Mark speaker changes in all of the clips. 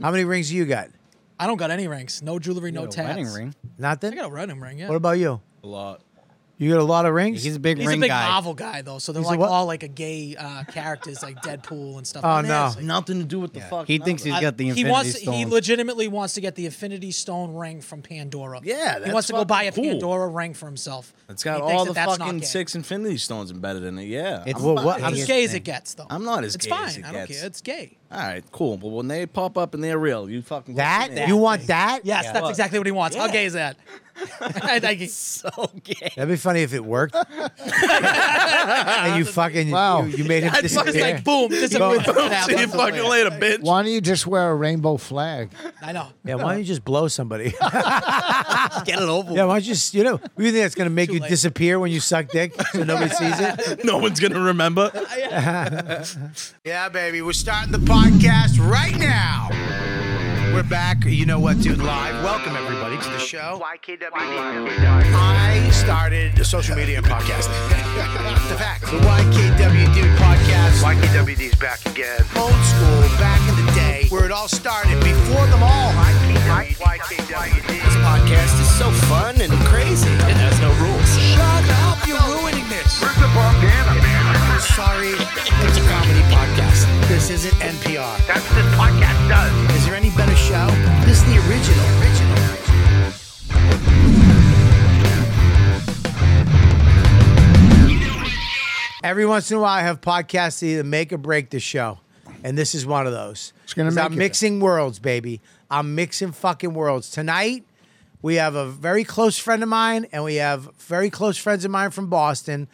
Speaker 1: How many rings you got?
Speaker 2: I don't got any rings. No jewelry,
Speaker 3: Oh,
Speaker 2: no
Speaker 4: Got a
Speaker 2: tats.
Speaker 4: Wedding ring.
Speaker 2: I
Speaker 1: Nothing.
Speaker 2: got a wedding ring. Yeah.
Speaker 1: What about you?
Speaker 5: A lot.
Speaker 1: You got a lot of rings.
Speaker 4: He's a big
Speaker 2: He's
Speaker 4: ring
Speaker 2: a big
Speaker 4: guy.
Speaker 2: novel guy though, so they're
Speaker 1: He's a
Speaker 2: like
Speaker 1: what?
Speaker 2: all like a gay uh, characters like Deadpool and stuff.
Speaker 1: Oh,
Speaker 2: And they're
Speaker 1: no.
Speaker 2: just like-
Speaker 5: Nothing to do with the fuck.
Speaker 4: He thinks he's
Speaker 2: I-
Speaker 4: got the
Speaker 2: he
Speaker 4: Infinity
Speaker 2: wants
Speaker 4: Stone.
Speaker 2: he legitimately wants to get the Infinity Stone ring from Pandora.
Speaker 5: Yeah,
Speaker 2: he
Speaker 5: that's
Speaker 2: wants to go
Speaker 5: fucking
Speaker 2: buy a
Speaker 5: cool.
Speaker 2: Pandora ring for himself.
Speaker 5: It's got
Speaker 2: He thinks
Speaker 5: all
Speaker 2: that
Speaker 5: the
Speaker 2: that's not
Speaker 5: fucking
Speaker 2: gay.
Speaker 5: six Infinity Stones embedded in it. Yeah.
Speaker 4: It's
Speaker 1: Well, what-
Speaker 4: the
Speaker 1: how
Speaker 2: It's
Speaker 1: does-
Speaker 2: as
Speaker 4: biggest
Speaker 2: gay as
Speaker 4: thing.
Speaker 2: it gets, though.
Speaker 5: I'm not as
Speaker 2: It's
Speaker 5: gay
Speaker 2: fine.
Speaker 5: as it
Speaker 2: I don't
Speaker 5: gets.
Speaker 2: care. It's gay.
Speaker 5: all right, cool. But when they pop up and they're real, you fucking go
Speaker 1: that
Speaker 5: in there.
Speaker 1: you want that?
Speaker 2: Yes, that's
Speaker 5: What?
Speaker 2: exactly what he wants. How gay is that? I think he-
Speaker 4: So gay.
Speaker 1: That'd be funny if it worked. and you fucking
Speaker 3: Wow.
Speaker 1: you, you made him
Speaker 2: I was
Speaker 1: disappear.
Speaker 2: like, boom, this is
Speaker 1: Boom.
Speaker 5: See you fucking later, bitch.
Speaker 3: Why don't you just wear a rainbow flag?
Speaker 2: I know.
Speaker 1: yeah, why don't you just blow somebody? yeah,
Speaker 5: Get it over.
Speaker 1: why don't you just you know? You think that's gonna make
Speaker 2: Too
Speaker 1: you
Speaker 2: late.
Speaker 1: disappear when you suck dick so nobody sees it?
Speaker 5: No one's gonna remember.
Speaker 1: Yeah, baby, we're starting the podcast right now. We're back. You know what, dude? Live. Welcome everybody to the show. I started a social media and podcasting. the fact, the YKW Dude podcast.
Speaker 6: YKWD's back again.
Speaker 1: Old school, back in the day, where it all started, before them all.
Speaker 6: YKWD.
Speaker 7: podcast is so fun and crazy. It has no rules.
Speaker 1: Shut up! You're ruining this.
Speaker 6: Where's the bandana, man?
Speaker 1: Sorry, it's a comedy podcast. This isn't NPR.
Speaker 6: That's what this podcast does.
Speaker 1: Is there any better show? This is the original. Original. Every once in a while, I have podcasts that either make or break the show, and this is one of those.
Speaker 3: It's gonna
Speaker 1: 'Cause
Speaker 3: make
Speaker 1: I'm
Speaker 3: it.
Speaker 1: mixing worlds, baby. I'm mixing fucking worlds tonight. We have a very close friend of mine, and we have very close friends of mine from Boston.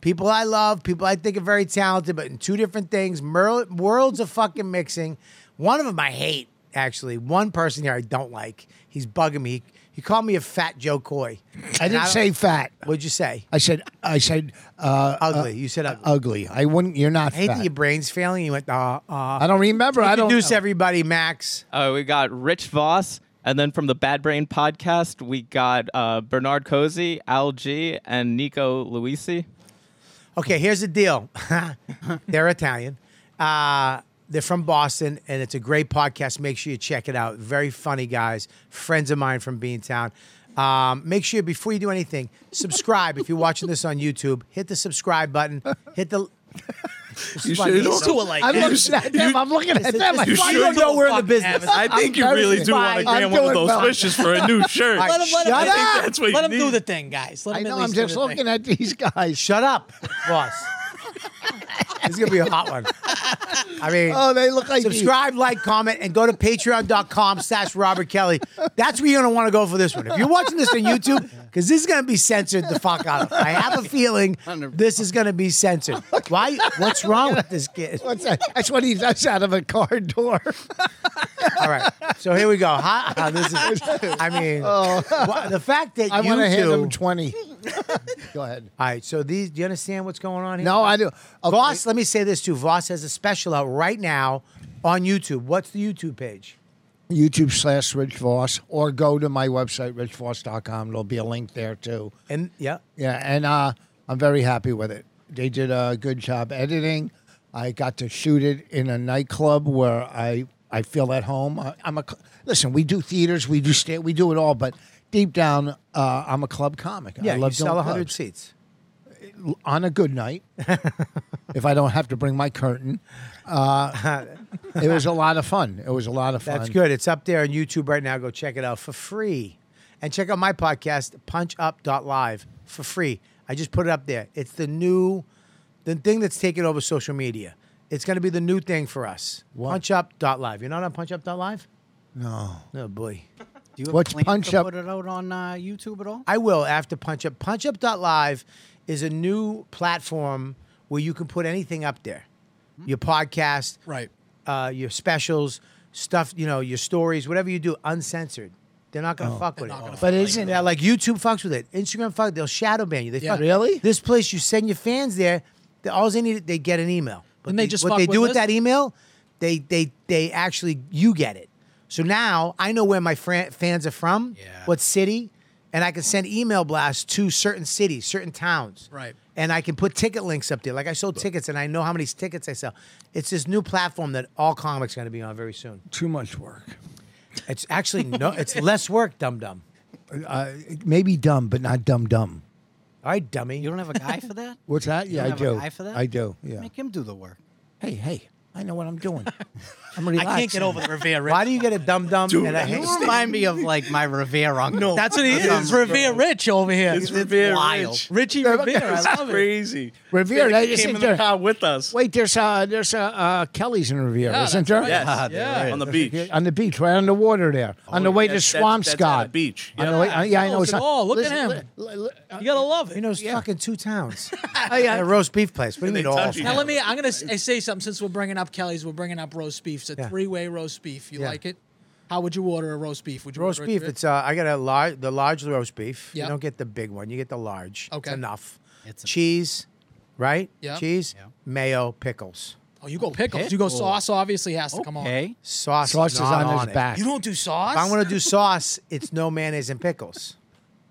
Speaker 1: People I love, people I think are very talented, but in two different things. Mer- worlds of fucking mixing. One of them I hate, actually. One person here I don't like. He's bugging me. He, he called me a fat Joe Coy.
Speaker 3: I didn't
Speaker 1: don't-
Speaker 3: say fat.
Speaker 1: What'd you say?
Speaker 3: I said I said uh,
Speaker 1: Ugly. you said ugly.
Speaker 3: ugly. I wouldn't. You're not
Speaker 1: I hate
Speaker 3: fat.
Speaker 1: that your brain's failing. You went, uh, uh.
Speaker 3: I don't remember. I don't.
Speaker 1: Introduce everybody, Max.
Speaker 8: Uh, we got Rich Voss, and then from the Bad Brain podcast, we got uh, Bernard Cozy, Al G, and Nico Luisi.
Speaker 1: Okay, here's the deal. they're Italian. Uh, they're from Boston, and it's a great podcast. Make sure you check it out. Very funny guys, friends of mine from Beantown. Um, make sure before you do anything, subscribe. if you're watching this on YouTube, hit the subscribe button. Hit the. funny.
Speaker 5: You should.
Speaker 2: These two are like.
Speaker 3: I'm
Speaker 2: that.
Speaker 3: looking at them. I'm looking at them.
Speaker 5: you
Speaker 3: Why
Speaker 5: should
Speaker 3: don't
Speaker 1: know we're in the
Speaker 2: Fucking
Speaker 1: business.
Speaker 2: average.
Speaker 5: I think you really do want to
Speaker 1: I'm
Speaker 5: grant one of
Speaker 3: doing
Speaker 5: those
Speaker 3: well.
Speaker 5: fishes for a new shirt.
Speaker 2: Let him, let him,
Speaker 1: Shut
Speaker 2: let him-
Speaker 1: up!
Speaker 5: That's what
Speaker 2: let
Speaker 5: you
Speaker 2: him do
Speaker 5: need.
Speaker 2: the thing, guys. Let
Speaker 3: I
Speaker 2: him at
Speaker 3: know.
Speaker 2: least
Speaker 3: I'm
Speaker 2: do
Speaker 3: just
Speaker 2: the thing.
Speaker 3: looking at these guys.
Speaker 1: Shut up, boss. this is gonna be a hot one. I mean,
Speaker 3: Oh, they look like me.
Speaker 1: subscribe, like, comment, and go to patreon.com slash Robert Kelly. That's where you're going to want to go for this one. If you're watching this on YouTube, because this is going to be censored the fuck out of. I have a feeling this is going to be censored. Why? What's wrong with this kid?
Speaker 3: What's that? That's what he does out of a car door.
Speaker 1: All right. So here we go. Ha, ha, this is, I mean, wha- the fact that
Speaker 3: Oh. I
Speaker 1: you
Speaker 3: want to hand
Speaker 1: two.
Speaker 3: him twenty. Go ahead.
Speaker 1: all right. So these, do you understand what's going on here?
Speaker 3: No, I do. Okay.
Speaker 1: Voss, let me say this too. Voss has a special out right now on YouTube. What's the YouTube page?
Speaker 3: YouTube slash Rich Voss, or go to my website richvoss.com. There'll be a link there too.
Speaker 1: And yeah.
Speaker 3: Yeah, and uh, I'm very happy with it. They did a good job editing. I got to shoot it in a nightclub where I I feel at home. I, I'm a cl- listen. We do theaters, we do sta we do it all, but deep down, uh, I'm a club comic.
Speaker 1: Yeah,
Speaker 3: I love
Speaker 1: you sell
Speaker 3: doing
Speaker 1: 100
Speaker 3: clubs.
Speaker 1: seats.
Speaker 3: on a good night. if I don't have to bring my curtain, uh, it was a lot of fun. It was a lot of fun.
Speaker 1: That's good. It's up there on YouTube right now. Go check it out for free. And check out my podcast, punchup.live, for free. I just put it up there. It's the new, the thing that's taken over social media. It's going to be the new thing for us. Punchup.live. You're not on punchup.live?
Speaker 3: No,
Speaker 1: No, boy.
Speaker 4: Do you have
Speaker 3: What's
Speaker 4: plans
Speaker 3: punch
Speaker 4: to
Speaker 3: up-
Speaker 4: put it out on uh, YouTube at all?
Speaker 1: I will after Punch Up. Punch Up.live is a new platform where you can put anything up there. Your podcast,
Speaker 2: Right.
Speaker 1: uh, your specials, stuff, you know, your stories, whatever you do, uncensored. They're not gonna fuck with it.
Speaker 3: but isn't
Speaker 1: Yeah, like YouTube fucks with it. Instagram fuck. They'll shadow ban you. They
Speaker 2: Yeah.
Speaker 1: fuck.
Speaker 3: Really?
Speaker 1: This place you send your fans there. They, all they need they get an email. But
Speaker 2: Didn't they just
Speaker 1: what
Speaker 2: fuck
Speaker 1: they do
Speaker 2: with
Speaker 1: with
Speaker 2: us?
Speaker 1: that email, they they they actually you get it. So now I know where my fran- fans are from. Yeah. What city? and I can send email blasts to certain cities, certain towns.
Speaker 2: Right.
Speaker 1: And I can put ticket links up there. Like I sold tickets, and I know how many tickets I sell. It's this new platform that all comics are going to be on very soon.
Speaker 3: Too much work.
Speaker 1: It's actually no, it's less work, dum dum.
Speaker 3: Maybe dumb, but not dumb dumb.
Speaker 1: All right, dummy.
Speaker 4: You don't have a guy for that?
Speaker 3: What's that?
Speaker 4: You
Speaker 3: Yeah, I
Speaker 4: don't have
Speaker 3: do.
Speaker 4: A guy for that?
Speaker 3: I do. Yeah.
Speaker 4: Make him do the work.
Speaker 3: Hey, hey, I know what I'm doing. I'm relaxing.
Speaker 2: I can't get over the Revere Rich.
Speaker 1: Why do you get a dum dum and a
Speaker 4: You
Speaker 1: hey?
Speaker 4: remind me of like my Revere uncle. No,
Speaker 2: That's what he is. Revere Rich over here.
Speaker 5: It's Revere
Speaker 4: wild.
Speaker 5: Rich.
Speaker 2: Richie Revere. I
Speaker 5: That's
Speaker 2: love it.
Speaker 5: crazy.
Speaker 3: Revere,
Speaker 5: They
Speaker 3: that is
Speaker 5: came in
Speaker 3: inter-
Speaker 5: the car with us.
Speaker 3: Wait, there's uh, there's uh, uh, Kelly's in Revere, isn't Ah, there?
Speaker 5: Yes.
Speaker 2: Yeah.
Speaker 5: On the beach.
Speaker 3: Yeah, on the beach, right on the water there, on the way to
Speaker 5: That's- that's- that's at
Speaker 3: Swampscott.
Speaker 5: the beach.
Speaker 3: On the
Speaker 5: Yeah.
Speaker 3: way- uh, yeah, I know.
Speaker 2: Close
Speaker 3: it's
Speaker 2: at
Speaker 3: not-
Speaker 2: all. Look at
Speaker 3: listen,
Speaker 2: him.
Speaker 3: li- li- uh,
Speaker 2: You gotta love it.
Speaker 1: He knows fucking two towns.
Speaker 3: I- I-
Speaker 1: a roast beef place. What do you
Speaker 5: And
Speaker 1: mean
Speaker 5: they
Speaker 1: all?
Speaker 5: touch each
Speaker 2: Now
Speaker 5: Yeah.
Speaker 2: let me. I'm gonna s- say something since we're bringing up Kelly's. We're bringing up roast beef. It's a
Speaker 1: Yeah.
Speaker 2: three-way roast beef. You
Speaker 1: Yeah.
Speaker 2: like it? How would you order a roast beef? Would you
Speaker 1: Roast
Speaker 2: order it
Speaker 1: beef.
Speaker 2: three-
Speaker 1: It's uh, I got a large, the large roast beef.
Speaker 2: Yep.
Speaker 1: You don't get the big one. You get the large.
Speaker 2: Okay.
Speaker 1: It's enough.
Speaker 4: It's enough.
Speaker 1: cheese, right?
Speaker 2: Yep.
Speaker 1: Cheese, mayo, pickles,
Speaker 2: oh, you go pickles. You go
Speaker 4: pickle.
Speaker 2: sauce. Obviously has to come on.
Speaker 4: Okay.
Speaker 1: sauce.
Speaker 3: Sauce is
Speaker 1: not
Speaker 3: on his
Speaker 1: it.
Speaker 3: back.
Speaker 2: You don't do sauce.
Speaker 1: If I'm gonna do sauce, it's no mayonnaise and pickles.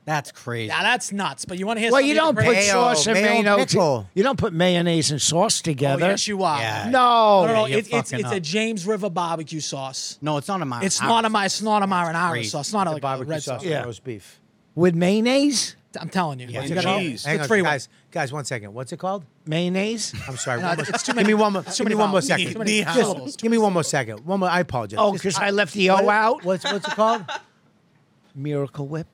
Speaker 4: That's crazy.
Speaker 2: Now that's nuts. But you want to hear?
Speaker 3: well, you don't
Speaker 2: something
Speaker 3: put
Speaker 2: even
Speaker 1: Mayo,
Speaker 3: sauce and
Speaker 1: mayo and
Speaker 3: mayo.
Speaker 1: pickle.
Speaker 3: You don't put mayonnaise and sauce
Speaker 2: crazier?
Speaker 3: together.
Speaker 2: Oh, yes, you are.
Speaker 4: Yeah.
Speaker 3: No.
Speaker 2: No, no,
Speaker 4: Yeah, you're
Speaker 2: it, it's
Speaker 4: fucking
Speaker 2: it's a
Speaker 4: up.
Speaker 2: James River barbecue sauce.
Speaker 4: no, it's not a mine.
Speaker 2: It's not a my. It's not a marinara
Speaker 4: crazy.
Speaker 2: sauce. It's not a, like, a
Speaker 1: Barbecue
Speaker 2: red
Speaker 1: sauce
Speaker 2: sauce.
Speaker 1: for
Speaker 3: Yeah.
Speaker 1: roast beef.
Speaker 3: With mayonnaise,
Speaker 2: I'm telling you.
Speaker 5: And
Speaker 2: you gotta-
Speaker 5: cheese.
Speaker 2: It's
Speaker 1: Hang
Speaker 2: a
Speaker 1: on,
Speaker 2: free one.
Speaker 1: guys. Guys, one second. What's it called?
Speaker 3: mayonnaise.
Speaker 1: I'm sorry.
Speaker 2: No,
Speaker 1: one more-
Speaker 2: it's too
Speaker 1: Give
Speaker 2: many-
Speaker 1: me one more.
Speaker 2: it's
Speaker 1: Give
Speaker 2: too
Speaker 1: me
Speaker 2: many
Speaker 1: one more
Speaker 2: vowels.
Speaker 1: second.
Speaker 2: Too many
Speaker 1: Just
Speaker 2: syllables. Too
Speaker 1: give me one more second. One more. I apologize.
Speaker 3: Oh,
Speaker 1: Just-
Speaker 3: because I left the O out.
Speaker 1: What's what's it called?
Speaker 3: Miracle Whip.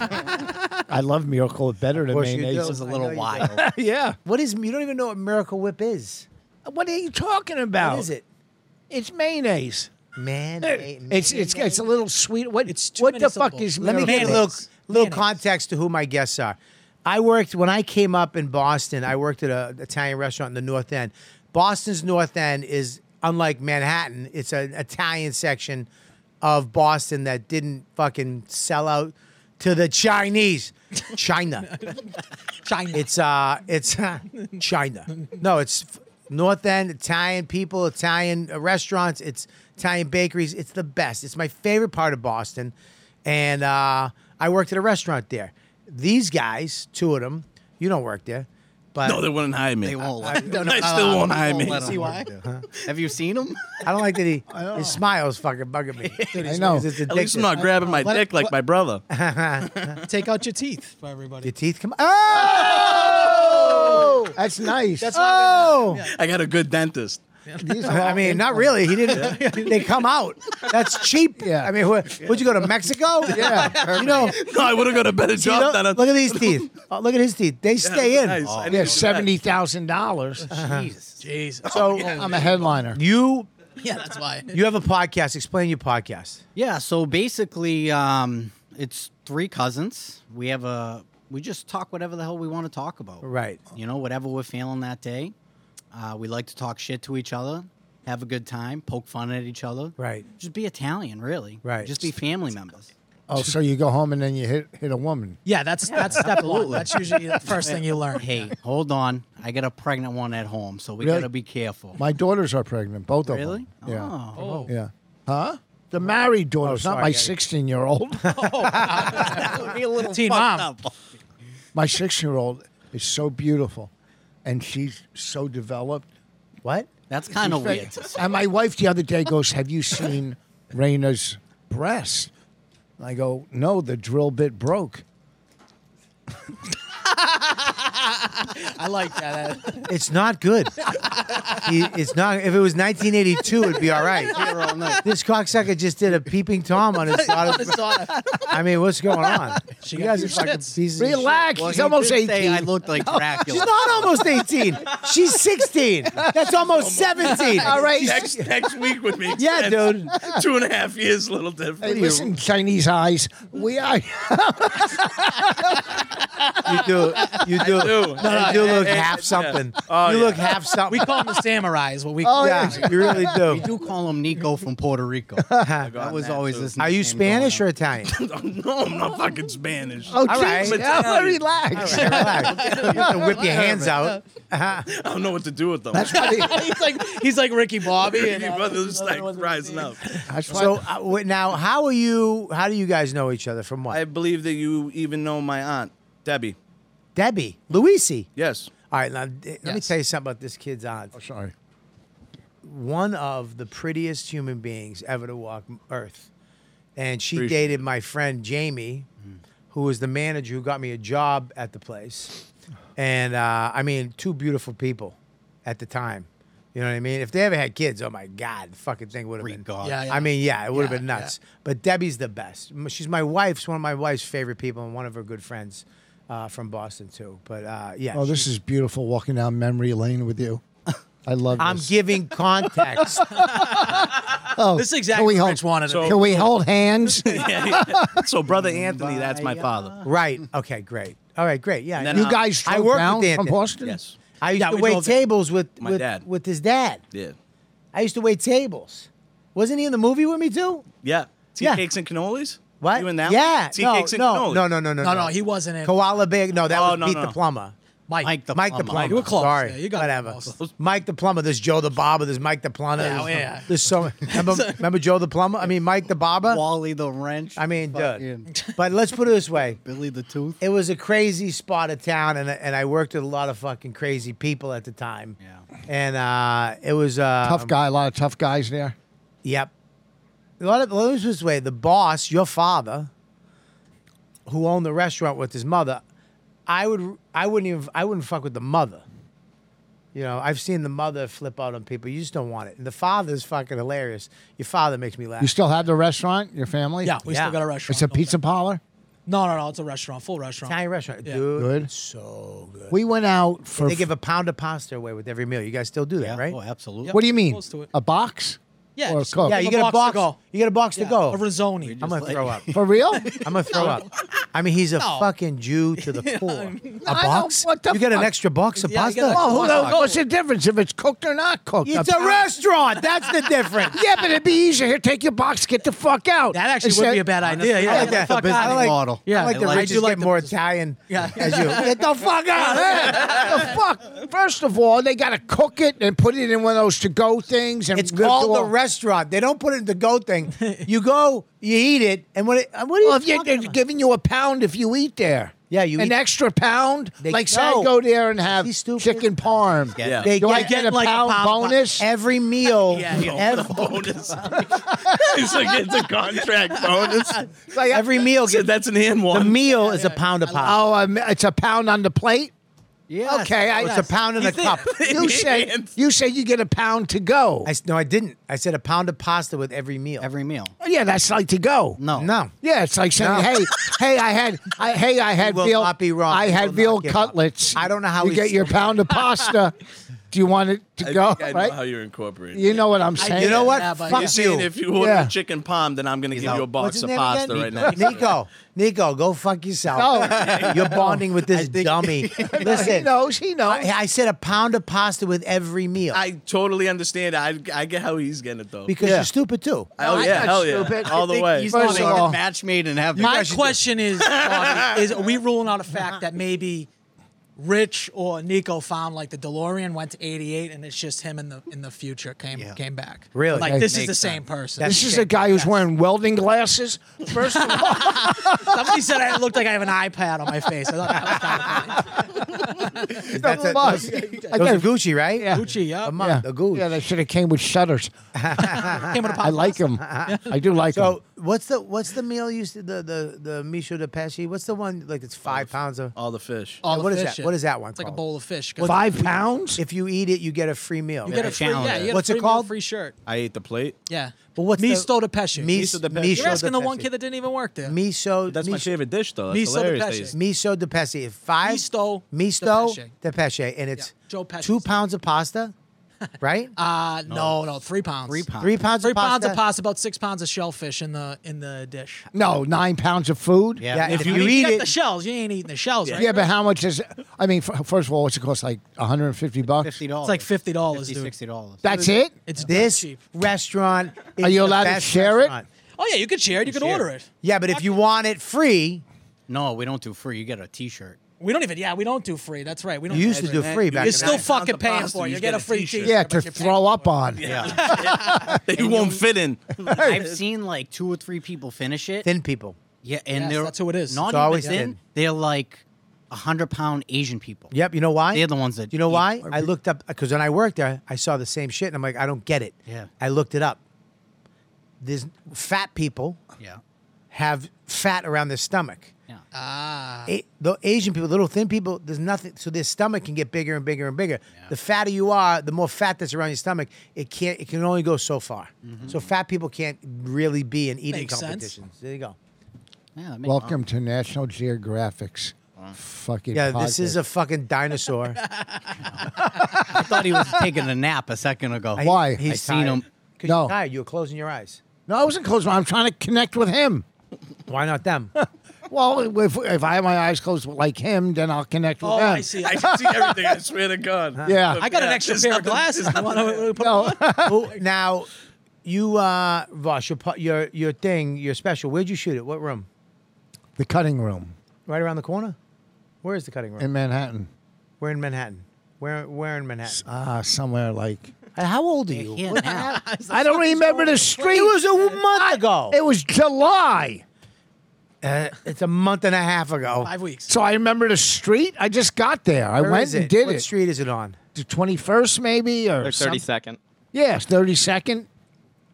Speaker 3: I love Miracle Whip better than
Speaker 1: course you
Speaker 3: mayonnaise.
Speaker 1: do.
Speaker 4: was a
Speaker 1: I know
Speaker 4: little
Speaker 1: you
Speaker 4: wild.
Speaker 3: yeah.
Speaker 1: What is? You don't even know what Miracle Whip is.
Speaker 3: What are you talking about?
Speaker 4: Oh.
Speaker 1: What is it?
Speaker 3: It's mayonnaise.
Speaker 1: Man,
Speaker 3: It's it's it's a little sweet. What
Speaker 2: It's too
Speaker 3: what
Speaker 2: many
Speaker 3: the fuck
Speaker 2: syllables.
Speaker 3: is?
Speaker 1: Let me give
Speaker 3: Miracle
Speaker 1: you a
Speaker 3: Whip?
Speaker 1: little
Speaker 2: Mayonnaise.
Speaker 1: little
Speaker 2: Mayonnaise.
Speaker 1: context to who my guests are. I worked when I came up in Boston. I worked at an Italian restaurant in the North End. Boston's North End is unlike Manhattan. It's an Italian section of Boston that didn't fucking sell out to the Chinese. China.
Speaker 2: China.
Speaker 1: It's uh, it's uh, China. No, it's f- North End Italian people, Italian uh, restaurants, it's Italian bakeries. It's the best. It's my favorite part of Boston, and uh, I worked at a restaurant there. These guys, two of them, you don't work there, but
Speaker 5: No, they wouldn't hire me.
Speaker 4: They won't let
Speaker 5: no, no, still
Speaker 4: no,
Speaker 5: won't
Speaker 4: no,
Speaker 5: hire
Speaker 4: won't
Speaker 5: me.
Speaker 4: let 'em
Speaker 5: See
Speaker 4: work
Speaker 5: why?
Speaker 4: there. Have you seen him?
Speaker 1: I don't like that he his smiles fucking bugging me.
Speaker 3: I know.
Speaker 1: It's
Speaker 5: At least I'm
Speaker 1: addictive.
Speaker 5: not grabbing my
Speaker 2: Let it-
Speaker 5: dick like
Speaker 2: let-
Speaker 5: my brother.
Speaker 2: Take out your teeth for everybody.
Speaker 1: Your teeth come. Oh,
Speaker 3: That's nice.
Speaker 1: oh.
Speaker 5: I got a good dentist.
Speaker 3: These are
Speaker 1: I
Speaker 3: all
Speaker 1: mean, not really. He didn't. They come out. That's cheap.
Speaker 3: Yeah.
Speaker 1: I mean, wh- would you go to Mexico? Yeah. You know,
Speaker 5: No, I would have got a better
Speaker 1: see,
Speaker 5: job
Speaker 1: look,
Speaker 5: than a
Speaker 1: look at these teeth. Oh, look at his teeth. They stay in.
Speaker 5: Nice.
Speaker 3: Yeah,
Speaker 5: I need to do that.
Speaker 3: seventy thousand dollars.
Speaker 2: Jesus.
Speaker 1: So
Speaker 3: I'm a headliner.
Speaker 1: you
Speaker 2: yeah, that's why.
Speaker 1: you have a podcast. Explain your podcast.
Speaker 4: Yeah, so basically, um, it's three cousins. We have a we just talk whatever the hell we want to talk about.
Speaker 1: Right.
Speaker 4: You know, whatever we're feeling that day. Uh, we like to talk shit to each other, have a good time, poke fun at each other.
Speaker 1: Right.
Speaker 4: Just be Italian, really.
Speaker 1: Right.
Speaker 4: Just be family members.
Speaker 3: Oh, so you go home and then you hit hit a woman.
Speaker 2: Yeah, that's that's step one. That's usually the first thing you learn.
Speaker 4: Hey, hold on. I got a pregnant one at home, so we
Speaker 3: Really?
Speaker 4: gotta be careful.
Speaker 3: My daughters are pregnant, both
Speaker 4: really?
Speaker 3: of them. Yeah.
Speaker 4: Oh.
Speaker 2: Oh,
Speaker 3: Yeah. Huh? The married daughters,
Speaker 1: sorry,
Speaker 3: not my
Speaker 1: I-
Speaker 3: sixteen-year-old.
Speaker 4: be a little
Speaker 2: Teen
Speaker 4: fucked
Speaker 2: mom.
Speaker 4: up.
Speaker 3: my six-year-old is so beautiful, and she's so developed.
Speaker 1: What?
Speaker 4: That's kind of weird.
Speaker 3: And my wife the other day goes, "Have you seen Raina's breast?" And I go, "No, the drill bit broke."
Speaker 2: I like that.
Speaker 1: It's not good. He- it's not. If it was 1982, it'd be all right. This cocksucker just did a peeping tom on his daughter. I mean, what's going on?
Speaker 2: She
Speaker 1: you
Speaker 2: got
Speaker 1: guys are
Speaker 2: two
Speaker 1: fucking
Speaker 2: shits.
Speaker 1: pieces. of shit.
Speaker 3: Relax.
Speaker 4: Well,
Speaker 3: he's
Speaker 4: he
Speaker 3: almost
Speaker 4: did
Speaker 3: eighteen.
Speaker 4: say I looked like Dracula.
Speaker 1: She's not almost 18. She's 16. That's almost 17. All right.
Speaker 5: Next, next week would be
Speaker 1: Yeah,
Speaker 5: intense.
Speaker 1: dude.
Speaker 5: Two and a half years, little
Speaker 3: Hey,
Speaker 5: different.
Speaker 3: listen, Chinese eyes. We are.
Speaker 1: You do. You do.
Speaker 5: do.
Speaker 1: you do look half something.
Speaker 5: Oh,
Speaker 1: you
Speaker 5: yeah.
Speaker 1: look half something.
Speaker 2: We call them the samurais. What we
Speaker 3: Oh,
Speaker 1: yeah, you really
Speaker 4: We
Speaker 1: do.
Speaker 4: do call him Nico from Puerto Rico. that was
Speaker 5: that,
Speaker 4: always
Speaker 5: too.
Speaker 4: his.
Speaker 1: Are you
Speaker 4: nickname growing
Speaker 1: Spanish
Speaker 4: up.
Speaker 1: or Italian?
Speaker 5: no, I'm not fucking Spanish.
Speaker 3: Oh,
Speaker 1: All right.
Speaker 3: jeez. Yeah, relax.
Speaker 1: Relax. you have to whip your hands out.
Speaker 5: I don't know what to do with them.
Speaker 3: That's why they-
Speaker 2: he's like he's like Ricky Bobby. And,
Speaker 5: Your
Speaker 2: uh,
Speaker 5: brother's like rising up.
Speaker 3: that's why-
Speaker 1: So uh, wait, now, how are you? How do you guys know each other from what?
Speaker 5: I believe that you even know my aunt, Debbie.
Speaker 1: Debbie Luisi.
Speaker 5: Yes.
Speaker 1: All right, now d- let me
Speaker 4: Yes.
Speaker 1: tell you something about this kid's aunt.
Speaker 3: Sorry.
Speaker 1: One of the prettiest human beings ever to walk Earth, and she
Speaker 5: Appreciate
Speaker 1: dated my friend Jamie, who was the manager who got me a job at the place. And uh, I mean, two beautiful people at the time. You know what I mean? If they ever had kids, oh my God, the fucking thing would have been.
Speaker 4: Regard.
Speaker 2: Yeah, yeah.
Speaker 1: I mean, yeah, it would have
Speaker 2: Yeah,
Speaker 1: been nuts. But Debbie's the best. M- She's my wife's one of my wife's favorite people and one of her good friends uh, from Boston too. But uh, yeah,
Speaker 3: Oh, this is beautiful walking down memory lane with you. I love
Speaker 1: I'm
Speaker 3: this.
Speaker 1: giving context.
Speaker 3: oh,
Speaker 2: this is
Speaker 3: can
Speaker 2: exactly
Speaker 3: we
Speaker 2: what
Speaker 3: hold,
Speaker 2: Rich wanted.
Speaker 5: So-
Speaker 3: Can we hold hands?
Speaker 5: So, brother Anthony, that's my father.
Speaker 1: right. Okay, great. All right, great. Yeah.
Speaker 5: then
Speaker 1: you
Speaker 3: you
Speaker 5: Uh,
Speaker 1: guys,
Speaker 3: guys
Speaker 1: I
Speaker 3: drove
Speaker 1: worked
Speaker 3: down
Speaker 1: with
Speaker 3: from
Speaker 1: Anthony.
Speaker 3: Boston?
Speaker 5: Yes.
Speaker 1: I used
Speaker 2: Yeah,
Speaker 1: to
Speaker 2: we
Speaker 1: wait
Speaker 2: drove there.
Speaker 1: tables with
Speaker 5: My
Speaker 1: with,
Speaker 5: dad.
Speaker 1: with his dad.
Speaker 5: Yeah.
Speaker 1: I used to wait tables. Wasn't he in the movie with me too?
Speaker 5: Yeah. Tea
Speaker 1: Yeah.
Speaker 5: cakes and cannolis?
Speaker 1: What?
Speaker 5: You in that?
Speaker 1: Yeah.
Speaker 5: Tea
Speaker 1: no,
Speaker 5: cakes and
Speaker 1: no,
Speaker 5: cannolis.
Speaker 1: no, no, no, no,
Speaker 2: No, no, he wasn't in.
Speaker 1: Koala Big. No, that
Speaker 5: Oh,
Speaker 1: was
Speaker 5: no,
Speaker 1: Pete
Speaker 5: no.
Speaker 1: the Plumber.
Speaker 2: Mike.
Speaker 4: Mike the
Speaker 1: Mike the
Speaker 4: Plumber.
Speaker 1: plumber.
Speaker 2: You were close.
Speaker 1: Sorry,
Speaker 2: Yeah, you got
Speaker 1: whatever.
Speaker 2: close.
Speaker 1: Mike the plumber. There's Joe the barber. There's Mike the plumber.
Speaker 2: Yeah,
Speaker 1: there's,
Speaker 2: yeah.
Speaker 1: there's so remember, remember Joe the plumber. I mean Mike the barber.
Speaker 4: Wally the wrench.
Speaker 1: I mean, dude.
Speaker 4: fucking
Speaker 1: But let's put it this way:
Speaker 4: Billy the tooth.
Speaker 1: it was a crazy spot of town, and and I worked with a lot of fucking crazy people at the time.
Speaker 4: Yeah.
Speaker 1: And uh, it was uh,
Speaker 3: Tough guy, a lot of tough guys there.
Speaker 1: Yep. A lot of let me put it this way: the boss, your father, who owned the restaurant with his mother, I would, I wouldn't even, I wouldn't fuck with the mother. You know, I've seen the mother flip out on people. You just don't want it. And the father's fucking hilarious. Your father makes me laugh.
Speaker 3: You still had the restaurant, your family?
Speaker 2: Yeah, we
Speaker 1: Yeah.
Speaker 2: still got a restaurant.
Speaker 3: It's a
Speaker 2: Okay.
Speaker 3: pizza parlor.
Speaker 2: No, no, no. It's a restaurant, full restaurant.
Speaker 1: Italian restaurant,
Speaker 2: Yeah.
Speaker 1: dude.
Speaker 3: Good.
Speaker 1: So good.
Speaker 3: We went out for.
Speaker 1: They give a pound of pasta away with every meal. You guys still do that,
Speaker 4: Yeah.
Speaker 1: right?
Speaker 4: Oh, absolutely.
Speaker 3: what do you mean? Oh,
Speaker 2: Close to it.
Speaker 3: A box?
Speaker 2: Yeah,
Speaker 3: Or a
Speaker 2: just-
Speaker 3: cook?
Speaker 1: yeah,
Speaker 2: Give
Speaker 1: you
Speaker 2: a
Speaker 1: get a
Speaker 2: box to
Speaker 1: box.
Speaker 2: go.
Speaker 1: You get a box
Speaker 2: Yeah,
Speaker 1: to go.
Speaker 2: A rizzoni.
Speaker 1: I'm gonna throw up.
Speaker 3: For real?
Speaker 1: I'm gonna throw up. I mean, he's a fucking Jew to the core. a
Speaker 3: I know,
Speaker 1: box?
Speaker 3: what the
Speaker 1: you get an
Speaker 3: fuck?
Speaker 1: extra box of
Speaker 2: Yeah, you
Speaker 1: pasta?
Speaker 2: get a
Speaker 3: Oh, who
Speaker 2: Hot
Speaker 3: the-
Speaker 2: dog.
Speaker 3: what's the difference if it's cooked or not cooked?
Speaker 1: it's a restaurant. That's the difference.
Speaker 3: Yeah, but it'd be easier. Here, take your box, get the fuck out.
Speaker 2: That actually
Speaker 3: Instead-
Speaker 2: would be a bad idea.
Speaker 1: I
Speaker 2: Yeah,
Speaker 1: like
Speaker 2: get the
Speaker 1: that.
Speaker 2: fuck
Speaker 4: business
Speaker 2: outta
Speaker 1: I
Speaker 2: here.
Speaker 1: like,
Speaker 4: model.
Speaker 1: Yeah,
Speaker 2: Yeah,
Speaker 1: I like
Speaker 2: I
Speaker 1: the
Speaker 2: like- I
Speaker 1: rich
Speaker 2: do
Speaker 1: just
Speaker 2: like
Speaker 1: get
Speaker 2: the
Speaker 1: more
Speaker 2: business-
Speaker 1: Italian
Speaker 2: Yeah.
Speaker 1: as you. Get the fuck out.
Speaker 3: the fuck? First of all, they got to cook it and put it in one of those to-go things. And
Speaker 1: It's
Speaker 3: rip
Speaker 1: called
Speaker 3: it
Speaker 1: the
Speaker 3: all-
Speaker 1: restaurant. They don't put it in the go thing. You go, you eat it, and what? It, uh, what are you
Speaker 3: Well, if you,
Speaker 1: talking
Speaker 3: they're
Speaker 1: about?
Speaker 3: giving you a pound if you eat there.
Speaker 1: Yeah, you
Speaker 3: an
Speaker 1: eat-
Speaker 3: extra pound.
Speaker 1: They-
Speaker 3: like, say
Speaker 1: No.
Speaker 3: I go there and have
Speaker 1: He's stupid.
Speaker 3: chicken parm.
Speaker 5: Yeah.
Speaker 1: They
Speaker 3: Do I
Speaker 1: get
Speaker 3: get a
Speaker 2: like a
Speaker 3: pound
Speaker 2: pound-
Speaker 3: bonus?
Speaker 1: every meal.
Speaker 2: Yeah, yeah.
Speaker 1: ev-
Speaker 5: bonus. it's like it's a contract bonus.
Speaker 3: Like,
Speaker 1: every meal.
Speaker 5: So
Speaker 1: Gets,
Speaker 5: that's an and
Speaker 1: the
Speaker 5: one.
Speaker 1: meal is a pound of pasta.
Speaker 3: oh, um, it's a pound on the plate.
Speaker 4: Yes.
Speaker 3: Okay, I,
Speaker 1: It's a pound and a cup.
Speaker 3: You said you said you get a pound to go.
Speaker 1: I s- no, I didn't. I said a pound of pasta with every meal.
Speaker 4: Every meal.
Speaker 3: Oh, yeah, that's like to go.
Speaker 4: No.
Speaker 1: no.
Speaker 3: Yeah, it's like saying,
Speaker 1: Oh. No.
Speaker 3: "Hey, hey, I had, I, hey, I had
Speaker 1: will
Speaker 3: veal.
Speaker 1: not be wrong.
Speaker 3: I
Speaker 1: You
Speaker 3: had
Speaker 1: will
Speaker 3: veal
Speaker 1: not give up.
Speaker 3: cutlets.
Speaker 1: I don't know how
Speaker 3: you
Speaker 1: he's
Speaker 3: get your
Speaker 1: still-
Speaker 3: pound of pasta. Do you want it to
Speaker 5: I
Speaker 3: go?
Speaker 5: think I know
Speaker 3: right?
Speaker 5: how you're incorporated.
Speaker 3: you know what I'm saying?
Speaker 1: You know what?
Speaker 2: Yeah, but-
Speaker 1: Fuck
Speaker 2: You're
Speaker 1: you.
Speaker 5: saying if you order
Speaker 3: Yeah.
Speaker 5: chicken palm, then I'm going to give you a
Speaker 1: What's
Speaker 5: box
Speaker 1: his
Speaker 5: of
Speaker 1: name
Speaker 5: pasta
Speaker 1: again?
Speaker 5: right now.
Speaker 1: Nico, Nico, go fuck yourself. You're bonding with this dummy.
Speaker 3: He
Speaker 1: Listen,
Speaker 3: knows. He knows.
Speaker 1: I, I said a pound of pasta with every meal
Speaker 5: I totally understand. I I get how he's getting it though.
Speaker 1: because
Speaker 3: Yeah.
Speaker 1: you're stupid too.
Speaker 5: oh
Speaker 3: I'm
Speaker 5: yeah,
Speaker 3: not
Speaker 5: hell
Speaker 3: stupid.
Speaker 5: yeah, all the
Speaker 4: Think
Speaker 5: way.
Speaker 4: He's
Speaker 3: First
Speaker 4: First
Speaker 3: of all-
Speaker 4: match made in heaven.
Speaker 2: My question is, Bobby, is are we ruling out a fact that maybe Rich or Nico found like the DeLorean went to 88 and it's just him in the in the future came came back.
Speaker 1: Really?
Speaker 2: Like
Speaker 1: That
Speaker 2: this is
Speaker 4: makes
Speaker 2: the same
Speaker 4: sense.
Speaker 2: person.
Speaker 1: That's-
Speaker 3: this is a guy who's
Speaker 2: Yes.
Speaker 3: wearing welding glasses. First of all,
Speaker 2: Somebody said I looked like I have an iPad on my face. I thought that was kind of
Speaker 1: That's a,
Speaker 3: Musk.
Speaker 1: those,
Speaker 3: I
Speaker 1: those are
Speaker 3: gotta-
Speaker 1: Gucci, right? Yeah.
Speaker 2: Gucci, yeah.
Speaker 1: A
Speaker 3: yeah.
Speaker 1: month, a Gucci.
Speaker 3: Yeah, they should have came with shutters.
Speaker 2: Came with a
Speaker 3: I
Speaker 2: pop-
Speaker 3: like him. I do like him.
Speaker 1: so what's the what's the meal you said the the the Micho de Pesci? What's the one like it's five pounds of?
Speaker 5: all the fish.
Speaker 2: all the
Speaker 1: what is
Speaker 2: fish
Speaker 1: that?
Speaker 2: in.
Speaker 1: What is that one
Speaker 2: It's like a
Speaker 1: called?
Speaker 2: bowl of fish.
Speaker 3: Five pounds.
Speaker 1: If you eat it, you get a free meal.
Speaker 2: You get a free, yeah, you get
Speaker 1: What's
Speaker 2: a
Speaker 1: it
Speaker 2: free meal,
Speaker 1: called?
Speaker 2: Free shirt.
Speaker 5: I ate the plate.
Speaker 2: Yeah.
Speaker 1: But what's
Speaker 2: Misto
Speaker 1: the-
Speaker 2: de Pesce.
Speaker 1: Mis-
Speaker 5: de Pesce.
Speaker 1: Micho
Speaker 2: You're
Speaker 1: de
Speaker 2: asking the one
Speaker 1: Pesci.
Speaker 2: kid that didn't even work there.
Speaker 1: Miso.
Speaker 5: That's my
Speaker 1: miso-
Speaker 5: favorite dish though.
Speaker 2: Miso
Speaker 5: That's
Speaker 2: de
Speaker 5: hilarious.
Speaker 2: pesce.
Speaker 5: they used-
Speaker 1: Miso de Pesce. If five
Speaker 2: Misto
Speaker 1: Misto
Speaker 2: de
Speaker 1: de Pesce, and it's
Speaker 2: Yeah, Joe Pesci's.
Speaker 1: two pounds of pasta right?
Speaker 2: Uh, no, no, three pounds.
Speaker 4: Three pounds.
Speaker 1: Three pounds
Speaker 2: Three
Speaker 1: of
Speaker 2: pounds
Speaker 1: pasta.
Speaker 2: of pasta, about six pounds of shellfish in the in the dish.
Speaker 3: No, nine pounds of food.
Speaker 4: Yeah.
Speaker 1: Yeah, if
Speaker 2: I
Speaker 1: you
Speaker 2: mean,
Speaker 1: eat
Speaker 2: got
Speaker 1: it,
Speaker 2: the shells. You ain't eating the shells, right?
Speaker 3: Yeah, but how much is? I mean, f- first of all, what's it cost? Like 150 bucks.
Speaker 4: Fifty dollars.
Speaker 2: it's like fifty dollars, dude.
Speaker 4: sixty dollars.
Speaker 3: That's it.
Speaker 2: It's
Speaker 1: this
Speaker 2: cheap.
Speaker 1: restaurant. Is
Speaker 3: Are you
Speaker 1: the
Speaker 3: allowed to
Speaker 1: best
Speaker 3: share it?
Speaker 1: restaurant.
Speaker 2: Oh yeah, you could share it. You could order it.
Speaker 1: Yeah, but if you want it free,
Speaker 4: No, we don't do free. You get a T-shirt.
Speaker 2: We don't even. Yeah, we don't do free. That's right. We don't.
Speaker 1: you used to do free back.
Speaker 2: You're
Speaker 1: in
Speaker 2: still
Speaker 1: the-
Speaker 2: fucking
Speaker 5: Pounds of
Speaker 2: paying
Speaker 5: pasta,
Speaker 2: for it.
Speaker 5: you
Speaker 2: You
Speaker 5: get
Speaker 2: get a
Speaker 5: a
Speaker 2: free
Speaker 5: t-shirt.
Speaker 2: T-shirt.
Speaker 3: Yeah,
Speaker 2: but
Speaker 3: to
Speaker 2: you're
Speaker 3: throw up on.
Speaker 4: Yeah,
Speaker 5: They won't fit in.
Speaker 4: I've seen like two or three people finish it.
Speaker 1: thin people.
Speaker 4: yeah, and
Speaker 2: Yes,
Speaker 4: they're
Speaker 2: that's who it is.
Speaker 4: Not
Speaker 1: It's
Speaker 4: even
Speaker 1: always
Speaker 4: thin.
Speaker 1: thin.
Speaker 4: They're like a hundred pound Asian people.
Speaker 1: Yep. You know why?
Speaker 4: They're the ones that
Speaker 1: You know why?
Speaker 4: eat
Speaker 1: I looked up because when I worked there, I saw the same shit, and I'm like, I don't get it.
Speaker 4: Yeah.
Speaker 1: I looked it up. There's fat people
Speaker 4: Yeah.
Speaker 1: have fat around their stomach.
Speaker 4: Yeah.
Speaker 2: Uh,
Speaker 4: Ah.
Speaker 1: A- the Asian people, little thin people, there's nothing. So their stomach can get bigger and bigger and bigger. The fatter you are, the more fat that's around your stomach. It can't. It can only go so far.
Speaker 4: Mm-hmm.
Speaker 1: So fat people can't really be in eating
Speaker 2: Makes sense.
Speaker 1: competitions. There you go.
Speaker 4: Yeah, that makes-
Speaker 3: Welcome to National Geographic's fucking.
Speaker 1: Yeah, this is a
Speaker 3: podcast.
Speaker 1: fucking dinosaur.
Speaker 4: I thought he was taking a nap a second ago.
Speaker 1: I-
Speaker 3: Why?
Speaker 1: He's
Speaker 4: I seen
Speaker 1: tired.
Speaker 4: him.
Speaker 1: 'Cause
Speaker 3: No.
Speaker 1: you're tired. You were closing your eyes.
Speaker 3: No, I wasn't closed. I'm trying to connect with him.
Speaker 1: Why not them?
Speaker 3: Well, if, if I have my eyes closed like him, then I'll connect with
Speaker 2: Oh,
Speaker 3: him.
Speaker 2: I see.
Speaker 5: I
Speaker 2: I,
Speaker 5: can see everything. I swear to God.
Speaker 3: Yeah.
Speaker 2: I got an
Speaker 5: Yeah,
Speaker 2: extra
Speaker 5: there's
Speaker 2: pair of glasses. You wanna put
Speaker 3: No.
Speaker 1: Who- now, you, uh, Voss, your pu- your your thing, your special. Where'd you shoot it? What room?
Speaker 3: the cutting room
Speaker 1: Right around the corner. Where is the cutting room?
Speaker 3: in Manhattan.
Speaker 1: We're in Manhattan. Where where in Manhattan?
Speaker 3: Ah, somewhere like.
Speaker 1: And how old are you?
Speaker 4: Yeah,
Speaker 1: What-
Speaker 4: now.
Speaker 3: I don't remember the street.
Speaker 1: It was a month ago.
Speaker 3: It was July.
Speaker 1: Uh, it's a month and a half ago.
Speaker 2: five weeks.
Speaker 3: So I remember the street. I just got there. I
Speaker 1: Where
Speaker 3: went
Speaker 1: is
Speaker 3: and
Speaker 1: it?
Speaker 3: did
Speaker 1: what
Speaker 3: it.
Speaker 1: street is it on?
Speaker 3: The 21st, maybe? Or
Speaker 8: They're
Speaker 3: some-
Speaker 8: 30 second.
Speaker 3: Yes, 32nd.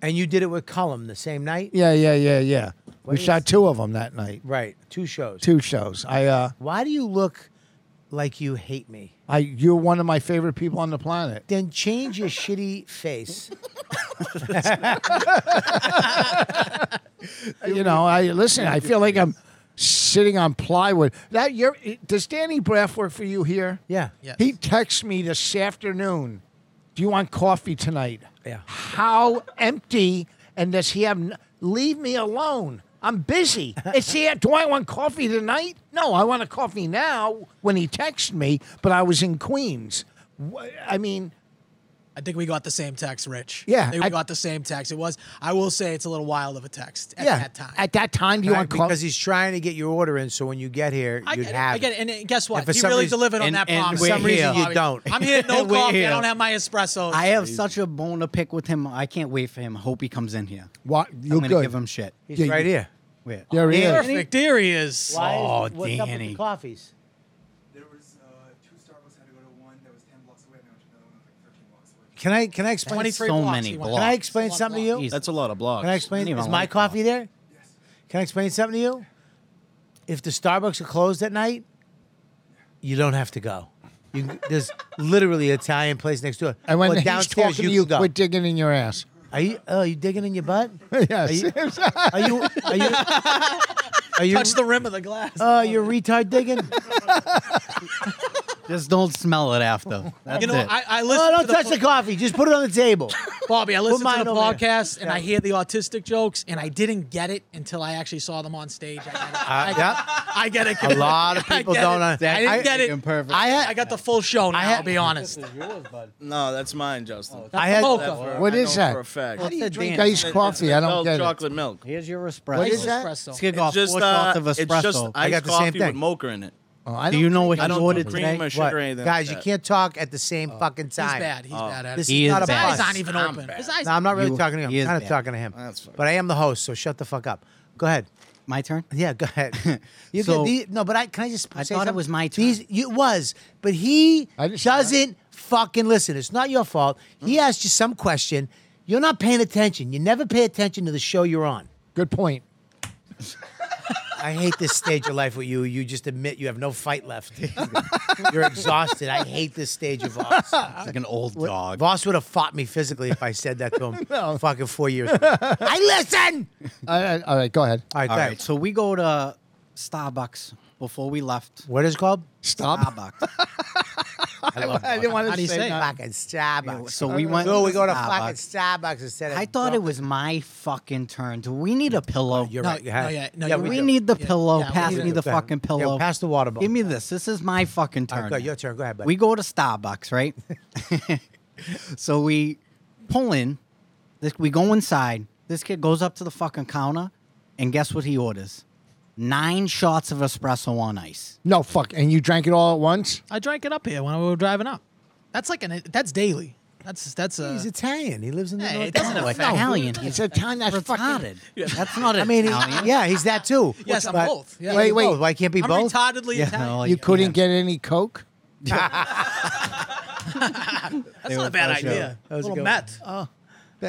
Speaker 1: And you did it with Cullum the same night?
Speaker 3: Yeah, yeah, yeah, yeah. we
Speaker 1: is-
Speaker 3: shot two of them that night.
Speaker 1: Right. Two shows.
Speaker 3: Two shows. I, uh,
Speaker 1: Why do you look like you hate me?
Speaker 3: I, you're one of my favorite people on the planet.
Speaker 1: Then change your shitty face.
Speaker 3: You know, I listen. I feel like I'm sitting on plywood. That you're. Does Danny Braff work for you here?
Speaker 1: Yeah.
Speaker 2: Yes.
Speaker 3: He texts me this afternoon. Do you want coffee tonight?
Speaker 1: Yeah.
Speaker 3: How empty and does he have? n- Leave me alone. I'm busy. It's here. Do I want coffee tonight? No, I want a coffee now. When he texted me, but I was in Queens. Wh- I mean,
Speaker 2: I think we got the same text, Rich.
Speaker 3: Yeah,
Speaker 2: I think
Speaker 3: I-
Speaker 2: we got the same text. It was. I will say it's a little wild of a text at
Speaker 3: yeah.
Speaker 2: that time.
Speaker 3: At that time, do you want
Speaker 1: because
Speaker 3: coffee?
Speaker 1: he's trying to get your order in, so when you get here,
Speaker 2: I
Speaker 1: you'd
Speaker 2: get, it,
Speaker 1: have.
Speaker 2: I get it. And uh, guess
Speaker 1: And
Speaker 2: what?
Speaker 1: for
Speaker 2: He
Speaker 1: some
Speaker 2: really
Speaker 1: reason-
Speaker 2: delivered on
Speaker 4: and-
Speaker 2: that
Speaker 4: and
Speaker 2: promise.
Speaker 1: for some reason, you
Speaker 2: Bobby.
Speaker 1: don't.
Speaker 2: I'm here, no
Speaker 4: We're
Speaker 2: coffee.
Speaker 4: here.
Speaker 2: I don't have my espresso.
Speaker 4: I have such a bone to pick with him. I can't wait for him. Hope he comes in here.
Speaker 3: What?
Speaker 4: I'm
Speaker 3: You're
Speaker 4: gonna
Speaker 3: good.
Speaker 4: give him shit.
Speaker 1: He's
Speaker 3: Yeah, you-
Speaker 1: right here.
Speaker 4: Wait.
Speaker 3: There he is.
Speaker 2: perfect. There he is.
Speaker 1: Why is,
Speaker 4: Oh,
Speaker 1: what's up with the
Speaker 4: Danny.
Speaker 1: coffees?
Speaker 9: There was uh, two Starbucks had to go to one that was ten blocks away, and there was another one that was like thirteen blocks away.
Speaker 1: Can I can I explain?
Speaker 2: 23
Speaker 4: So
Speaker 2: blocks
Speaker 4: many
Speaker 2: he went.
Speaker 1: Can I
Speaker 4: blocks.
Speaker 1: explain
Speaker 2: Block,
Speaker 1: something
Speaker 2: block.
Speaker 1: to you?
Speaker 5: That's a lot of blocks.
Speaker 1: Can I explain?
Speaker 4: Don't
Speaker 1: Is
Speaker 4: even
Speaker 1: my
Speaker 4: like
Speaker 1: coffee there? Can I explain something to you? If the Starbucks are closed at night, you don't have to go. You, there's literally an Italian place next door.
Speaker 3: And when
Speaker 1: But
Speaker 3: he's
Speaker 1: downstairs
Speaker 3: talking to
Speaker 1: you
Speaker 3: you,
Speaker 1: can go.
Speaker 3: quit digging in your ass.
Speaker 1: Are you? Oh, you digging in your butt?
Speaker 3: yes.
Speaker 1: Are you? Are you? Are you? Are you?
Speaker 2: Touch the rim of the glass.
Speaker 1: Oh, you're retard digging.
Speaker 4: Just don't smell it after. That's
Speaker 2: you know,
Speaker 4: it.
Speaker 2: I, I listen.
Speaker 1: Oh,
Speaker 2: to
Speaker 1: don't
Speaker 2: the
Speaker 1: touch
Speaker 2: po-
Speaker 1: the coffee. Just put it on the table.
Speaker 2: Bobby, I listen to
Speaker 1: mine
Speaker 2: the
Speaker 1: over there.
Speaker 2: podcast and I hear the autistic jokes, and I didn't get it until I actually saw them on stage. I, I,
Speaker 1: Uh, yeah.
Speaker 2: I get it.
Speaker 1: A lot of people
Speaker 2: I get
Speaker 1: don't
Speaker 2: It.
Speaker 1: under-
Speaker 2: I didn't get it.
Speaker 4: Imperfect.
Speaker 1: I had.
Speaker 2: I got the full show now. I
Speaker 1: had-
Speaker 2: will be honest.
Speaker 5: No, that's mine, Justin.
Speaker 1: I had.
Speaker 2: Mocha.
Speaker 5: For-
Speaker 3: What
Speaker 5: I
Speaker 3: is
Speaker 5: know
Speaker 3: that?
Speaker 5: For a fact.
Speaker 4: What's that
Speaker 3: Drink
Speaker 4: dance?
Speaker 3: iced coffee. I don't
Speaker 5: Milk,
Speaker 3: get it.
Speaker 5: chocolate milk.
Speaker 4: Here's your espresso.
Speaker 3: What is that?
Speaker 4: Let's
Speaker 2: Espresso.
Speaker 4: kick off
Speaker 5: Just,
Speaker 4: four
Speaker 5: uh,
Speaker 4: shots of
Speaker 5: it's just
Speaker 4: espresso.
Speaker 5: iced
Speaker 1: got the same
Speaker 5: coffee with
Speaker 1: thing.
Speaker 5: mocha in it.
Speaker 3: Oh, I
Speaker 4: Do
Speaker 3: don't
Speaker 4: you know what
Speaker 5: I
Speaker 4: he's
Speaker 5: don't
Speaker 4: ordered
Speaker 5: put cream or
Speaker 4: today?
Speaker 5: sugar
Speaker 1: What?
Speaker 5: or anything.
Speaker 1: Guys, you
Speaker 5: like that.
Speaker 1: can't talk at the same fucking time.
Speaker 2: He's bad. He's bad at it.
Speaker 1: This
Speaker 4: He
Speaker 1: is
Speaker 4: is
Speaker 1: not a
Speaker 2: His
Speaker 4: bad.
Speaker 1: bus.
Speaker 2: eyes aren't even open. His eyes.
Speaker 1: No, I'm Oh. not really
Speaker 4: You-
Speaker 1: talking to him.
Speaker 4: he
Speaker 1: I'm
Speaker 4: is
Speaker 1: kind of
Speaker 4: bad.
Speaker 1: talking to him. but I am the host, so shut the fuck up. Go ahead.
Speaker 4: My turn.
Speaker 1: Yeah, go ahead. You can,
Speaker 4: So-
Speaker 1: the, no, but I can I just.
Speaker 4: I
Speaker 1: say
Speaker 4: thought it
Speaker 1: something?
Speaker 4: was my
Speaker 1: These,
Speaker 4: turn.
Speaker 1: you, it was, but he
Speaker 3: I just-
Speaker 1: doesn't fucking listen. It's not your fault.
Speaker 4: Mm.
Speaker 1: He asked you some question. You're not paying attention. You never pay attention to the show you're on.
Speaker 3: Good point.
Speaker 1: I hate this stage of life with you. You just admit you have no fight left. You're exhausted. I hate this stage of ours.
Speaker 4: It's like an old dog.
Speaker 1: Voss would have fought me physically if I said that to him fucking four years ago. I listen!
Speaker 3: All right, Uh, all right, go ahead.
Speaker 1: All right,
Speaker 4: All right,
Speaker 1: thanks.
Speaker 4: so we go to Starbucks before we left.
Speaker 1: What is it called?
Speaker 3: Stop.
Speaker 4: Starbucks.
Speaker 3: I, didn't want
Speaker 4: How do
Speaker 3: to
Speaker 4: you
Speaker 3: say
Speaker 4: say it?
Speaker 3: that.
Speaker 1: fucking Starbucks.
Speaker 4: So we went.
Speaker 1: No, we go to
Speaker 4: Starbucks.
Speaker 1: fucking Starbucks instead of.
Speaker 4: I thought it was my fucking turn. Do we need a pillow?
Speaker 1: You're
Speaker 2: No,
Speaker 1: right. you
Speaker 2: no,
Speaker 1: had-
Speaker 2: yeah, no,
Speaker 1: yeah,
Speaker 2: you-
Speaker 4: we
Speaker 1: do.
Speaker 4: need the
Speaker 2: Yeah,
Speaker 4: pillow.
Speaker 2: yeah, we
Speaker 4: pass
Speaker 2: need
Speaker 4: me
Speaker 2: it.
Speaker 4: the fucking pillow.
Speaker 1: Yeah, pass the water bottle.
Speaker 4: Give me this. This is my fucking
Speaker 1: All right,
Speaker 4: turn.
Speaker 1: go, your turn. Go ahead, buddy.
Speaker 4: We go to Starbucks, right? so we pull in. This, we go inside. This kid goes up to the fucking counter, and guess what he orders? Nine shots of espresso on ice.
Speaker 3: No, fuck. And you drank it all at once?
Speaker 2: I drank it up here when we were driving up. That's like an that's daily. That's that's a
Speaker 1: He's Italian. He lives in the
Speaker 2: Hey,
Speaker 1: North.
Speaker 2: it doesn't
Speaker 1: Carolina.
Speaker 2: affect-
Speaker 4: Italian.
Speaker 3: It's
Speaker 4: He's
Speaker 3: Italian. That's fucking.
Speaker 4: retarded. That's not
Speaker 1: I mean, he,
Speaker 4: Italian.
Speaker 1: yeah, he's that too.
Speaker 2: yes, I'm
Speaker 1: But-
Speaker 2: both. Yeah.
Speaker 1: Wait, wait.
Speaker 3: both.
Speaker 1: Why can't be
Speaker 2: I'm
Speaker 1: both?
Speaker 2: retardedly
Speaker 4: Yeah,
Speaker 2: Italian.
Speaker 4: like-
Speaker 3: You couldn't
Speaker 4: yeah.
Speaker 3: get any Coke?
Speaker 2: that's not a bad idea.
Speaker 1: That was a
Speaker 2: little
Speaker 1: good
Speaker 2: Met.
Speaker 1: I'm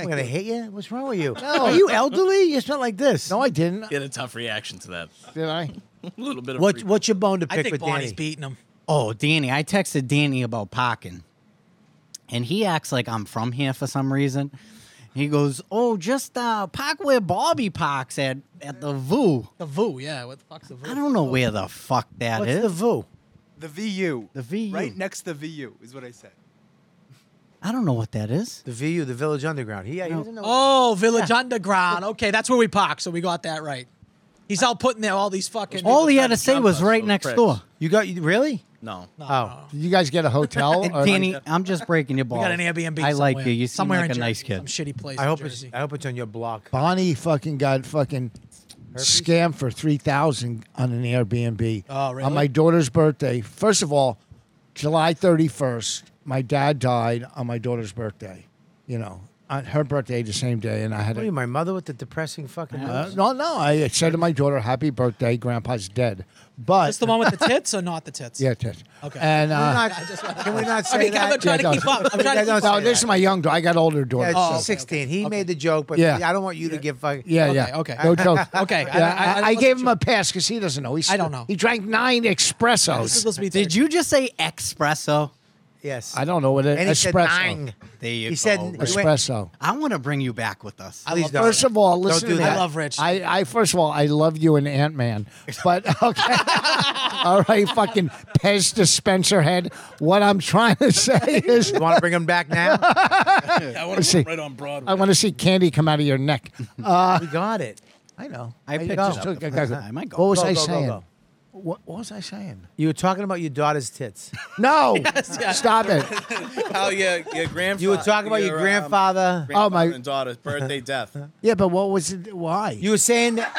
Speaker 1: gonna hit you. What's wrong with you? Are you elderly? You smell like this.
Speaker 3: No, I didn't.
Speaker 5: Get a tough reaction to that.
Speaker 3: Did I?
Speaker 5: A little bit of
Speaker 1: What,
Speaker 5: free-
Speaker 1: what's your bone to pick
Speaker 2: I think
Speaker 1: with
Speaker 2: Bonnie's
Speaker 1: Danny?
Speaker 2: beating him.
Speaker 4: Oh, Danny, I texted Danny about parking. And he acts like I'm from here for some reason. He goes, Oh, just uh, park where Bobby parks at, at the VU.
Speaker 2: The VU, yeah. What the fuck's the VU?
Speaker 4: I don't know where the fuck that
Speaker 1: What's
Speaker 4: is.
Speaker 1: the VU?
Speaker 9: The VU.
Speaker 4: The VU.
Speaker 9: Right next to VU is what I said.
Speaker 4: I don't know what that is.
Speaker 1: The VU, the Village Underground. He, he doesn't know.
Speaker 2: Oh, Village Underground. Okay, that's where we park, so we got that right. He's out putting there all these fucking.
Speaker 4: All he had to
Speaker 5: trying to
Speaker 4: say
Speaker 5: jump
Speaker 4: was
Speaker 5: us,
Speaker 4: right
Speaker 5: those
Speaker 4: next
Speaker 5: pricks.
Speaker 4: door.
Speaker 1: You got you, really?
Speaker 5: No.
Speaker 2: No,
Speaker 1: Oh.
Speaker 3: Did you guys get a hotel?
Speaker 4: And
Speaker 3: or-
Speaker 4: Danny, I'm just breaking your
Speaker 2: we
Speaker 4: balls.
Speaker 2: got an Airbnb.
Speaker 4: I like
Speaker 2: somewhere.
Speaker 4: you. You seem
Speaker 2: somewhere
Speaker 4: like
Speaker 2: in
Speaker 4: a nice
Speaker 2: Jersey,
Speaker 4: kid.
Speaker 2: Some shitty place.
Speaker 1: I
Speaker 2: in
Speaker 1: hope it's
Speaker 2: Jersey.
Speaker 1: I hope it's on your block.
Speaker 3: Bonnie fucking got fucking scammed for three thousand on an Airbnb.
Speaker 2: Oh, really?
Speaker 3: On my daughter's birthday. First of all, July thirty first, my dad died on my daughter's birthday. You know, on her birthday the same day, and I had
Speaker 1: What are
Speaker 3: a,
Speaker 1: you, my mother with the depressing fucking
Speaker 3: uh,
Speaker 1: nose?
Speaker 3: no, no. I said to my daughter, "Happy birthday, Grandpa's dead."
Speaker 2: Is this
Speaker 3: But
Speaker 2: the one with the tits or not the tits?
Speaker 3: yeah, Ted.
Speaker 2: Okay.
Speaker 3: And
Speaker 1: Can we
Speaker 3: uh,
Speaker 1: not- can we not say
Speaker 2: I mean,
Speaker 1: that?
Speaker 2: I'm trying
Speaker 3: Yeah,
Speaker 2: to keep
Speaker 3: don't-
Speaker 2: up. I'm trying to
Speaker 1: don't
Speaker 2: keep
Speaker 1: say
Speaker 2: up.
Speaker 3: no, this is my young daughter. I got older
Speaker 1: Yeah,
Speaker 3: daughter.
Speaker 1: it's
Speaker 2: Oh, okay,
Speaker 1: 16. He made the joke, but
Speaker 3: Yeah.
Speaker 1: I don't want you to give fucking.
Speaker 3: Yeah,
Speaker 2: Okay,
Speaker 3: yeah.
Speaker 2: okay.
Speaker 3: No joke.
Speaker 2: Okay, I- I-
Speaker 3: Yeah,
Speaker 2: I
Speaker 3: I, I
Speaker 2: wasn't
Speaker 3: gave him
Speaker 2: sure.
Speaker 3: a pass because he doesn't know. He's,
Speaker 2: I don't know.
Speaker 3: He drank nine espressos.
Speaker 2: This is supposed to be
Speaker 4: Did
Speaker 2: thirty.
Speaker 4: you just say espresso?
Speaker 1: Yes.
Speaker 3: I don't know what it
Speaker 1: And he
Speaker 3: is.
Speaker 1: said
Speaker 3: Espresso.
Speaker 1: nine.
Speaker 4: There you
Speaker 1: He said-
Speaker 4: go.
Speaker 1: Wait.
Speaker 3: Espresso.
Speaker 4: I want to bring you back with us.
Speaker 1: Please don't.
Speaker 3: First of all,
Speaker 1: Don't
Speaker 3: listen
Speaker 1: do
Speaker 3: to
Speaker 1: that.
Speaker 3: me.
Speaker 2: I love Rich.
Speaker 3: I, I first of all, I love you and Ant Man. But okay, all right, fucking Pez dispenser head. What I'm trying to say is,
Speaker 1: You want to bring him back now?
Speaker 5: I want
Speaker 3: see.
Speaker 5: to right on Broadway.
Speaker 3: I want to see candy come out of your neck.
Speaker 1: we got it. I know.
Speaker 4: I
Speaker 3: There you
Speaker 4: picked it
Speaker 3: go.
Speaker 4: up the
Speaker 3: Okay,
Speaker 4: first
Speaker 3: okay.
Speaker 4: time. I go.
Speaker 3: What was
Speaker 1: Go,
Speaker 3: I
Speaker 1: go, go,
Speaker 3: saying?
Speaker 1: go.
Speaker 3: What, what was I saying?
Speaker 1: You were talking about your daughter's tits.
Speaker 3: No,
Speaker 2: yeah.
Speaker 3: stop it.
Speaker 5: How your Oh, your grandfather?
Speaker 3: Uh,
Speaker 1: You were talking about your
Speaker 5: um,
Speaker 1: grandfather.
Speaker 3: Oh, my-
Speaker 5: grandfather and daughter's birthday death.
Speaker 3: Yeah, but what was it? Why?
Speaker 1: You were saying, that-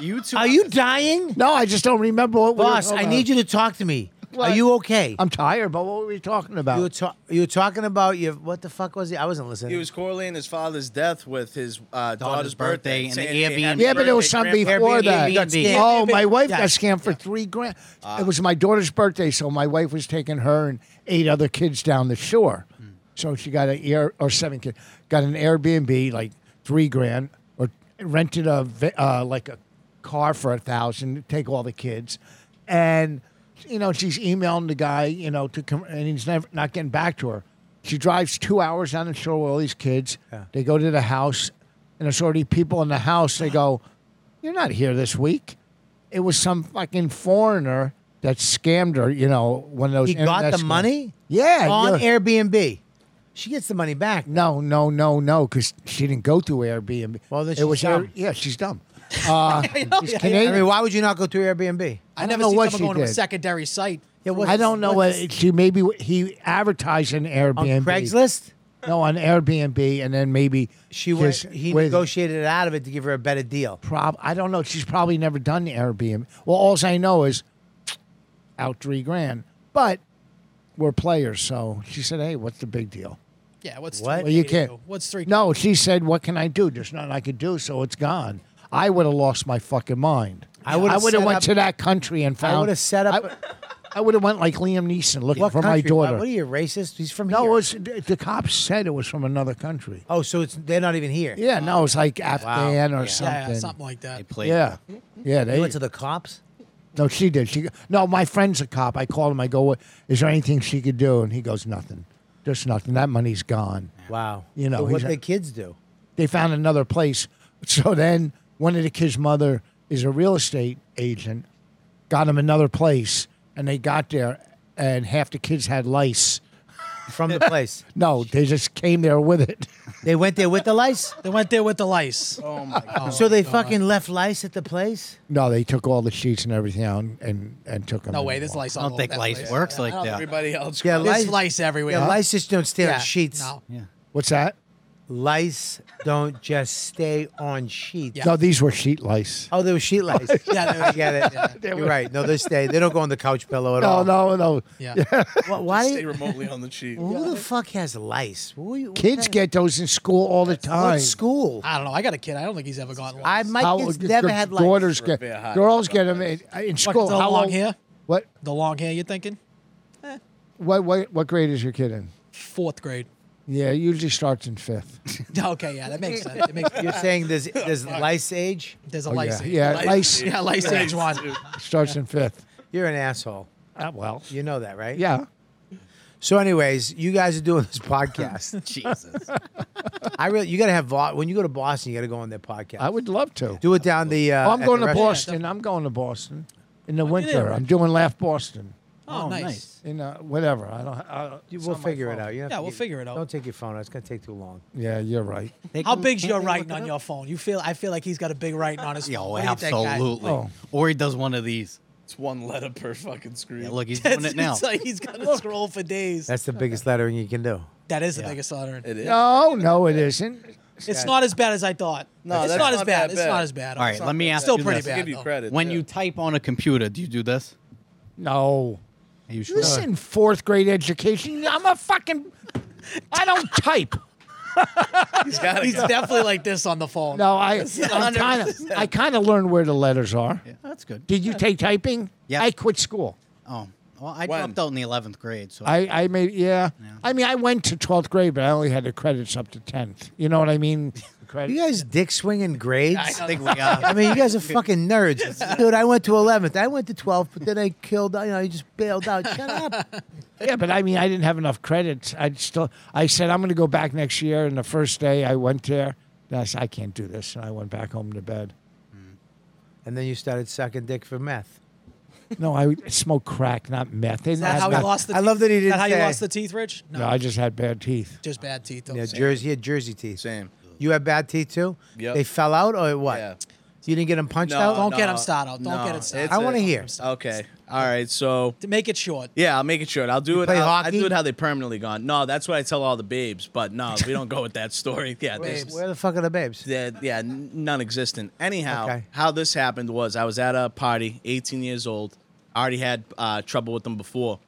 Speaker 5: You two
Speaker 1: are you dying?
Speaker 3: no, I just don't remember what.
Speaker 1: Boss,
Speaker 3: we were
Speaker 1: I need you to talk to me. Are
Speaker 3: What?
Speaker 1: you okay?
Speaker 3: I'm tired, but what were we talking about?
Speaker 1: You were, ta- you were talking about your what the fuck was it? I wasn't listening.
Speaker 5: He was correlating his father's death with his uh, daughter's,
Speaker 4: birthday and the
Speaker 5: saying, "Hey,
Speaker 4: Airbnb.
Speaker 5: happy
Speaker 3: Yeah, but there was
Speaker 5: birthday,
Speaker 3: something
Speaker 5: grandpa."
Speaker 3: before
Speaker 1: Airbnb,
Speaker 3: that.
Speaker 1: you got scammed.
Speaker 3: Oh,
Speaker 2: Airbnb,
Speaker 3: my wife
Speaker 2: yeah. Uh,
Speaker 3: got scammed for three grand. it was my daughter's birthday, so my wife was taking her and eight other kids down the shore.
Speaker 2: Hmm.
Speaker 3: So she got an air or seven kids, got an Airbnb like three grand, or rented a ve- uh, like a car for a thousand to take all the kids, and you know she's emailing the guy, you know, to come, and he's never not getting back to her. She drives two hours down the shore with all these kids. They go to the house, and there's already people in the house. They go, "You're not here this week." It was some fucking foreigner that scammed her. You know, one of those.
Speaker 1: he got
Speaker 3: internet
Speaker 1: the
Speaker 3: scams.
Speaker 1: money
Speaker 3: Yeah,
Speaker 1: on
Speaker 3: yeah.
Speaker 1: Airbnb. She gets the money back.
Speaker 3: No, no, no, no, because she didn't go through Airbnb.
Speaker 1: Well, then
Speaker 3: it
Speaker 1: she's
Speaker 3: was
Speaker 1: dumb.
Speaker 3: yeah, she's dumb. Uh, she's Canadian.
Speaker 1: I mean, why would you not go through Airbnb?
Speaker 3: I
Speaker 2: I
Speaker 3: don't
Speaker 2: never
Speaker 3: know
Speaker 2: see
Speaker 3: what
Speaker 2: someone
Speaker 3: she
Speaker 2: going to a
Speaker 3: did.
Speaker 2: secondary site.
Speaker 3: I don't know what she maybe he advertised an
Speaker 1: on
Speaker 3: Airbnb
Speaker 1: Craigslist.
Speaker 3: No, on Airbnb, and then maybe
Speaker 1: She went,
Speaker 3: just
Speaker 1: he
Speaker 3: with
Speaker 1: negotiated it out of it to give her a better deal.
Speaker 3: Prob, I don't know. She's probably never done Airbnb. Well, all I know is out three grand, but we're players, so she said, "Hey, what's the big deal?"
Speaker 2: Yeah, what's
Speaker 1: What?
Speaker 2: Three
Speaker 3: Well, you
Speaker 2: to
Speaker 3: can't.
Speaker 2: do? What's three?
Speaker 3: No, she said, "What can I do? There's nothing I could do, so it's gone." I would have lost my fucking mind.
Speaker 1: I would've
Speaker 3: I would have
Speaker 1: set
Speaker 3: went
Speaker 1: up-
Speaker 3: to that country and found.
Speaker 1: would've set up-
Speaker 3: I, would have went like Liam Neeson looking
Speaker 1: What
Speaker 3: for my
Speaker 1: country? Why-
Speaker 3: daughter.
Speaker 1: What are you racist? He's from
Speaker 3: no,
Speaker 1: here.
Speaker 3: it was, the cops said it was from another country.
Speaker 1: oh, so it's they're not even here.
Speaker 3: Yeah, no, it's like Afghan
Speaker 2: Yeah,
Speaker 3: or something.
Speaker 2: yeah, something like that.
Speaker 4: played.
Speaker 3: Yeah, yeah. They
Speaker 1: You went to the cops.
Speaker 3: no, she did. She no, my friend's a cop. I called him. I go, "What- "Is there anything she could do?" And he goes, "Nothing. Just nothing. That money's gone."
Speaker 1: Wow.
Speaker 3: You know,
Speaker 1: But what
Speaker 3: he's a-
Speaker 1: the kids do.
Speaker 3: They found another place. So then, one of the kids' mother is a real estate agent. Got him another place, and they got there, and half the kids had lice.
Speaker 1: from the place.
Speaker 3: No, they just came there with it.
Speaker 1: They went there with the lice,
Speaker 2: They went there with the lice.
Speaker 5: Oh my god.
Speaker 1: so they fucking left lice at the place.
Speaker 3: No, they took all the sheets and everything out and and took them.
Speaker 2: No
Speaker 3: and
Speaker 2: way, there's
Speaker 3: walked.
Speaker 2: lice.
Speaker 4: I
Speaker 2: all
Speaker 4: don't
Speaker 2: over
Speaker 4: think
Speaker 2: that
Speaker 4: lice
Speaker 2: place.
Speaker 4: works
Speaker 2: Yeah,
Speaker 4: like
Speaker 2: I don't
Speaker 4: that.
Speaker 5: Everybody else.
Speaker 1: Yeah,
Speaker 2: think-
Speaker 1: lice,
Speaker 2: There's lice everywhere.
Speaker 1: yeah, lice just don't stay on sheets.
Speaker 2: No.
Speaker 4: Yeah.
Speaker 3: What's that?
Speaker 1: Lice don't just stay on sheets.
Speaker 2: Yeah.
Speaker 3: No, these were sheet lice.
Speaker 1: Oh, they were sheet lice.
Speaker 2: Yeah, they were
Speaker 1: I get it.
Speaker 2: yeah.
Speaker 1: You're right. No, they stay. They don't go on the couch pillow at
Speaker 3: No,
Speaker 1: all.
Speaker 3: no, no.
Speaker 2: Yeah.
Speaker 1: Why? why
Speaker 5: Stay remotely on the cheat.
Speaker 1: who the fuck has lice? Who are you- what
Speaker 3: Kids
Speaker 1: kind-
Speaker 3: get those in school all the time.
Speaker 1: what school?
Speaker 2: I don't know. I got a kid. I don't think he's ever gotten
Speaker 1: I
Speaker 2: lice.
Speaker 1: my
Speaker 3: How-
Speaker 1: kids
Speaker 3: your
Speaker 1: never had lice.
Speaker 3: Daughters get,
Speaker 5: Revere hot
Speaker 3: girls get
Speaker 5: dog.
Speaker 3: them in,
Speaker 2: Fucking
Speaker 3: in school.
Speaker 2: the
Speaker 3: How
Speaker 2: long
Speaker 3: old-
Speaker 2: hair.
Speaker 3: What,
Speaker 2: The long hair. You thinking?
Speaker 3: what, what, what grade is your kid in?
Speaker 2: Fourth grade.
Speaker 3: Yeah, it usually starts in fifth.
Speaker 2: Okay, yeah, that makes sense. It makes
Speaker 1: You're saying there's there's lice age?
Speaker 2: there's a
Speaker 3: Oh,
Speaker 2: lice.
Speaker 3: yeah.
Speaker 2: age.
Speaker 3: Yeah, lice.
Speaker 2: Yeah, lice age one.
Speaker 3: Starts in fifth.
Speaker 1: You're an asshole.
Speaker 3: Ah, well,
Speaker 1: You know that, right?
Speaker 3: yeah.
Speaker 1: So, anyways, you guys are doing this podcast.
Speaker 5: Jesus.
Speaker 1: I really, you got to have Vo- when you go to Boston, you got to go on their podcast.
Speaker 3: I would love to.
Speaker 1: Do it down the. Uh,
Speaker 3: I'm
Speaker 1: at
Speaker 3: going to
Speaker 1: restaurant.
Speaker 3: Boston. I'm going to Boston in the
Speaker 2: you there,
Speaker 3: winter. I'm doing Laugh Boston.
Speaker 2: Oh, nice.
Speaker 3: In uh, whatever. I don't. I,
Speaker 1: You- We'll figure it out. You don't
Speaker 2: Yeah,
Speaker 1: have to
Speaker 2: we'll
Speaker 1: get-
Speaker 2: figure it out.
Speaker 1: Don't take your phone out. It's gonna take too long.
Speaker 3: yeah, you're right.
Speaker 4: They
Speaker 2: How
Speaker 4: can-
Speaker 2: big's
Speaker 4: can't
Speaker 2: your
Speaker 4: they
Speaker 2: writing
Speaker 4: look it
Speaker 2: on
Speaker 4: up?
Speaker 2: your phone? You feel? I feel like he's got a big writing on his phone.
Speaker 4: Yo,
Speaker 2: What do you think, guy?
Speaker 4: Oh, absolutely.
Speaker 3: Oh.
Speaker 4: Or he does one of these.
Speaker 5: It's one letter per fucking screen.
Speaker 4: Yeah, look, he's doing
Speaker 2: It's,
Speaker 4: it now.
Speaker 2: it's like he's gonna scroll for days.
Speaker 1: That's the biggest lettering you can do.
Speaker 2: That is the biggest letter.
Speaker 5: it is.
Speaker 3: No, no, it isn't.
Speaker 2: It's not as bad as I thought.
Speaker 5: No,
Speaker 2: it's
Speaker 5: that's
Speaker 2: not, as
Speaker 5: not
Speaker 2: bad.
Speaker 5: that
Speaker 2: It's
Speaker 5: bad.
Speaker 2: not as bad.
Speaker 4: All right, let me ask
Speaker 2: Still
Speaker 4: you
Speaker 2: pretty
Speaker 4: this.
Speaker 5: To
Speaker 2: bad.
Speaker 5: give you
Speaker 2: though.
Speaker 5: credit.
Speaker 4: When
Speaker 5: too.
Speaker 4: you type on a computer, do you do this?
Speaker 3: No.
Speaker 4: Are you sure?
Speaker 3: Listen, fourth grade education. I'm a fucking. I don't type.
Speaker 5: he's got
Speaker 2: He's
Speaker 5: it.
Speaker 2: definitely like this on the phone.
Speaker 3: No, I. I kind of. I kind of learned where the letters are.
Speaker 4: Yeah, that's good.
Speaker 3: Did you take typing?
Speaker 4: Yeah.
Speaker 3: I quit school.
Speaker 4: Oh, well, I
Speaker 5: When?
Speaker 4: dropped out in the 11th grade, so
Speaker 3: I, I made yeah. I mean, I went to twelfth grade, but I only had the credits up to tenth. You know what I mean?
Speaker 1: You
Speaker 3: Credit.
Speaker 1: guys dick swinging grades.
Speaker 4: I think we got.
Speaker 1: I mean, you guys are fucking nerds, dude. I went to 11th. I went to 12th, but then I killed. You know, I just bailed out. Shut up.
Speaker 3: Yeah, but I mean, I didn't have enough credits. I still. I said I'm going to go back next year, and the first day I went there, and I said I can't do this, and I went back home to bed.
Speaker 1: And then you started sucking dick for meth.
Speaker 3: No, I smoked crack, not meth. They
Speaker 2: Is that how he
Speaker 3: bad,
Speaker 2: lost the?
Speaker 1: I love that he
Speaker 2: Is
Speaker 1: didn't
Speaker 2: that how you
Speaker 1: say-
Speaker 2: lost the teeth, Rich?
Speaker 3: No, I just had bad teeth.
Speaker 2: just bad teeth. Though.
Speaker 1: Yeah, Jersey. He had Jersey teeth.
Speaker 5: Same.
Speaker 1: You had bad teeth too.
Speaker 5: Yep.
Speaker 1: They fell out or what?
Speaker 5: Yeah.
Speaker 1: You didn't get them punched
Speaker 5: No,
Speaker 1: out.
Speaker 2: Don't get
Speaker 5: no,
Speaker 2: him started. Don't
Speaker 5: no,
Speaker 2: get it started.
Speaker 5: it's
Speaker 1: I want to
Speaker 5: a-
Speaker 1: hear.
Speaker 5: Okay. All right. So
Speaker 2: to make it short.
Speaker 5: yeah, I'll make it short. I'll do it.
Speaker 1: play
Speaker 5: I'll- I
Speaker 1: hockey?
Speaker 5: do it how they permanently gone. No, that's what I tell all the babes. But no, we don't go with that story. Yeah,
Speaker 1: Where,
Speaker 5: this,
Speaker 1: where the fuck are the babes?
Speaker 5: that yeah, n- non-existent. Anyhow,
Speaker 1: Okay.
Speaker 5: how this happened was I was at a party, 18 years old. I already had uh, trouble with them before,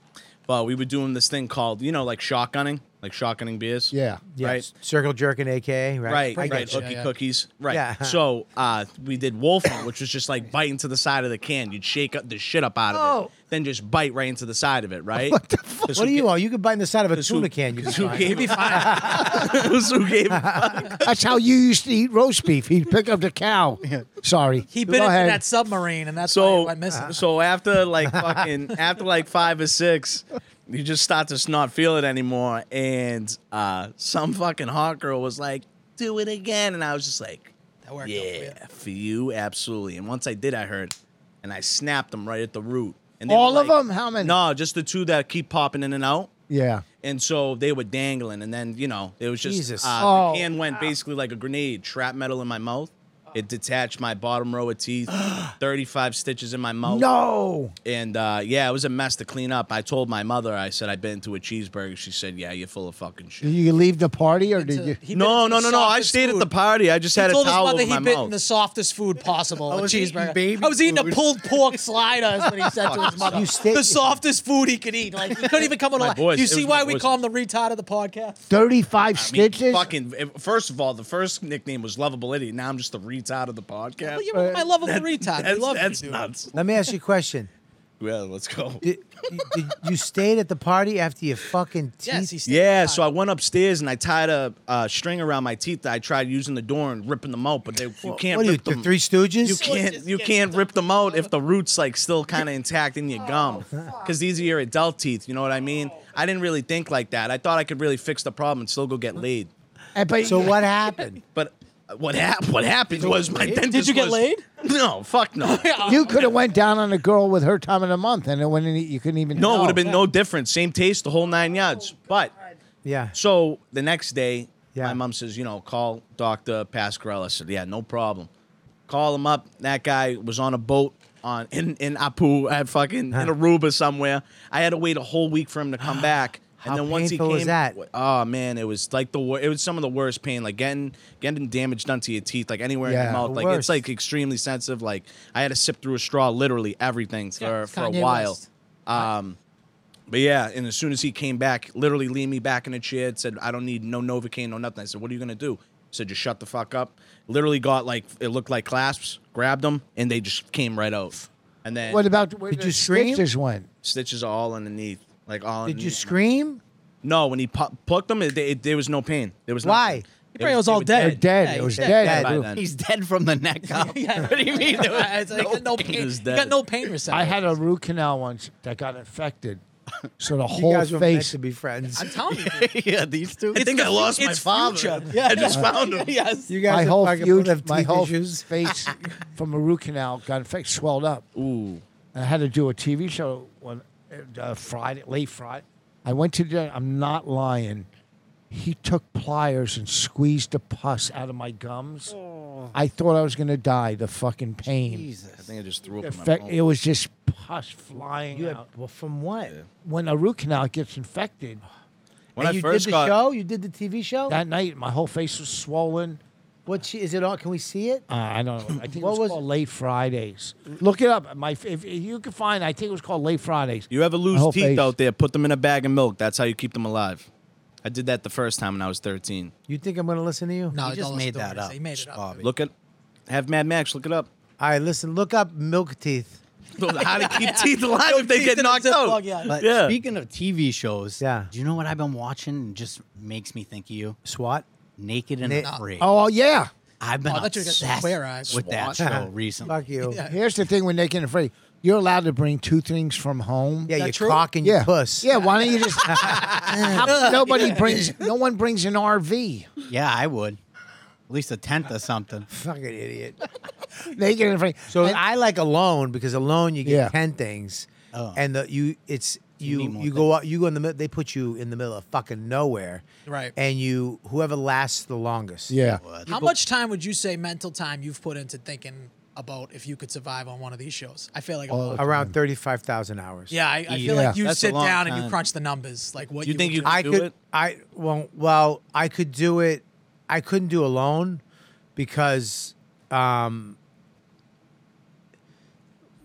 Speaker 5: but we were doing this thing called you know like shotgunning, like shotgunning beers.
Speaker 3: Yeah.
Speaker 5: Right.
Speaker 1: Circle jerking, aka right.
Speaker 5: Right,
Speaker 1: I
Speaker 5: right,
Speaker 1: get you.
Speaker 5: Hooky
Speaker 2: yeah.
Speaker 5: cookies. Right.
Speaker 1: Yeah.
Speaker 5: So uh, we did wolf hunt, which was just like biting to the side of the can. You'd shake up the shit up out of
Speaker 3: Oh.
Speaker 5: it, then just bite right into the side of it. Right.
Speaker 3: What the fuck?
Speaker 1: What are you on? You could bite in the side of a tuna can. You
Speaker 5: Because
Speaker 1: can
Speaker 5: who gave me five? who gave me
Speaker 3: That's how you used to eat roast beef. He'd pick up the cow. Sorry.
Speaker 2: He
Speaker 3: Go
Speaker 2: bit into
Speaker 3: ahead.
Speaker 2: that submarine, and that's why
Speaker 5: So
Speaker 2: he went missing.
Speaker 5: so after like fucking after like five or six, you just start to s- not feel it anymore. And uh, some fucking hot girl was like, "Do it again," and I was just like,
Speaker 2: that worked. out for you.
Speaker 5: "Yeah, for you, absolutely." And once I did, I heard, and I snapped them right at the root. And they
Speaker 3: All
Speaker 5: were
Speaker 3: of
Speaker 5: like-
Speaker 3: them? How many?
Speaker 5: No, just the two that keep popping in and out.
Speaker 3: Yeah.
Speaker 5: And so they were dangling, and then you know it was just
Speaker 1: Jesus.
Speaker 5: Uh,
Speaker 3: Oh.
Speaker 5: the can went basically like a grenade, trap metal in my mouth. It detached my bottom row of teeth, thirty-five stitches in my mouth,
Speaker 3: No.
Speaker 5: and uh, yeah, it was a mess to clean up. I told my mother, I said I bit into a cheeseburger. She said, "Yeah, you're full of fucking
Speaker 3: Did
Speaker 5: shit."
Speaker 3: you leave the party or did
Speaker 2: Into-
Speaker 3: you?
Speaker 2: he bit
Speaker 5: No,
Speaker 2: into
Speaker 5: no,
Speaker 2: the
Speaker 5: no, no! I
Speaker 2: softest
Speaker 5: stayed at
Speaker 2: food.
Speaker 5: the party. I just had
Speaker 2: He
Speaker 5: a
Speaker 2: told his
Speaker 5: towel
Speaker 2: mother
Speaker 5: over
Speaker 2: he
Speaker 5: my
Speaker 2: bit
Speaker 5: mouth.
Speaker 2: in the softest food possible. a
Speaker 4: was eating
Speaker 2: cheeseburger.
Speaker 4: baby
Speaker 2: I was eating
Speaker 4: food.
Speaker 2: a pulled pork slider. Is what he said to his mother.
Speaker 1: You stayed-
Speaker 2: the softest food he could eat. Like he couldn't even come on.
Speaker 5: My
Speaker 2: alive.
Speaker 5: voice,
Speaker 2: you
Speaker 5: it
Speaker 2: see
Speaker 5: was
Speaker 2: why
Speaker 5: my
Speaker 2: we
Speaker 5: voice.
Speaker 2: call him the retard of the podcast?
Speaker 3: 35
Speaker 5: I mean,
Speaker 3: stitches?
Speaker 5: fucking. if- First of all, the first nickname was lovable idiot. Now I'm just the retard of the podcast.
Speaker 2: Well, you're my lovable retard. I
Speaker 5: that's
Speaker 2: love
Speaker 5: that's
Speaker 2: you. dude.
Speaker 5: nuts.
Speaker 1: Let me ask you a question.
Speaker 5: Well, let's go.
Speaker 1: Did, did you stayed at the party after your fucking teeth?
Speaker 2: Yes, he stayed
Speaker 5: Yeah,
Speaker 2: at the
Speaker 5: so I went upstairs and I tied a uh, string around my teeth that I tried using the door and ripping them out, but they, you can't
Speaker 1: what are you,
Speaker 5: rip
Speaker 1: the
Speaker 5: them.
Speaker 1: Three Stooges?
Speaker 5: you can't you can't rip them out if the root's like still kind of intact in your gum, because these are your adult teeth. You know what I mean? I didn't really think like that. I thought I could really fix the problem and still go get laid,
Speaker 3: And- but
Speaker 1: So what happened?
Speaker 5: but uh, what happened? What happened was my dentist.
Speaker 2: Did you get
Speaker 5: was-
Speaker 2: laid?
Speaker 5: No, fuck no.
Speaker 1: Oh,
Speaker 3: You could have went down on a girl with her time in a month, and it wouldn't. e, You couldn't even.
Speaker 5: No, it
Speaker 3: know.
Speaker 5: would have been no different. Same taste, the whole nine yards. But
Speaker 1: Yeah.
Speaker 5: so the next day,
Speaker 1: Yeah.
Speaker 5: my mom says, you know, call Doctor Pascarella. I said, yeah, no problem. Call him up. That guy was on a boat on in in Apu at fucking in Aruba somewhere. I had to wait a whole week for him to come back.
Speaker 1: How
Speaker 5: and then once he
Speaker 1: painful
Speaker 5: came,
Speaker 1: was that?
Speaker 5: oh man, it was like the wor- it was some of the worst pain. Like getting getting damage done to your teeth, like anywhere in
Speaker 3: Yeah,
Speaker 5: your mouth.
Speaker 1: the
Speaker 5: Like
Speaker 1: worst.
Speaker 5: it's like extremely sensitive. Like I had to sip through a straw, literally everything for
Speaker 2: Yeah, it's Uh,
Speaker 5: for a
Speaker 2: Kanye
Speaker 5: while. Um,
Speaker 2: West.
Speaker 5: But yeah, and as soon as he came back, literally leaned me back in a chair and said, I don't need no Novocaine, no nothing. I said, What are you gonna do? He said, just shut the fuck up. Literally got like it looked like clasps, grabbed them, and they just came right out. And then
Speaker 3: What about where
Speaker 1: Did
Speaker 3: the
Speaker 1: you scream?
Speaker 3: stitches went?
Speaker 5: stitches are all underneath. Like all
Speaker 1: Did you
Speaker 5: underneath.
Speaker 1: scream?
Speaker 5: No, when he pu- plucked them, it, it- there was no pain. There was
Speaker 1: Why?
Speaker 5: nothing.
Speaker 2: He
Speaker 5: It
Speaker 2: probably was all
Speaker 5: they were
Speaker 3: They're
Speaker 2: dead.
Speaker 3: dead.
Speaker 2: Yeah,
Speaker 3: it
Speaker 2: he's
Speaker 3: was
Speaker 2: dead.
Speaker 3: dead.
Speaker 5: Dead
Speaker 3: It
Speaker 5: by
Speaker 3: was-
Speaker 5: then.
Speaker 4: He's dead from the neck up.
Speaker 2: Yeah, what do you mean? There was no, pain.
Speaker 5: He was
Speaker 2: You
Speaker 5: dead.
Speaker 2: got no pain receptors.
Speaker 3: I had a root canal once that got infected, so the
Speaker 1: You
Speaker 3: whole
Speaker 1: guys were meant
Speaker 3: face.
Speaker 1: to be friends.
Speaker 2: I'm telling you.
Speaker 4: yeah, these two.
Speaker 5: I think I lost my
Speaker 2: it's
Speaker 5: father.
Speaker 2: future.
Speaker 5: I just found him.
Speaker 2: yes.
Speaker 1: You
Speaker 3: My
Speaker 1: guys are
Speaker 3: whole,
Speaker 1: fucking
Speaker 3: fuge-
Speaker 1: full of
Speaker 3: my
Speaker 1: teeth
Speaker 3: whole
Speaker 1: issues.
Speaker 3: face from a root canal got infected, swelled up.
Speaker 5: Ooh.
Speaker 3: I had to do a TV show one uh, Friday, late Friday. I went to the. I'm not lying. He took pliers and squeezed the pus out of my gums.
Speaker 1: Oh.
Speaker 3: I thought I was gonna die. The fucking pain.
Speaker 5: I
Speaker 4: Jesus.
Speaker 5: think I just threw up. in my
Speaker 3: Infect-
Speaker 5: mouth.
Speaker 3: it was just pus flying
Speaker 1: You had-
Speaker 3: out.
Speaker 1: well, from what?
Speaker 3: When a root canal gets infected,
Speaker 5: when
Speaker 1: And
Speaker 5: I
Speaker 1: you
Speaker 5: first
Speaker 1: did the
Speaker 5: got
Speaker 1: show. You did the TV show.
Speaker 3: that night my whole face was swollen.
Speaker 1: what she, is it on? Can we see it?
Speaker 3: Uh, I don't know. I think
Speaker 1: What
Speaker 3: it was,
Speaker 1: was-
Speaker 3: called Late Fridays. Look it up. My, if, if you can find, I think it was called Late Fridays.
Speaker 5: You ever lose
Speaker 3: whole
Speaker 5: teeth
Speaker 3: face.
Speaker 5: out there, put them in a bag of milk. That's how you keep them alive. I did that the first time when I was 13.
Speaker 1: You think I'm going to listen to you?
Speaker 2: No,
Speaker 4: He just
Speaker 2: don't listen
Speaker 4: made
Speaker 2: to what
Speaker 4: that
Speaker 2: I say.
Speaker 4: up.
Speaker 2: He made it up.
Speaker 4: Bobby.
Speaker 5: Look at, have Mad Max, look it up.
Speaker 1: All right, listen. Look up milk teeth.
Speaker 5: how to keep teeth alive if they
Speaker 2: teeth
Speaker 5: get
Speaker 2: in a
Speaker 5: knocked
Speaker 2: zip
Speaker 5: out.
Speaker 2: plug, yeah.
Speaker 4: But
Speaker 5: Yeah.
Speaker 4: speaking of TV shows,
Speaker 1: Yeah.
Speaker 4: do you know what I've been watching and just makes me think of you?
Speaker 1: SWAT.
Speaker 4: Naked and
Speaker 1: Nick-
Speaker 4: Afraid.
Speaker 3: Oh yeah.
Speaker 4: I've been
Speaker 2: Oh, I thought you were gonna say
Speaker 4: obsessed
Speaker 2: Queer Eyes.
Speaker 4: with that show recently.
Speaker 1: Fuck you. Yeah,
Speaker 3: Here's the thing with Naked and Afraid. You're allowed to bring two things from home.
Speaker 1: yeah your
Speaker 2: true?
Speaker 1: cock and
Speaker 3: Yeah.
Speaker 1: your puss.
Speaker 3: Yeah. Why don't you just? How- nobody brings. No one brings an RV.
Speaker 4: Yeah, I would. At least a tenth or something.
Speaker 1: Fucking idiot.
Speaker 3: Naked and Afraid.
Speaker 1: So I like alone because alone you get
Speaker 3: Yeah.
Speaker 1: ten things,
Speaker 4: Oh.
Speaker 1: and the, you it's you
Speaker 4: need
Speaker 1: you,
Speaker 4: more
Speaker 1: go out you go in the middle. They put you in the middle of fucking nowhere,
Speaker 2: Right.
Speaker 1: And you whoever lasts the longest.
Speaker 3: Yeah.
Speaker 2: How much time would you say mental time you've put into thinking about if you could survive on one of these shows? I feel like a lot.
Speaker 3: Mm.
Speaker 1: around thirty five thousand hours.
Speaker 2: yeah, I, I feel
Speaker 3: Yeah.
Speaker 2: like you
Speaker 5: That's a
Speaker 2: sit
Speaker 5: long
Speaker 2: down and you
Speaker 5: time.
Speaker 2: crunch the numbers, like what
Speaker 5: You think
Speaker 2: would
Speaker 5: you
Speaker 2: do.
Speaker 5: could
Speaker 1: I
Speaker 5: do
Speaker 1: could
Speaker 5: it?
Speaker 1: I well well I could do it. I couldn't do alone because um.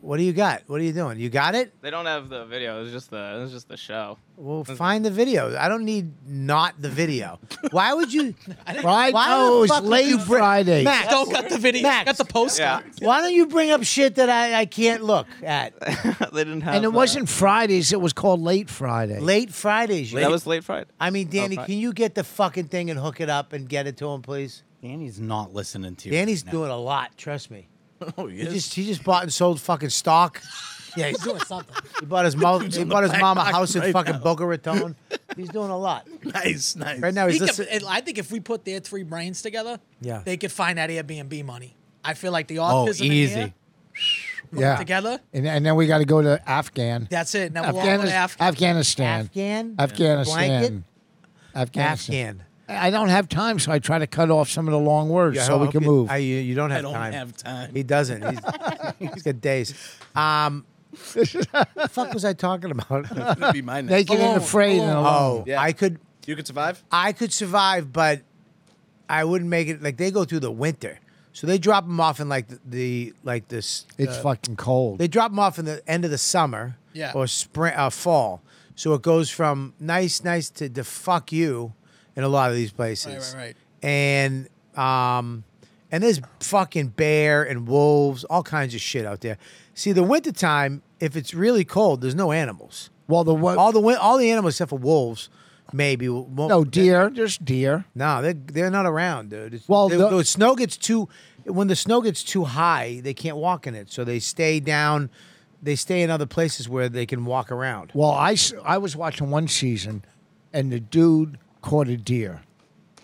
Speaker 1: What do you got? What are you doing? You got it?
Speaker 8: They don't have the video. It was just the it was just the show.
Speaker 1: Well, find the video. I don't need not the video. Why would you?
Speaker 3: Right?
Speaker 1: Why the
Speaker 3: Oh, it's
Speaker 1: fuck would
Speaker 3: Late
Speaker 1: you bring-
Speaker 3: Friday.
Speaker 1: Max,
Speaker 2: Don't cut the video.
Speaker 1: Max.
Speaker 2: Got the poster.
Speaker 8: Yeah,
Speaker 1: Why don't you bring up shit that I, I can't look at?
Speaker 8: they didn't have.
Speaker 3: and it
Speaker 8: uh,
Speaker 3: wasn't Fridays. It was called Late Friday.
Speaker 1: Late Fridays. you-
Speaker 8: That was Oh, late Friday.
Speaker 1: I mean, Danny,
Speaker 8: Okay.
Speaker 1: can you get the fucking thing and hook it up and get it to him, please?
Speaker 4: Danny's not listening to you.
Speaker 1: Danny's
Speaker 4: right now.
Speaker 1: doing a lot. Trust me.
Speaker 5: Oh,
Speaker 1: He
Speaker 5: yes.
Speaker 1: just he just bought and sold fucking stock.
Speaker 2: Yeah, he's doing something.
Speaker 1: He bought his mom. he
Speaker 5: on the
Speaker 1: bought his
Speaker 5: back
Speaker 1: mom a
Speaker 5: pocket
Speaker 1: house in
Speaker 5: right
Speaker 1: fucking
Speaker 5: now.
Speaker 1: Boca Raton. He's doing a lot
Speaker 5: nice, nice.
Speaker 1: right now. He's
Speaker 2: He could-
Speaker 1: listening.
Speaker 2: I think if we put their three brains together,
Speaker 1: Yeah.
Speaker 2: they could find that Airbnb money. I feel like the
Speaker 4: Oh,
Speaker 2: autism in here,
Speaker 4: easy.
Speaker 3: yeah.
Speaker 2: together.
Speaker 3: And, and then we got to go to Afghan.
Speaker 2: That's it. Now we're all
Speaker 3: Afghanis-
Speaker 2: going after.
Speaker 3: Afghanistan.
Speaker 1: Afghan,
Speaker 3: Afghanistan.
Speaker 1: blanket,
Speaker 3: Afghanistan.
Speaker 1: Afghan.
Speaker 3: I don't have time, so I try to cut off some of the long words
Speaker 1: Yeah, I
Speaker 3: so we
Speaker 1: hope
Speaker 3: can
Speaker 1: you-
Speaker 3: move.
Speaker 1: I, you, you don't have
Speaker 5: don't
Speaker 1: time.
Speaker 5: have time.
Speaker 1: He doesn't. He's, he's got days. Um, the fuck was I talking about?
Speaker 5: That'd be my next.
Speaker 3: Naked
Speaker 2: Alone,
Speaker 3: and afraid and
Speaker 2: alone.
Speaker 3: alone.
Speaker 1: Oh,
Speaker 5: Yeah.
Speaker 1: I could,
Speaker 5: You could survive?
Speaker 1: I could survive, but I wouldn't make it. Like they go through the winter, so they drop them off in like the, the like this.
Speaker 3: It's fucking cold.
Speaker 1: They drop them off in the end of the summer,
Speaker 2: Yeah.
Speaker 1: or spring, uh, fall. So it goes from nice, nice to to fuck you in a lot of these places.
Speaker 2: right,
Speaker 1: And um, and there's fucking bear and wolves, all kinds of shit out there. See, the wintertime, if it's really cold, there's no animals.
Speaker 3: well, the one,
Speaker 1: All the win- all the animals except for wolves, maybe. will
Speaker 3: no deer. There's deer.
Speaker 1: no, they're they're not around, dude. It's,
Speaker 3: Well,
Speaker 1: they-
Speaker 3: the-
Speaker 1: the, snow gets too when the snow gets too high, they can't walk in it, so they stay down. They stay in other places where they can walk around.
Speaker 3: Well, I, s- I was watching one season, and the dude caught a deer,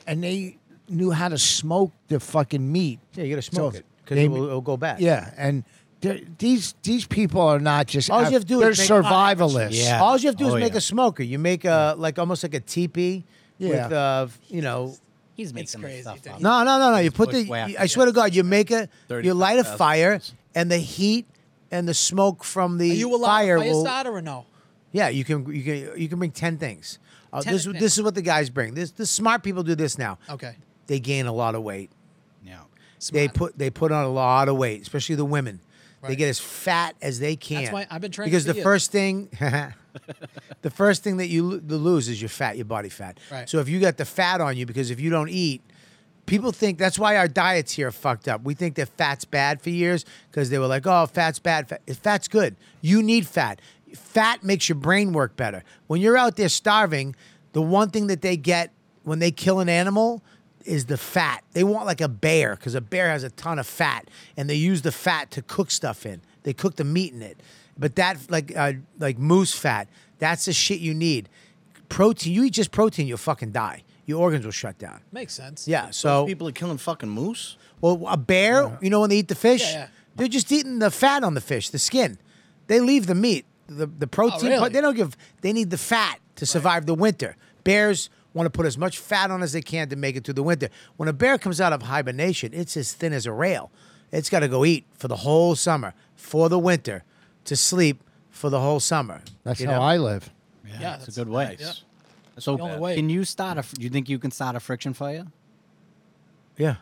Speaker 3: and they knew how to smoke the fucking meat.
Speaker 1: Yeah, you gotta
Speaker 3: So
Speaker 1: smoke
Speaker 3: if
Speaker 1: it because
Speaker 3: they-
Speaker 1: it will, it'll go bad.
Speaker 3: Yeah, and they're- these these people are not just.
Speaker 1: All you have to do
Speaker 3: they're
Speaker 1: is make-
Speaker 3: survivalists.
Speaker 4: Yeah.
Speaker 1: All you have to do
Speaker 4: Oh,
Speaker 1: is make
Speaker 4: yeah.
Speaker 1: a smoker. You make a like almost like a teepee
Speaker 3: Yeah.
Speaker 1: with uh you know
Speaker 4: He's making
Speaker 2: crazy,
Speaker 4: this stuff
Speaker 2: dude.
Speaker 4: up.
Speaker 1: no no no no you put the
Speaker 4: push whack.
Speaker 1: I swear to God you make a you light a
Speaker 5: 35,000
Speaker 1: fire and the heat and the smoke from the
Speaker 2: Are you allowed
Speaker 1: fire
Speaker 2: a fire
Speaker 1: will
Speaker 2: starter or no?
Speaker 1: yeah you can you can you can bring ten things. Uh,
Speaker 2: 10
Speaker 1: this
Speaker 2: things.
Speaker 1: this is what the guys bring. This the smart people do this now.
Speaker 2: Okay.
Speaker 1: They gain a lot of weight.
Speaker 4: Yeah.
Speaker 1: They put they put on a lot of weight, especially the women. They
Speaker 2: Right.
Speaker 1: get as fat as they can.
Speaker 2: why I've been training
Speaker 1: because
Speaker 2: for
Speaker 1: the
Speaker 2: years.
Speaker 1: first thing, the first thing that you lo- the lose is your fat, your body fat.
Speaker 2: Right.
Speaker 1: So if you got the fat on you, because if you don't eat, people think that's why our diets here are fucked up. We think that fat's bad for years because they were like, oh, fat's bad. Fat. Fat's good. You need fat. Fat makes your brain work better. When you're out there starving, the one thing that they get when they kill an animal is the fat. They want like a bear because a bear has a ton of fat, and they use the fat to cook stuff in. They cook the meat in it. But that like uh, like moose fat, that's the shit you need. Protein, you eat just protein, you'll fucking die. Your organs will shut down.
Speaker 2: Makes sense.
Speaker 1: Yeah. So
Speaker 5: People are killing fucking moose.
Speaker 1: well, a bear, you know, when they eat the fish,
Speaker 2: Yeah, yeah.
Speaker 1: they're just eating the fat on the fish, the skin. They leave the meat, the, the protein,
Speaker 2: Oh, really?
Speaker 1: but they don't give, they need the fat to survive the winter. Bears want to put as much fat on as they can to make it through the winter. When a bear comes out of hibernation, it's as thin as a rail. It's got to go eat for the whole summer, for the winter, to sleep for the whole summer.
Speaker 3: That's
Speaker 1: you
Speaker 3: how
Speaker 1: know?
Speaker 3: I live.
Speaker 4: Yeah, that's,
Speaker 2: that's-
Speaker 4: a good way.
Speaker 2: yeah.
Speaker 4: So
Speaker 2: the only way.
Speaker 4: can you start a? You think you can start a friction fire?
Speaker 1: Yeah.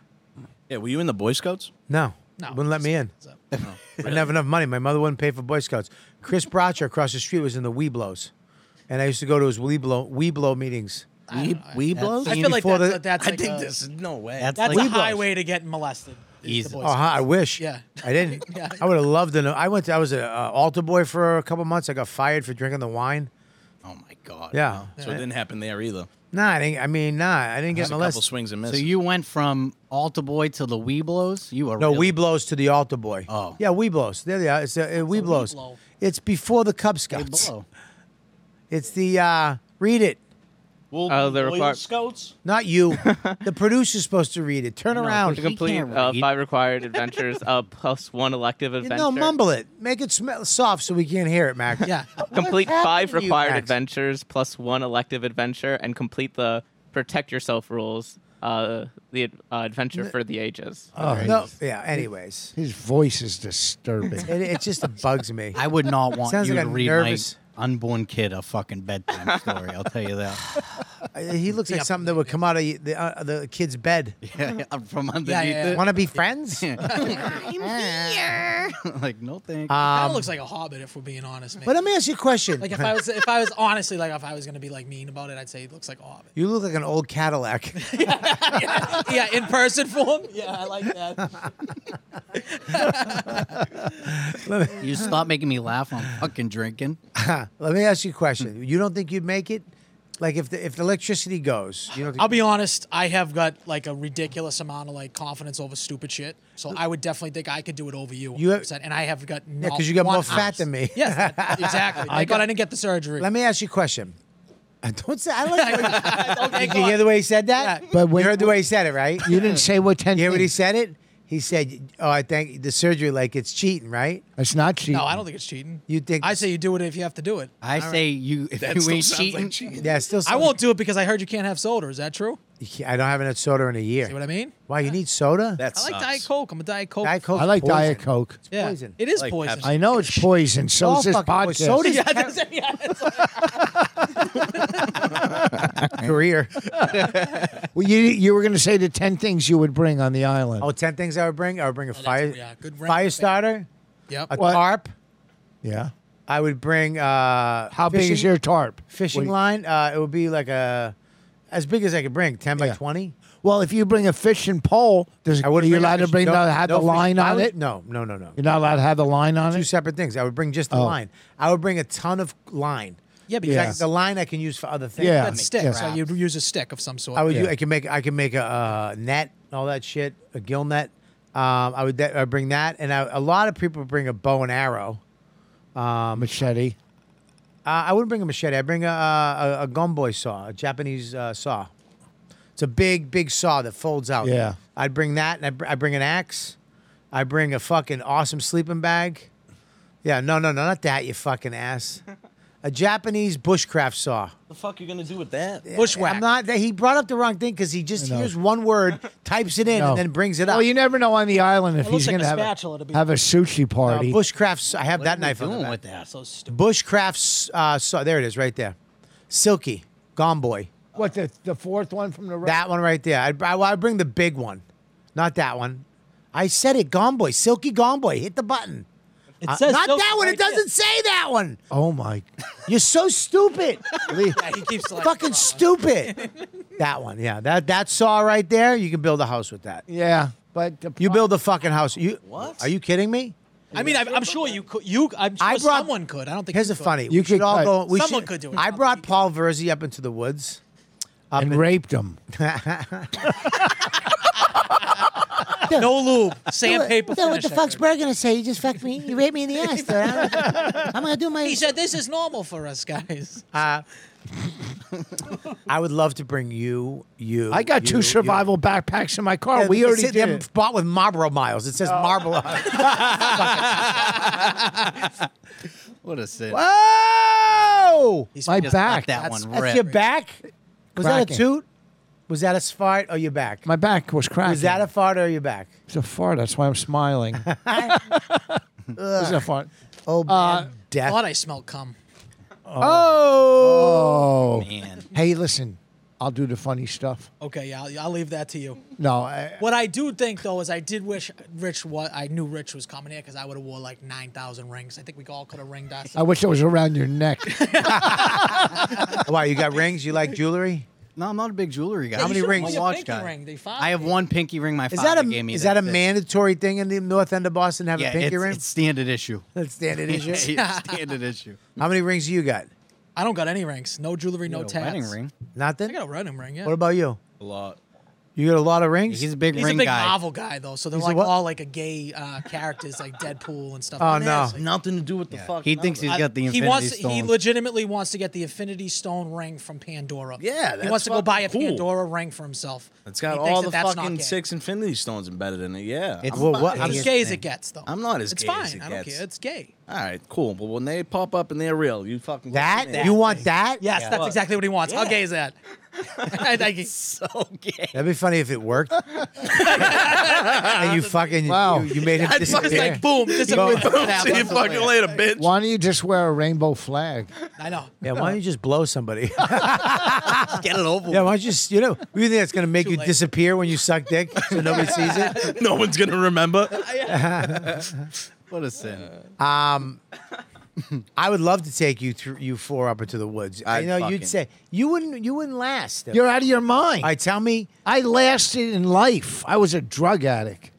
Speaker 5: Yeah, were you in the Boy Scouts?
Speaker 1: No.
Speaker 2: No,
Speaker 1: Wouldn't let me in. I didn't have enough money. My mother wouldn't pay for Boy Scouts. Chris Bracher across the street was in the Weeblos, and I used to go to his Weeblo Weeblo meetings.
Speaker 5: We, we blows?
Speaker 2: I
Speaker 1: Seen
Speaker 2: feel like
Speaker 1: before
Speaker 2: that's,
Speaker 1: the-
Speaker 2: that's
Speaker 5: I
Speaker 2: like
Speaker 5: think
Speaker 2: a,
Speaker 5: this is no way.
Speaker 4: That's,
Speaker 2: That's
Speaker 4: like,
Speaker 2: a highway to get molested. is the
Speaker 4: Easy.
Speaker 2: Boy
Speaker 1: Oh,
Speaker 2: Scouts.
Speaker 1: huh, I wish.
Speaker 2: Yeah.
Speaker 1: I didn't.
Speaker 2: Yeah.
Speaker 1: I would have loved to know. I went. To, I was an uh, altar boy for a couple months. I got fired for drinking the wine.
Speaker 4: Oh my god.
Speaker 1: Yeah.
Speaker 5: so it didn't happen there either.
Speaker 1: Nah, I didn't. I mean, nah, I didn't
Speaker 5: Just
Speaker 1: get
Speaker 5: a couple
Speaker 1: molested.
Speaker 5: swings and
Speaker 4: So
Speaker 5: misses.
Speaker 4: you went from altar boy to the Weeblos. You are
Speaker 1: No,
Speaker 4: really,
Speaker 1: Weeblos to the altar boy.
Speaker 4: Oh.
Speaker 1: Yeah, Weeblos. There they are. It's uh, uh, Weeblos.
Speaker 2: Weeblo.
Speaker 1: It's before the Cub Scouts.
Speaker 4: Weeblo.
Speaker 1: It's the uh, read it.
Speaker 8: Oh, the requir-
Speaker 5: Scouts?
Speaker 1: Not you. the producer's supposed to read it. Turn around.
Speaker 4: He
Speaker 8: complete
Speaker 4: can't
Speaker 8: uh,
Speaker 4: read.
Speaker 8: five required adventures uh, plus one elective
Speaker 1: Yeah,
Speaker 8: adventure.
Speaker 1: No, mumble it. Make it smell soft so we can't hear it, Mac.
Speaker 2: Yeah.
Speaker 8: Complete
Speaker 1: happened
Speaker 8: five
Speaker 1: to you,
Speaker 8: required
Speaker 1: Max?
Speaker 8: adventures plus one elective adventure, and complete the protect yourself rules. Uh, the ad- uh, adventure for the ages.
Speaker 1: Oh, No. Yeah. Anyways,
Speaker 3: His voice is disturbing.
Speaker 1: it, it just bugs me.
Speaker 4: I would not want
Speaker 1: Sounds
Speaker 4: you
Speaker 1: like
Speaker 4: to
Speaker 1: a
Speaker 4: read
Speaker 1: nervous-
Speaker 4: my unborn kid a fucking bedtime story. I'll tell you that.
Speaker 1: I- he looks like something that would come out of the uh, the kid's bed.
Speaker 4: Yeah, yeah, from underneath
Speaker 2: yeah,
Speaker 1: Want to be friends?
Speaker 4: it. like no thanks.
Speaker 1: Um,
Speaker 2: That looks like a hobbit, if we're being honest. Man.
Speaker 1: But let me ask you a question.
Speaker 2: like if I was, if I was honestly like, if I was gonna be like mean about it, I'd say he looks like a hobbit.
Speaker 1: you look like an old Cadillac.
Speaker 2: yeah, in person form. Yeah, I like that.
Speaker 4: you stop making me laugh. I'm fucking drinking.
Speaker 1: let me ask you a question. You don't think you'd make it? Like if the if the electricity goes, you don't think
Speaker 2: I'll be honest. I have got like a ridiculous amount of like confidence over stupid shit. So I would definitely think I could do it over you.
Speaker 1: Uh, You have-
Speaker 2: 100%, and I have got no.
Speaker 1: 'cause you got
Speaker 2: one
Speaker 1: more fat
Speaker 2: ounce.
Speaker 1: than me.
Speaker 2: Yes, that- exactly. Thank God I didn't get the surgery.
Speaker 1: Let me ask you a question. I don't say. I like.
Speaker 2: okay,
Speaker 1: Did you hear the way he said that?
Speaker 2: Yeah.
Speaker 3: But when-
Speaker 1: you heard the way he said it, right?
Speaker 3: you didn't say what ten.
Speaker 1: You hear what he
Speaker 3: things-
Speaker 1: said it? He said, "Oh, I think the surgery like it's cheating, right?
Speaker 3: It's not cheating.
Speaker 2: No, I don't think it's cheating.
Speaker 1: You Ah, think-
Speaker 2: I say you do it if you have to do it.
Speaker 4: I say you if
Speaker 5: That
Speaker 4: you
Speaker 5: still
Speaker 4: ain't
Speaker 5: sounds
Speaker 4: cheating,
Speaker 5: like cheating.
Speaker 1: Yeah, it's still.
Speaker 2: I won't do it because I heard you can't have soda. Is that true?
Speaker 1: I don't have enough soda in a year.
Speaker 2: See what I mean?
Speaker 1: Why you need soda?
Speaker 5: That
Speaker 2: I like
Speaker 5: sucks.
Speaker 2: Diet Coke. I'm a Diet Coke.
Speaker 1: Diet Coke's
Speaker 3: I like
Speaker 1: poison.
Speaker 3: Diet Coke.
Speaker 2: yeah.
Speaker 1: poison.
Speaker 2: It is
Speaker 5: Like
Speaker 2: poison.
Speaker 5: Pepsi.
Speaker 3: I know it's poison. So
Speaker 1: All
Speaker 3: is this
Speaker 1: fucking
Speaker 3: podcast.
Speaker 1: poison. Soda's
Speaker 2: yeah, that's, yeah, it's like-
Speaker 1: career.
Speaker 3: Well, you you were going to say the ten things you would bring on the island.
Speaker 1: oh, 10 things I would bring. I would bring a fire,
Speaker 2: Oh, yeah, good round
Speaker 1: fire
Speaker 2: thing.
Speaker 1: starter,
Speaker 2: yep.
Speaker 1: a
Speaker 3: What?
Speaker 1: tarp.
Speaker 3: yeah.
Speaker 1: I would bring. Uh,
Speaker 3: How big is
Speaker 1: fishing-
Speaker 3: your tarp?
Speaker 1: fishing
Speaker 3: Wait.
Speaker 1: line? Uh, it would be like a as big as I could bring, 10 by
Speaker 3: Yeah.
Speaker 1: 20.
Speaker 3: Well, if you bring a fishing pole, does,
Speaker 1: I
Speaker 3: are
Speaker 1: would.
Speaker 3: you allowed to bring
Speaker 1: no,
Speaker 3: the, have
Speaker 1: no
Speaker 3: the
Speaker 1: fish-
Speaker 3: line
Speaker 1: I
Speaker 3: on
Speaker 1: would-
Speaker 3: it?
Speaker 1: No, no, no, no.
Speaker 3: You're not allowed to have the line on
Speaker 1: Two
Speaker 3: it.
Speaker 1: separate things. I would bring just the
Speaker 3: Oh.
Speaker 1: line. I would bring a ton of line.
Speaker 2: Yeah,
Speaker 1: Because
Speaker 3: Yeah.
Speaker 1: the line I can use for other things.
Speaker 3: Yeah.
Speaker 2: that stick.
Speaker 3: Yeah.
Speaker 2: So you'd use a stick of some sort.
Speaker 1: I would.
Speaker 3: Yeah.
Speaker 1: u- I can make. I can make a uh, net, all that shit, a gill net. Um, I would. that- I bring that, and I, a lot of people bring a bow and arrow.
Speaker 3: A machete.
Speaker 1: Uh, I wouldn't bring a machete. I bring a a, a gunboy saw, a Japanese uh, saw. It's a big, big saw that folds out.
Speaker 3: Yeah.
Speaker 1: I'd bring that, and I, br- I bring an axe. I bring a fucking awesome sleeping bag. Yeah, no, no, no, not that, you fucking ass. A Japanese bushcraft saw.
Speaker 5: the fuck you gonna do with that?
Speaker 2: Bushwhack.
Speaker 1: I'm not. He brought up the wrong thing because he just
Speaker 3: I know.
Speaker 1: hears one word, types it in,
Speaker 3: No.
Speaker 1: and then brings it up.
Speaker 3: Well, you never know on the island
Speaker 2: It
Speaker 3: if he's
Speaker 2: looks like
Speaker 3: going
Speaker 2: a
Speaker 3: to have,
Speaker 2: spatula to
Speaker 3: a,
Speaker 2: be-
Speaker 3: have a sushi
Speaker 1: Uh,
Speaker 3: party.
Speaker 1: bushcrafts. I have
Speaker 4: What
Speaker 1: that
Speaker 4: are we
Speaker 1: knife. on the
Speaker 4: doing
Speaker 1: back.
Speaker 4: with that? So stupid.
Speaker 1: Bushcrafts. Uh, saw. There it is, right there. Silky, gone boy.
Speaker 3: what the the fourth one from the right?
Speaker 1: That one right there. I'd, I, well, I'd bring the big one, not that one. I said it, gone boy. Silky gone boy. Hit the button.
Speaker 2: It
Speaker 1: Uh,
Speaker 2: says
Speaker 1: not
Speaker 2: silk
Speaker 1: that one.
Speaker 2: right
Speaker 1: It doesn't say that one.
Speaker 3: oh my!
Speaker 1: You're so stupid.
Speaker 2: there. He keeps like
Speaker 1: Fucking stupid. that one. Yeah. That that saw right there. You can build a house with that.
Speaker 3: Yeah, but the
Speaker 1: You
Speaker 3: pro-
Speaker 1: build a fucking house. You what? Are you kidding me?
Speaker 2: I mean, I, I'm sure you could. You, I'm sure
Speaker 1: I brought-
Speaker 2: someone could. I don't think
Speaker 1: Here's
Speaker 2: you
Speaker 1: the funny.
Speaker 3: You
Speaker 1: we should
Speaker 3: could
Speaker 1: all
Speaker 3: cut.
Speaker 1: go. We
Speaker 2: Someone
Speaker 1: should-
Speaker 2: could do it.
Speaker 1: I brought Paul Verzi up into the woods. Up
Speaker 3: and
Speaker 1: in-
Speaker 3: raped him.
Speaker 2: could. No lube, sandpaper.
Speaker 1: Dude, what
Speaker 2: finish
Speaker 1: the
Speaker 2: that
Speaker 1: fuck's
Speaker 2: thing.
Speaker 1: Bird gonna say? You just fucked me. You raped me in the ass. dude. I'm gonna- I'm gonna do my.
Speaker 2: He said this is normal for us guys.
Speaker 1: Uh, I would love to bring you. You.
Speaker 3: I got
Speaker 1: you,
Speaker 3: two
Speaker 1: you.
Speaker 3: survipacks survival backpacks in my car.
Speaker 1: Yeah,
Speaker 3: we
Speaker 1: it's-
Speaker 3: already
Speaker 1: it-
Speaker 3: did.
Speaker 1: they're
Speaker 3: it.
Speaker 1: bought with Marlboro miles. It says Marlboro.
Speaker 4: What a sin.
Speaker 1: Whoa!
Speaker 3: Oh! My
Speaker 4: Just let
Speaker 3: back.
Speaker 4: That
Speaker 1: That's,
Speaker 4: one
Speaker 1: that's
Speaker 4: rip.
Speaker 1: your back. Was that a
Speaker 3: Cracking.
Speaker 1: toot? Was that a fart or your back?
Speaker 3: My back was cracking.
Speaker 1: Was that a fart or your back?
Speaker 3: It's a fart. That's why I'm smiling. It was a fart.
Speaker 1: Oh, man,
Speaker 2: I
Speaker 1: death.
Speaker 2: thought I smelled cum.
Speaker 1: oh.
Speaker 3: Oh.
Speaker 4: Man.
Speaker 3: Hey, listen. I'll do the funny stuff.
Speaker 2: Okay, yeah, I'll, I'll leave that to you.
Speaker 3: No, I,
Speaker 2: What I do think though is I did wish Rich was. I knew Rich was coming here because I would have wore like nine thousand rings. I think we all could have ringed us.
Speaker 3: I wish it was around your neck.
Speaker 1: Wow, you got rings? You like jewelry?
Speaker 4: No, I'm not a big jewelry guy.
Speaker 2: How many rings?
Speaker 4: I'm a
Speaker 2: Your
Speaker 4: watch
Speaker 2: pinky
Speaker 4: guy.
Speaker 2: ring, they found
Speaker 4: I have
Speaker 2: it.
Speaker 4: one pinky ring. My
Speaker 1: Is that
Speaker 4: father
Speaker 1: a
Speaker 4: gave me.
Speaker 1: is that a
Speaker 4: That's it.
Speaker 1: mandatory thing in the north end of Boston? Have
Speaker 4: Yeah,
Speaker 1: a pinky
Speaker 4: it's,
Speaker 1: ring?
Speaker 4: it's standard issue.
Speaker 1: That's standard
Speaker 4: Yeah,
Speaker 1: issue.
Speaker 4: it's standard issue.
Speaker 1: How many rings do you got?
Speaker 2: I don't got any rings. No jewelry. No tats.
Speaker 4: Wedding ring.
Speaker 1: Nothing.
Speaker 2: I got a wedding ring. Yeah.
Speaker 1: What about you?
Speaker 5: A lot.
Speaker 1: You got a lot of rings.
Speaker 4: He's a big
Speaker 2: He's
Speaker 4: ring
Speaker 2: a big
Speaker 4: guy.
Speaker 2: novel guy though, so they're
Speaker 1: He's a
Speaker 2: like
Speaker 1: what?
Speaker 2: all like a gay uh, characters like Deadpool and stuff.
Speaker 1: Oh,
Speaker 2: like that.
Speaker 1: no.
Speaker 2: It's like-
Speaker 5: Nothing to do with the fuck.
Speaker 4: He thinks he's got the
Speaker 2: he
Speaker 4: Infinity
Speaker 2: wants.
Speaker 4: Stone.
Speaker 2: He legitimately wants to get the Infinity Stone ring from Pandora.
Speaker 5: Yeah,
Speaker 2: he
Speaker 5: that's
Speaker 2: wants to go buy a
Speaker 5: fucking cool.
Speaker 2: Pandora ring for himself.
Speaker 5: It's
Speaker 2: He
Speaker 5: got
Speaker 2: thinks
Speaker 5: all
Speaker 2: that
Speaker 5: the
Speaker 2: that's not
Speaker 5: fucking
Speaker 2: gay.
Speaker 5: six Infinity Stones embedded in it. Yeah.
Speaker 4: It's
Speaker 5: I'm-
Speaker 1: Well, what-
Speaker 4: the
Speaker 2: It's as
Speaker 4: biggest
Speaker 2: gay as
Speaker 4: thing.
Speaker 2: it gets, though.
Speaker 5: I'm not as
Speaker 2: It's
Speaker 5: gay
Speaker 2: fine.
Speaker 5: as it
Speaker 2: I don't
Speaker 5: gets.
Speaker 2: care. It's gay.
Speaker 5: all right, cool. But when they pop up and they're real, you fucking
Speaker 1: that
Speaker 5: Yeah.
Speaker 1: you want that?
Speaker 2: Yes, that's exactly what he wants. How gay is that? I think he-
Speaker 1: That'd be funny if it worked. and you fucking
Speaker 3: Wow.
Speaker 1: you, you made him
Speaker 2: it's fucking
Speaker 1: disappear.
Speaker 2: like boom. This is
Speaker 5: See you fucking later, bitch.
Speaker 3: why don't you just wear a rainbow flag?
Speaker 2: I know.
Speaker 1: yeah, why don't you just blow somebody? yeah,
Speaker 4: Get it over.
Speaker 1: why don't you just you know? You think that's gonna make
Speaker 2: Too
Speaker 1: you
Speaker 2: late.
Speaker 1: disappear when you suck dick so nobody sees it?
Speaker 5: No one's gonna remember.
Speaker 4: What a sin.
Speaker 1: I would love to take you through you four up into the woods. I
Speaker 5: I'd
Speaker 1: know you'd
Speaker 5: fucking-
Speaker 1: say you wouldn't you wouldn't last.
Speaker 3: You're out of your mind.
Speaker 1: All right, tell me.
Speaker 3: I lasted in life. I was a drug addict.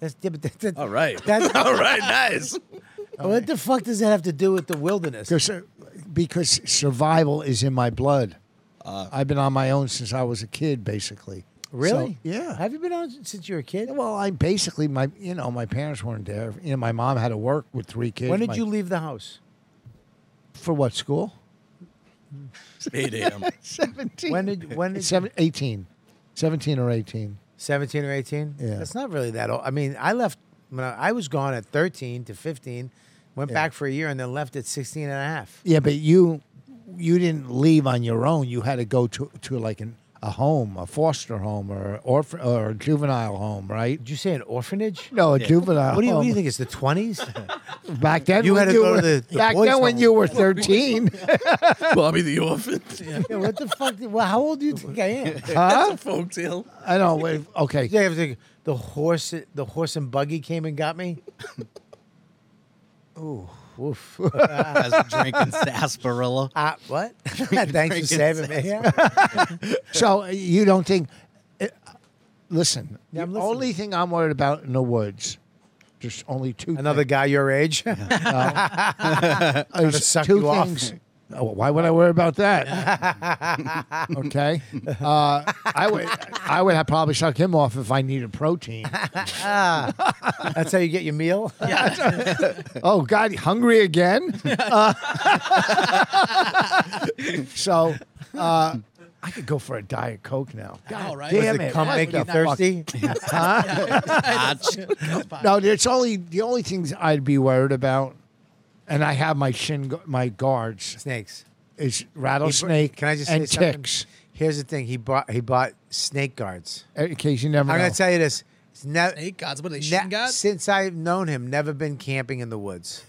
Speaker 1: That's, yeah, but that- that-
Speaker 5: All right.
Speaker 1: That's-
Speaker 5: all right. Nice.
Speaker 1: What the fuck does that have to do with the wilderness?
Speaker 3: Because, because survival is in my blood.
Speaker 1: Uh.
Speaker 3: I've been on my own since I was a kid, basically.
Speaker 1: Really?
Speaker 3: So, yeah.
Speaker 1: Have you been on since you were a kid?
Speaker 3: Well, I basically my you know my parents weren't there. You know, my mom had to work with three kids.
Speaker 1: When did
Speaker 3: My-
Speaker 1: you leave the house?
Speaker 3: for what school?
Speaker 5: 8 a.m.
Speaker 3: Seventeen.
Speaker 1: When did when did
Speaker 3: Seven, 18. 17 or eighteen?
Speaker 1: seventeen or eighteen?
Speaker 3: Yeah.
Speaker 1: That's not really that old. I mean, I left when I, I was gone at thirteen to fifteen, went back for a year and then left at 16 and a half.
Speaker 3: Yeah, but you you didn't leave on your own. You had to go to to like an, a home, a foster home, or orphan or a juvenile home, right?
Speaker 1: Did you say an orphanage?
Speaker 3: No, a juvenile.
Speaker 1: What do you, what do you
Speaker 3: home.
Speaker 1: think? It's the twenties?
Speaker 3: Back then,
Speaker 1: You
Speaker 3: when
Speaker 1: had to go
Speaker 3: were,
Speaker 1: to the- the
Speaker 3: back
Speaker 1: boys'
Speaker 3: then when
Speaker 1: home.
Speaker 3: you were thirteen.
Speaker 5: Bobby the orphan.
Speaker 1: yeah, what the fuck? did- well, how old do you think I am?
Speaker 3: huh?
Speaker 5: Folktale.
Speaker 3: I don't. Wait, okay.
Speaker 1: Yeah, everything. The horse, the horse and buggy came and got me.
Speaker 4: I was drinking sarsaparilla.
Speaker 1: Uh, what? Thanks for
Speaker 4: Drinking
Speaker 1: saving me.
Speaker 3: So uh, you don't think? uh, Listen,
Speaker 1: Yeah, I'm
Speaker 3: the
Speaker 1: listening.
Speaker 3: only thing I'm worried about in the woods, there's only two.
Speaker 1: Another guy your age.
Speaker 3: things,
Speaker 1: to
Speaker 3: there's
Speaker 1: suck
Speaker 3: two
Speaker 1: you off.
Speaker 3: things. Oh, why would I worry about that? okay, uh, I would. I would have probably suck him off if I needed protein.
Speaker 1: That's how you get your meal.
Speaker 3: oh God, hungry again? Uh, so, uh, I could go for a diet coke now.
Speaker 2: I know, right?
Speaker 3: Damn
Speaker 1: Does
Speaker 3: it!
Speaker 1: it come
Speaker 3: What
Speaker 1: make
Speaker 3: the
Speaker 1: you
Speaker 3: fuck?
Speaker 1: thirsty?
Speaker 3: No, it's only the only things I'd be worried about, and I have my shin gu- my guards
Speaker 1: Snakes.
Speaker 3: is
Speaker 1: He br-
Speaker 3: rattlesnake.
Speaker 1: Can I just
Speaker 3: and
Speaker 1: say something?
Speaker 3: ticks
Speaker 1: Here's the thing. He bought he bought snake guards.
Speaker 3: in case you never.
Speaker 1: I'm
Speaker 3: know.
Speaker 1: gonna tell you this. It's never
Speaker 2: Snake gods, what are they,
Speaker 1: ne-
Speaker 2: shin gods?
Speaker 1: since I've known him, never been camping in the woods.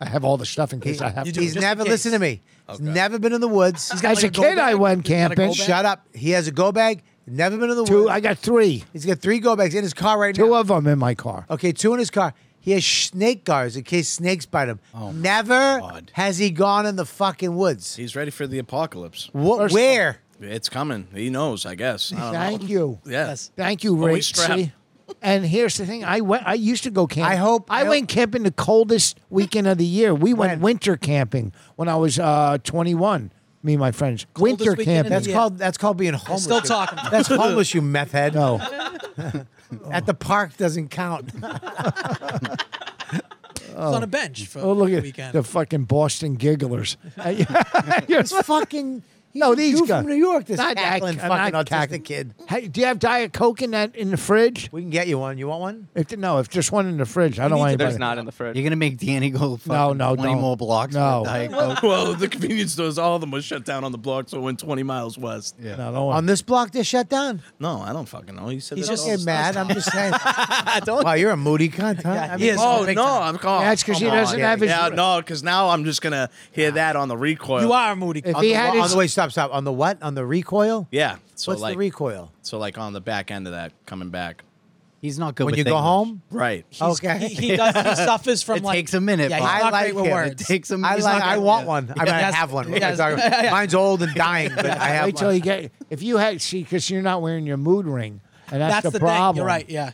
Speaker 3: I have all the stuff in case I have.
Speaker 2: you
Speaker 3: to.
Speaker 2: do.
Speaker 1: He's
Speaker 2: just in
Speaker 1: never
Speaker 2: case.
Speaker 1: listened to me. He's never been in the woods. He's
Speaker 2: got
Speaker 3: As
Speaker 2: like
Speaker 3: a
Speaker 2: a go
Speaker 3: kid, I
Speaker 2: bag?
Speaker 3: went
Speaker 2: He's got a go
Speaker 3: camping.
Speaker 2: bag?
Speaker 1: Shut up. He has a go bag. Never been in the
Speaker 3: Two.
Speaker 1: woods.
Speaker 3: I got three.
Speaker 1: He's got three go bags in his car right
Speaker 3: Two
Speaker 1: now.
Speaker 3: of them in my car.
Speaker 1: Okay, two in his car. He has snake guards in case snakes bite him.
Speaker 2: Oh
Speaker 1: Never
Speaker 5: God.
Speaker 1: has he gone in the fucking woods.
Speaker 5: He's ready for the apocalypse.
Speaker 1: What? Where?
Speaker 5: It's coming. He knows, I guess. I don't know.
Speaker 3: Thank you.
Speaker 5: Yes.
Speaker 3: Thank you,
Speaker 5: Always
Speaker 3: Rick.
Speaker 5: strapped.
Speaker 3: See? And here's the thing: I went. I used to go camping.
Speaker 1: I hope-
Speaker 3: I,
Speaker 1: I hope-
Speaker 3: went camping the coldest weekend of the year. We went
Speaker 1: When?
Speaker 3: winter camping when I was uh, 21. Me and my friends.
Speaker 2: Coldest
Speaker 3: winter
Speaker 2: weekend
Speaker 3: camping.
Speaker 2: in the
Speaker 1: That's
Speaker 2: Yeah.
Speaker 1: called that's called being homeless.
Speaker 2: still
Speaker 1: you-
Speaker 2: talking.
Speaker 1: That's homeless, you meth head.
Speaker 3: no.
Speaker 1: At the park doesn't count.
Speaker 2: It's on a bench for
Speaker 3: Oh, look
Speaker 2: the
Speaker 3: at
Speaker 2: weekend.
Speaker 3: the fucking Boston gigglers.
Speaker 1: It's fucking.
Speaker 3: no, these
Speaker 1: you
Speaker 3: guys
Speaker 1: from New York, this
Speaker 3: Not- I-
Speaker 1: cackling
Speaker 3: I'm
Speaker 1: fucking
Speaker 3: not
Speaker 1: autistic
Speaker 3: cackling.
Speaker 1: kid.
Speaker 3: Hey, do you have Diet Coke in that in the fridge?
Speaker 1: We can get you one. You want one?
Speaker 3: If no, if just one in the fridge, I don't want anybody.
Speaker 8: There's not in the fridge.
Speaker 4: You're gonna make Danny go fucking
Speaker 3: No, no,
Speaker 4: 20
Speaker 3: don't.
Speaker 4: more blocks.
Speaker 3: No.
Speaker 4: for a Diet Coke.
Speaker 5: Well, the convenience stores, all of them were shut down on the block, so it went 20 miles west.
Speaker 3: No, don't want.
Speaker 1: On this block, they're shut down.
Speaker 5: No, I don't fucking know. He said
Speaker 2: He's
Speaker 5: that
Speaker 2: just
Speaker 5: all
Speaker 1: Get
Speaker 5: the
Speaker 1: mad. I'm just saying.
Speaker 5: time.
Speaker 1: wow, you're a moody cunt, huh?
Speaker 2: Yeah,
Speaker 1: I
Speaker 2: he
Speaker 1: mean,
Speaker 2: is.
Speaker 5: Oh
Speaker 2: Big
Speaker 5: no,
Speaker 2: time.
Speaker 5: I'm calling.
Speaker 3: That's 'cause he doesn't have his-
Speaker 5: Yeah, no, because now I'm just gonna hear that on the recoil.
Speaker 2: you are a moody.
Speaker 3: If
Speaker 2: cunt.
Speaker 3: he
Speaker 1: on
Speaker 3: had
Speaker 1: the,
Speaker 3: his,
Speaker 1: way, stop, stop. On the what? On the recoil?
Speaker 5: Yeah. So
Speaker 1: What's
Speaker 5: like,
Speaker 1: the recoil?
Speaker 5: so like on the back end of that, coming back.
Speaker 4: He's not good.
Speaker 1: When
Speaker 4: with
Speaker 1: you go
Speaker 4: English.
Speaker 1: home?
Speaker 5: Right.
Speaker 1: Okay.
Speaker 2: he, he does. He suffers from
Speaker 4: It
Speaker 2: like.
Speaker 4: takes a minute,
Speaker 2: Yeah,
Speaker 4: but-
Speaker 2: he's
Speaker 1: I
Speaker 2: not
Speaker 1: like
Speaker 2: great with
Speaker 1: him.
Speaker 2: words.
Speaker 4: It takes him.
Speaker 1: I
Speaker 4: he's
Speaker 1: like.
Speaker 4: not
Speaker 1: I
Speaker 4: gonna-
Speaker 1: want
Speaker 4: yeah.
Speaker 1: one. I mean, I
Speaker 2: Yes.
Speaker 1: have one. What am I
Speaker 2: Yes.
Speaker 1: talking about? Mine's old and dying, but I have
Speaker 3: Wait till
Speaker 1: one.
Speaker 3: you get. If you had, see, because you're not wearing your mood ring, and that's,
Speaker 2: That's the,
Speaker 3: problem.
Speaker 2: thing. You're right. Yeah.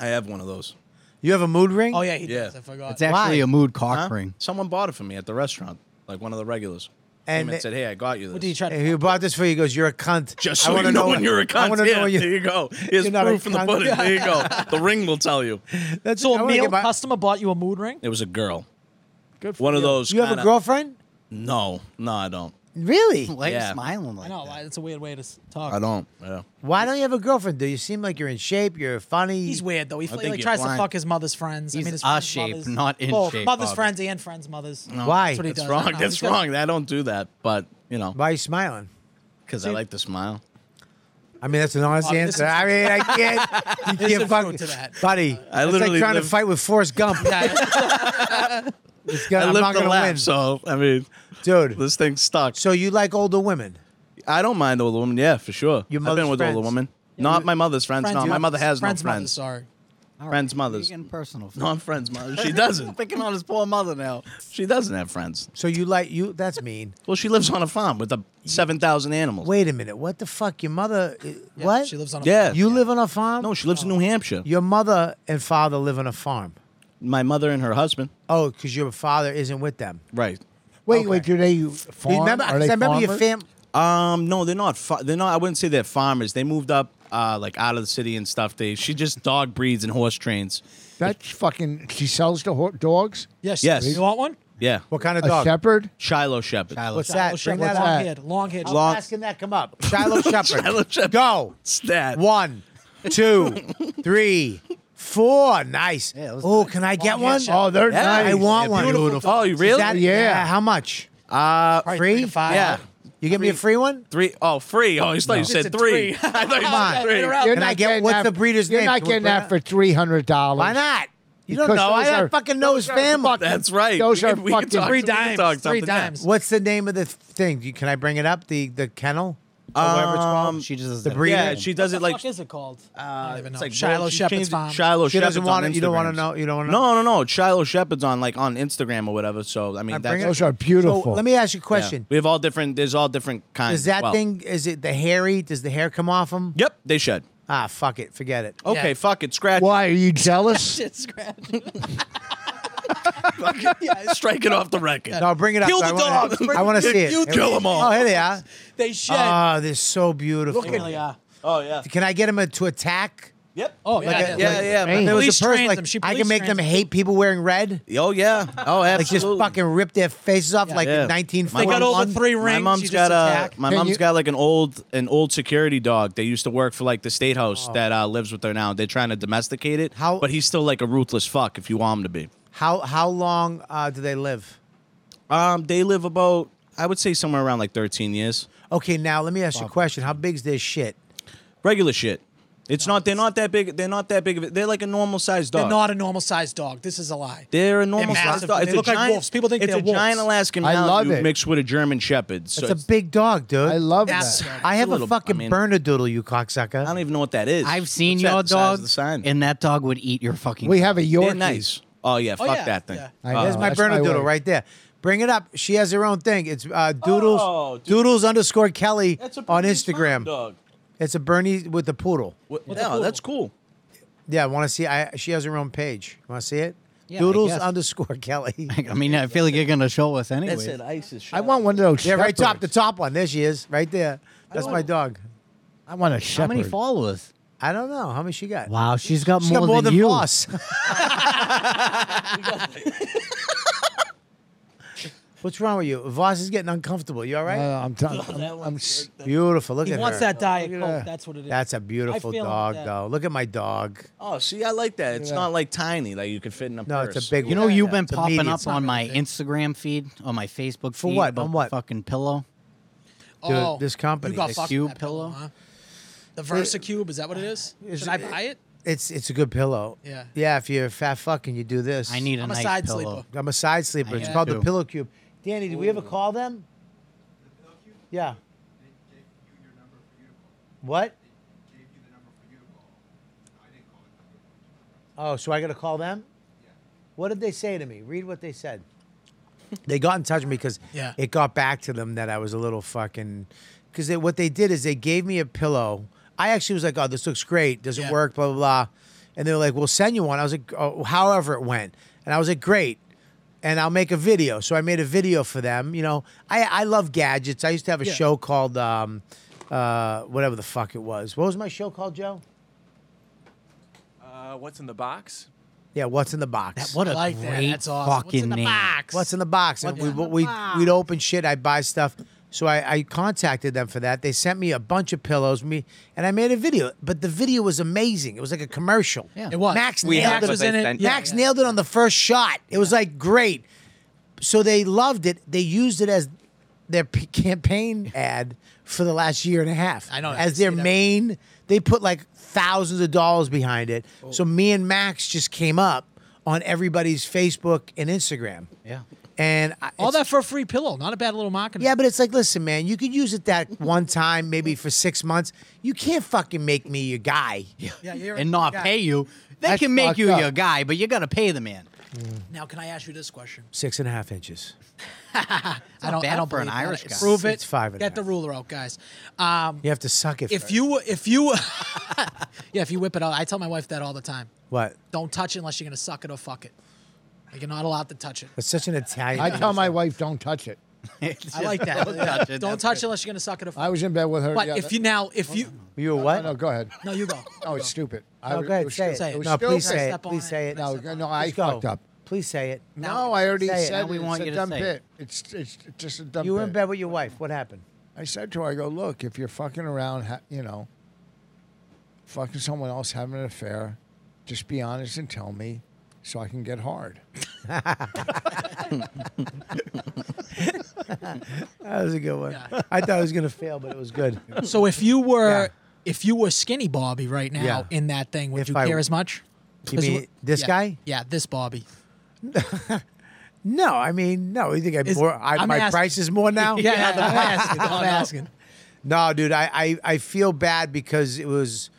Speaker 5: I have one of those.
Speaker 1: You have a mood ring?
Speaker 2: Oh yeah. He
Speaker 5: Yeah.
Speaker 2: does. I forgot.
Speaker 4: It's actually
Speaker 1: Why?
Speaker 4: a mood cock
Speaker 5: Huh?
Speaker 4: ring.
Speaker 5: Someone bought it for me at the restaurant, like one of the regulars.
Speaker 1: And
Speaker 5: Came and said, "Hey, I got you
Speaker 2: what did he
Speaker 5: this."
Speaker 2: try to?
Speaker 1: If you bought this for you, he goes, "You're a cunt."
Speaker 5: Just
Speaker 1: I
Speaker 5: so
Speaker 1: want
Speaker 5: you
Speaker 1: to
Speaker 5: know
Speaker 1: know
Speaker 5: when you're a
Speaker 1: I
Speaker 5: cunt.
Speaker 1: want to know
Speaker 5: Yeah,
Speaker 1: when you.
Speaker 5: there you go. Here's
Speaker 1: you're not a
Speaker 5: proof in the
Speaker 1: cunt.
Speaker 5: pudding. There you go. The ring will tell you.
Speaker 1: That's
Speaker 2: So
Speaker 1: I
Speaker 2: a
Speaker 1: wanna
Speaker 2: male
Speaker 1: get my-
Speaker 2: customer bought you a mood ring.
Speaker 5: It was a girl. one of those.
Speaker 1: You have a
Speaker 5: kinda-
Speaker 1: girlfriend?
Speaker 5: No, no, I don't.
Speaker 1: Really?
Speaker 4: Why are you
Speaker 5: Yeah.
Speaker 4: smiling like
Speaker 2: I know.
Speaker 4: that?
Speaker 2: It's a weird way to s- talk.
Speaker 5: I don't. Yeah.
Speaker 1: Why don't you have a girlfriend? Do you seem like you're in shape? You're funny.
Speaker 2: He's weird though. He,
Speaker 5: think
Speaker 2: like
Speaker 5: you're
Speaker 2: tries
Speaker 5: blind.
Speaker 2: to fuck his mother's friends. I
Speaker 4: He's
Speaker 2: mean, his
Speaker 4: a
Speaker 2: friends'
Speaker 4: shape,
Speaker 2: mothers.
Speaker 4: not in
Speaker 2: Well,
Speaker 4: shape,
Speaker 2: Mother's
Speaker 4: Bobby.
Speaker 2: friends and friends' mothers.
Speaker 1: Why?
Speaker 2: That's what he
Speaker 5: That's
Speaker 2: does. I
Speaker 5: wrong.
Speaker 2: don't know. He's
Speaker 5: That's
Speaker 2: got-
Speaker 5: wrong. I don't do that. But you know,
Speaker 1: Why are you smiling?
Speaker 5: because I like to smile.
Speaker 1: I mean, that's an honest
Speaker 2: I mean,
Speaker 1: answer.
Speaker 2: this is-
Speaker 1: I mean, I can't. You
Speaker 2: There's
Speaker 1: can't
Speaker 2: some
Speaker 1: fucking
Speaker 2: truth to that. Uh,
Speaker 1: buddy.
Speaker 5: I
Speaker 1: it's like
Speaker 5: literally
Speaker 1: trying to
Speaker 5: live-
Speaker 1: fight with Forrest Gump.
Speaker 2: Yeah,
Speaker 1: It's gonna-
Speaker 5: I
Speaker 1: I'm not
Speaker 5: lived the
Speaker 1: gonna
Speaker 5: laugh,
Speaker 1: win,
Speaker 5: so I mean,
Speaker 1: dude.
Speaker 5: this thing stuck.
Speaker 1: So you like older women?
Speaker 5: I don't mind older women. Yeah, for sure.
Speaker 1: Your
Speaker 5: I've been
Speaker 1: mother's
Speaker 5: with
Speaker 1: friends.
Speaker 5: older women. Not my mother's friends.
Speaker 2: friends'
Speaker 5: no, my
Speaker 2: mothers-
Speaker 5: mother has
Speaker 2: friends'
Speaker 5: no
Speaker 2: mothers,
Speaker 5: friends.
Speaker 2: Sorry.
Speaker 4: All
Speaker 5: Friends'
Speaker 4: you're
Speaker 5: mothers.
Speaker 4: Getting personal.
Speaker 5: No, I'm friends' mother. She doesn't.
Speaker 4: Picking on his poor mother now.
Speaker 5: she doesn't have friends.
Speaker 1: So you like you? That's mean.
Speaker 5: Well, she lives on a farm with the seven thousand animals.
Speaker 1: Wait a minute. What the fuck? Your mother? uh,
Speaker 2: Yeah,
Speaker 1: what?
Speaker 2: She lives on. A
Speaker 5: Yeah.
Speaker 1: You live on a farm?
Speaker 5: No, she lives in New Hampshire.
Speaker 1: Your mother and father live on a farm.
Speaker 5: My mother and her husband.
Speaker 1: Oh, because your father isn't with them.
Speaker 5: Right.
Speaker 3: Wait,
Speaker 1: Okay.
Speaker 3: wait. Do they farm?
Speaker 1: remember?
Speaker 3: Are
Speaker 1: 'cause
Speaker 3: they
Speaker 1: I remember your
Speaker 3: farmers?
Speaker 1: fam.
Speaker 5: Um, no, they're not. Fa- they're not. I wouldn't say they're farmers. They moved up, uh, like out of the city and stuff. They she just dog breeds and horse trains.
Speaker 3: That's fucking. She sells the ho- dogs.
Speaker 2: Yes.
Speaker 5: Yes.
Speaker 2: You want one?
Speaker 5: Yeah,
Speaker 1: What kind of
Speaker 3: A
Speaker 1: dog?
Speaker 3: shepherd.
Speaker 5: Shiloh Shepherd.
Speaker 1: What's
Speaker 2: Oh,
Speaker 1: that?
Speaker 2: shit,
Speaker 1: Bring
Speaker 2: long
Speaker 1: that up.
Speaker 2: haired, long haired.
Speaker 1: I'm asking that come up. Shiloh Shepherd.
Speaker 5: Shiloh Shepherd.
Speaker 1: Go.
Speaker 5: Stat.
Speaker 1: One, two, three, four. Nice.
Speaker 4: Yeah, that was
Speaker 1: oh, can I get
Speaker 2: yeah,
Speaker 1: one?
Speaker 2: shit.
Speaker 3: Oh, they're
Speaker 5: Yeah.
Speaker 3: nice.
Speaker 1: I want one.
Speaker 5: Beautiful. Oh, you
Speaker 1: Is
Speaker 5: really?
Speaker 1: that-
Speaker 3: Yeah.
Speaker 1: How much?
Speaker 5: uh,
Speaker 2: Probably
Speaker 1: Free?
Speaker 2: three to five.
Speaker 5: yeah.
Speaker 1: You give me a free one?
Speaker 5: Three. Oh, free. Oh, I thought you said
Speaker 2: said
Speaker 5: three.
Speaker 2: three.
Speaker 5: I thought you
Speaker 1: Come on.
Speaker 5: said three.
Speaker 2: Get around.
Speaker 3: You're
Speaker 1: Can
Speaker 3: not
Speaker 1: I get-
Speaker 3: getting
Speaker 1: what's
Speaker 3: that-
Speaker 1: the breeder's
Speaker 3: you're
Speaker 1: name?
Speaker 3: not
Speaker 1: Can we
Speaker 3: getting
Speaker 1: bring
Speaker 3: that
Speaker 1: it
Speaker 3: for three hundred dollars.
Speaker 1: Why not? You don't
Speaker 3: Because
Speaker 1: know.
Speaker 3: those
Speaker 1: I, I
Speaker 3: are-
Speaker 1: fucking know his family.
Speaker 5: That's right.
Speaker 3: Those
Speaker 5: we
Speaker 3: are
Speaker 5: can, we can
Speaker 3: fucking-
Speaker 5: talk
Speaker 3: Three
Speaker 5: we can talk
Speaker 2: dimes, three
Speaker 5: something, yeah.
Speaker 2: dimes.
Speaker 1: What's the name of the thing? You- Can I bring it up? The the kennel? Or whatever it's
Speaker 5: Um,
Speaker 1: called?
Speaker 4: She just does
Speaker 1: The
Speaker 4: that.
Speaker 1: breeder?
Speaker 5: Yeah, she does
Speaker 2: What
Speaker 5: it
Speaker 2: the
Speaker 5: like.
Speaker 2: fuck is it called? I don't even know.
Speaker 5: It's like
Speaker 2: Shiloh
Speaker 5: she
Speaker 2: Shepherd's
Speaker 5: changed it-
Speaker 2: farm.
Speaker 5: Shiloh
Speaker 1: She
Speaker 5: Shepherd's
Speaker 1: doesn't want
Speaker 5: on
Speaker 1: it. You don't want
Speaker 5: Instagrams.
Speaker 1: to know. You don't want to know.
Speaker 5: No, no, no. Shiloh Shepherd's on like on Instagram or whatever. So I mean,
Speaker 1: I
Speaker 5: that's
Speaker 1: bring it-
Speaker 3: Those are
Speaker 1: So
Speaker 3: beautiful.
Speaker 1: let me ask you a
Speaker 5: yeah.
Speaker 1: question.
Speaker 5: We have all different. There's all different kinds.
Speaker 1: Is that
Speaker 5: Well,
Speaker 1: thing? Is it the hairy? Does the hair come off him?
Speaker 5: Yep, they should.
Speaker 1: Ah, fuck it, forget it.
Speaker 5: Okay,
Speaker 2: Yeah.
Speaker 5: fuck it. Scratch.
Speaker 3: Why are you jealous?
Speaker 2: Shit, scratch.
Speaker 5: Strike it off the record.
Speaker 1: No, bring it up.
Speaker 2: Kill
Speaker 1: I
Speaker 2: the
Speaker 1: wanna-
Speaker 2: dog.
Speaker 1: I want to see it.
Speaker 2: You
Speaker 5: kill 'em all.
Speaker 1: Oh, here they are.
Speaker 2: They shed.
Speaker 1: Oh, they're so beautiful.
Speaker 2: They really are.
Speaker 5: Oh yeah.
Speaker 1: Can I get him a, to attack?
Speaker 5: Yep.
Speaker 2: Oh, yeah,
Speaker 1: Like a-
Speaker 2: it is.
Speaker 5: yeah,
Speaker 1: like-
Speaker 5: yeah.
Speaker 1: If
Speaker 5: man.
Speaker 1: There was
Speaker 2: Police
Speaker 1: a person
Speaker 2: trains
Speaker 1: like
Speaker 2: them. She
Speaker 1: I can
Speaker 2: police
Speaker 1: make them
Speaker 2: trains them.
Speaker 1: hate people wearing red.
Speaker 5: Oh yeah. Oh absolutely.
Speaker 1: Like just fucking rip their faces off like
Speaker 5: Yeah.
Speaker 1: in 1941.
Speaker 2: They got over three
Speaker 5: My
Speaker 2: rings.
Speaker 5: mom's
Speaker 2: you
Speaker 5: got
Speaker 2: just
Speaker 5: a
Speaker 2: attack.
Speaker 5: my
Speaker 3: Can
Speaker 5: mom's
Speaker 3: you-
Speaker 5: got like an old an old security dog that used to work for like the state house that uh, lives with her now. They're trying to domesticate it.
Speaker 1: How-
Speaker 5: But he's still like a ruthless fuck if you want him to be.
Speaker 1: How how long uh, do they live?
Speaker 5: Um, they live about I would say somewhere around like 13 years.
Speaker 1: Okay, now let me ask you a question. How big's their shit?
Speaker 5: Regular shit. It's not. They're not that big. They're not that big of it. They're like a normal sized dog.
Speaker 2: They're not a normal sized dog. This is a lie.
Speaker 5: They're a normal sized
Speaker 2: massive.
Speaker 5: dog.
Speaker 2: They
Speaker 5: It's a
Speaker 2: look like
Speaker 5: giant-
Speaker 2: wolves. People think
Speaker 5: it's
Speaker 2: they're
Speaker 5: a giant
Speaker 2: wolves.
Speaker 5: Alaskan
Speaker 3: I
Speaker 5: Mountain
Speaker 3: love
Speaker 5: Dew
Speaker 3: it.
Speaker 5: mixed with a German Shepherd. So
Speaker 1: That's
Speaker 5: it's,
Speaker 1: a big dog, dude.
Speaker 3: I love
Speaker 2: That's-
Speaker 3: that.
Speaker 1: I have
Speaker 5: It's a
Speaker 1: a,
Speaker 5: little-
Speaker 1: fucking
Speaker 5: I mean-
Speaker 1: burner doodle, you
Speaker 5: I
Speaker 1: cocksucker.
Speaker 5: don't even know what that is.
Speaker 4: I've seen
Speaker 5: What's that,
Speaker 4: your
Speaker 5: the size
Speaker 4: dog,
Speaker 5: of the sign.
Speaker 4: and that dog would eat your fucking.
Speaker 3: We have a Yorkie.
Speaker 5: They're nice. Oh yeah, fuck
Speaker 2: yeah,
Speaker 5: that thing. Uh,
Speaker 2: yeah.
Speaker 3: I know,
Speaker 1: There's my
Speaker 3: that's
Speaker 1: burner doodle
Speaker 3: way.
Speaker 1: right there. Bring it up. She has her own thing. It's uh, doodles
Speaker 5: Oh, dude.
Speaker 1: doodles underscore Kelly on
Speaker 5: Bernese Mountain
Speaker 1: Instagram.
Speaker 5: Dog.
Speaker 1: It's a Bernie with the poodle.
Speaker 5: What, no, that's cool.
Speaker 1: Yeah, I want to see. I she has her own page. Want to see it?
Speaker 4: Yeah, I
Speaker 1: doodles
Speaker 4: guess.
Speaker 1: underscore Kelly.
Speaker 4: I mean, I feel like you're gonna show us anyway.
Speaker 5: ISIS.
Speaker 3: I want one of those.
Speaker 1: Yeah, right top, the
Speaker 3: shepherds.
Speaker 1: top one. There she is, right there. That's my dog.
Speaker 3: I want a
Speaker 4: How
Speaker 3: shepherd.
Speaker 4: many followers?
Speaker 1: I don't know how many she got.
Speaker 4: Wow, she's got,
Speaker 1: She
Speaker 4: more,
Speaker 1: got more than,
Speaker 4: you.
Speaker 1: Voss. What's wrong with you? Voss is getting uncomfortable. You all
Speaker 3: Uh,
Speaker 1: right?
Speaker 3: I'm telling I'm, I'm s-
Speaker 1: beautiful. Look
Speaker 2: He
Speaker 1: at
Speaker 2: wants
Speaker 1: her.
Speaker 2: that diet
Speaker 3: Look at
Speaker 2: coke.
Speaker 3: that.
Speaker 2: That's what it is.
Speaker 1: That's a beautiful
Speaker 2: I feel him with
Speaker 1: dog,
Speaker 2: that.
Speaker 1: though. Look at my dog.
Speaker 5: Oh, see, I like that. It's not like tiny, like you could fit in a
Speaker 1: No,
Speaker 5: purse.
Speaker 1: it's a big.
Speaker 4: You know,
Speaker 1: one.
Speaker 4: you've been
Speaker 1: It's a
Speaker 4: popping
Speaker 1: medium.
Speaker 4: up
Speaker 1: It's not
Speaker 4: on
Speaker 1: really
Speaker 4: my
Speaker 1: big.
Speaker 4: Instagram feed, on my Facebook feed.
Speaker 1: For what?
Speaker 4: about
Speaker 1: On
Speaker 4: the
Speaker 1: what?
Speaker 4: Fucking pillow.
Speaker 1: Dude, this company,
Speaker 2: You got
Speaker 1: the
Speaker 2: fucked with
Speaker 4: Cube
Speaker 2: that pillow,
Speaker 4: pillow?
Speaker 2: huh? The VersaCube, is that what it is?
Speaker 1: Is
Speaker 2: Should I
Speaker 1: it-
Speaker 2: buy it?
Speaker 1: It's it's a good pillow.
Speaker 2: Yeah.
Speaker 1: Yeah. If you're a fat fucking, you do this.
Speaker 4: I need a
Speaker 2: I'm a
Speaker 4: nice
Speaker 2: side sleeper.
Speaker 4: pillow.
Speaker 1: I'm a side sleeper. It's
Speaker 4: am
Speaker 1: called the
Speaker 4: too.
Speaker 1: Pillow Cube. Danny, did we ever call them? Yeah. What? Oh, so I got to call them? What did they say to me? Read what they said. They got in touch with me because
Speaker 2: Yeah.
Speaker 1: it got back to them that I was a little fucking. Because what they did is they gave me a pillow. I actually was like, oh, this looks great. Doesn't
Speaker 2: Yeah.
Speaker 1: work, blah, blah, blah. And they were like, we'll send you one. I was like, oh, however it went. And I was like, great. And I'll make a video. So I made a video for them. You know, I, I love gadgets. I used to have a
Speaker 2: Yeah.
Speaker 1: show called um, uh, whatever the fuck it was. What was my show called, Joe?
Speaker 9: Uh, what's in the box?
Speaker 1: Yeah, What's in the Box?
Speaker 4: What
Speaker 2: I
Speaker 4: a
Speaker 2: like that.
Speaker 4: great
Speaker 2: That's awesome. What's in
Speaker 4: fucking
Speaker 2: the
Speaker 4: name.
Speaker 2: box?
Speaker 1: What's in the box? And we, we, we'd open shit. I'd buy stuff. So I, I contacted them for that. They sent me a bunch of pillows, me, and I made a video. But the video was amazing. It was like a commercial.
Speaker 4: Yeah.
Speaker 2: It was.
Speaker 1: Max
Speaker 8: We
Speaker 1: nailed
Speaker 8: have
Speaker 1: it.
Speaker 8: what they sent.
Speaker 2: Yeah,
Speaker 1: Max
Speaker 2: yeah.
Speaker 1: nailed it on the first shot. It was like great. So they loved it. They used it as their p- campaign ad for the last year and a half.
Speaker 2: I know. I
Speaker 1: As their
Speaker 2: see that.
Speaker 1: main, they put like thousands of dollars behind it.
Speaker 2: Oh.
Speaker 1: So me and Max just came up on everybody's Facebook and Instagram.
Speaker 4: Yeah.
Speaker 1: And I-
Speaker 2: All
Speaker 1: it's-
Speaker 2: that for a free pillow. Not a bad little marketing.
Speaker 1: yeah, but it's like, listen, man, you could use it that one time, maybe for six months. You can't fucking make me your guy.
Speaker 2: yeah you're
Speaker 4: And not
Speaker 2: yeah.
Speaker 4: pay you. They
Speaker 3: That's
Speaker 4: can make
Speaker 3: fucked
Speaker 4: you
Speaker 3: up.
Speaker 4: your guy, but you gotta pay the man.
Speaker 2: Now, can I ask you this question?
Speaker 1: Six and a half inches.
Speaker 2: I don't.
Speaker 4: bad
Speaker 2: I don't
Speaker 4: for an
Speaker 2: believe that.
Speaker 4: Irish guy.
Speaker 2: Prove it.
Speaker 1: It's five and a
Speaker 2: Get the
Speaker 1: half.
Speaker 2: ruler out, guys. Um,
Speaker 1: You have to suck it.
Speaker 2: if
Speaker 1: first.
Speaker 2: you, were- if you, yeah, if you whip it out, I tell my wife that all the time.
Speaker 1: what?
Speaker 2: Don't touch it unless you're gonna suck it or fuck it. Like you're not allowed to touch it.
Speaker 1: That's such an Italian.
Speaker 3: I tell my wife, don't touch it.
Speaker 2: I like that. Don't touch it. unless you're gonna suck it or fuck.
Speaker 3: I was in bed with her.
Speaker 2: it. But
Speaker 3: the
Speaker 2: if
Speaker 3: other-
Speaker 2: you now, if you,
Speaker 1: you were
Speaker 3: no,
Speaker 1: what?
Speaker 3: go ahead.
Speaker 2: no, you go.
Speaker 3: No, Oh, it's stupid. I
Speaker 1: No,
Speaker 3: was-
Speaker 1: go ahead,
Speaker 3: was
Speaker 1: say
Speaker 3: stupid.
Speaker 1: it.
Speaker 2: It was
Speaker 1: No, please
Speaker 3: stupid.
Speaker 1: say it.
Speaker 2: Step on
Speaker 1: Please
Speaker 2: it.
Speaker 1: say it.
Speaker 3: No, no, I
Speaker 1: Please go.
Speaker 3: fucked up.
Speaker 1: Please say it.
Speaker 3: No, I already
Speaker 1: Say it.
Speaker 3: said
Speaker 1: Now
Speaker 3: it.
Speaker 4: we want
Speaker 3: it's
Speaker 4: you
Speaker 3: a
Speaker 4: to
Speaker 3: dumb
Speaker 4: say it.
Speaker 3: bit. It's, it's just a dumb
Speaker 1: You were
Speaker 3: bit.
Speaker 1: in bed with your wife. What happened?
Speaker 3: I said to her, I go, look, if you're fucking around, ha- you know, fucking someone else, having an affair, just be honest and tell me so I can get hard.
Speaker 1: That was a good one. I thought I was gonna fail, but it was good.
Speaker 2: So if you were,
Speaker 1: Yeah.
Speaker 2: if you were skinny Bobby right now
Speaker 1: Yeah.
Speaker 2: in that thing, would
Speaker 1: If
Speaker 2: you
Speaker 1: I-
Speaker 2: care as much?
Speaker 1: You
Speaker 2: 'Cause
Speaker 1: mean
Speaker 2: wh-
Speaker 1: this
Speaker 2: yeah.
Speaker 1: guy?
Speaker 2: Yeah, this Bobby.
Speaker 1: No, I mean, no. You think I,
Speaker 2: Is-
Speaker 1: more, I
Speaker 2: I'm
Speaker 1: my
Speaker 2: asking-
Speaker 1: price is more now?
Speaker 2: Yeah, no, I'm asking. I'm asking.
Speaker 1: No, dude, I, I, I feel bad because it was,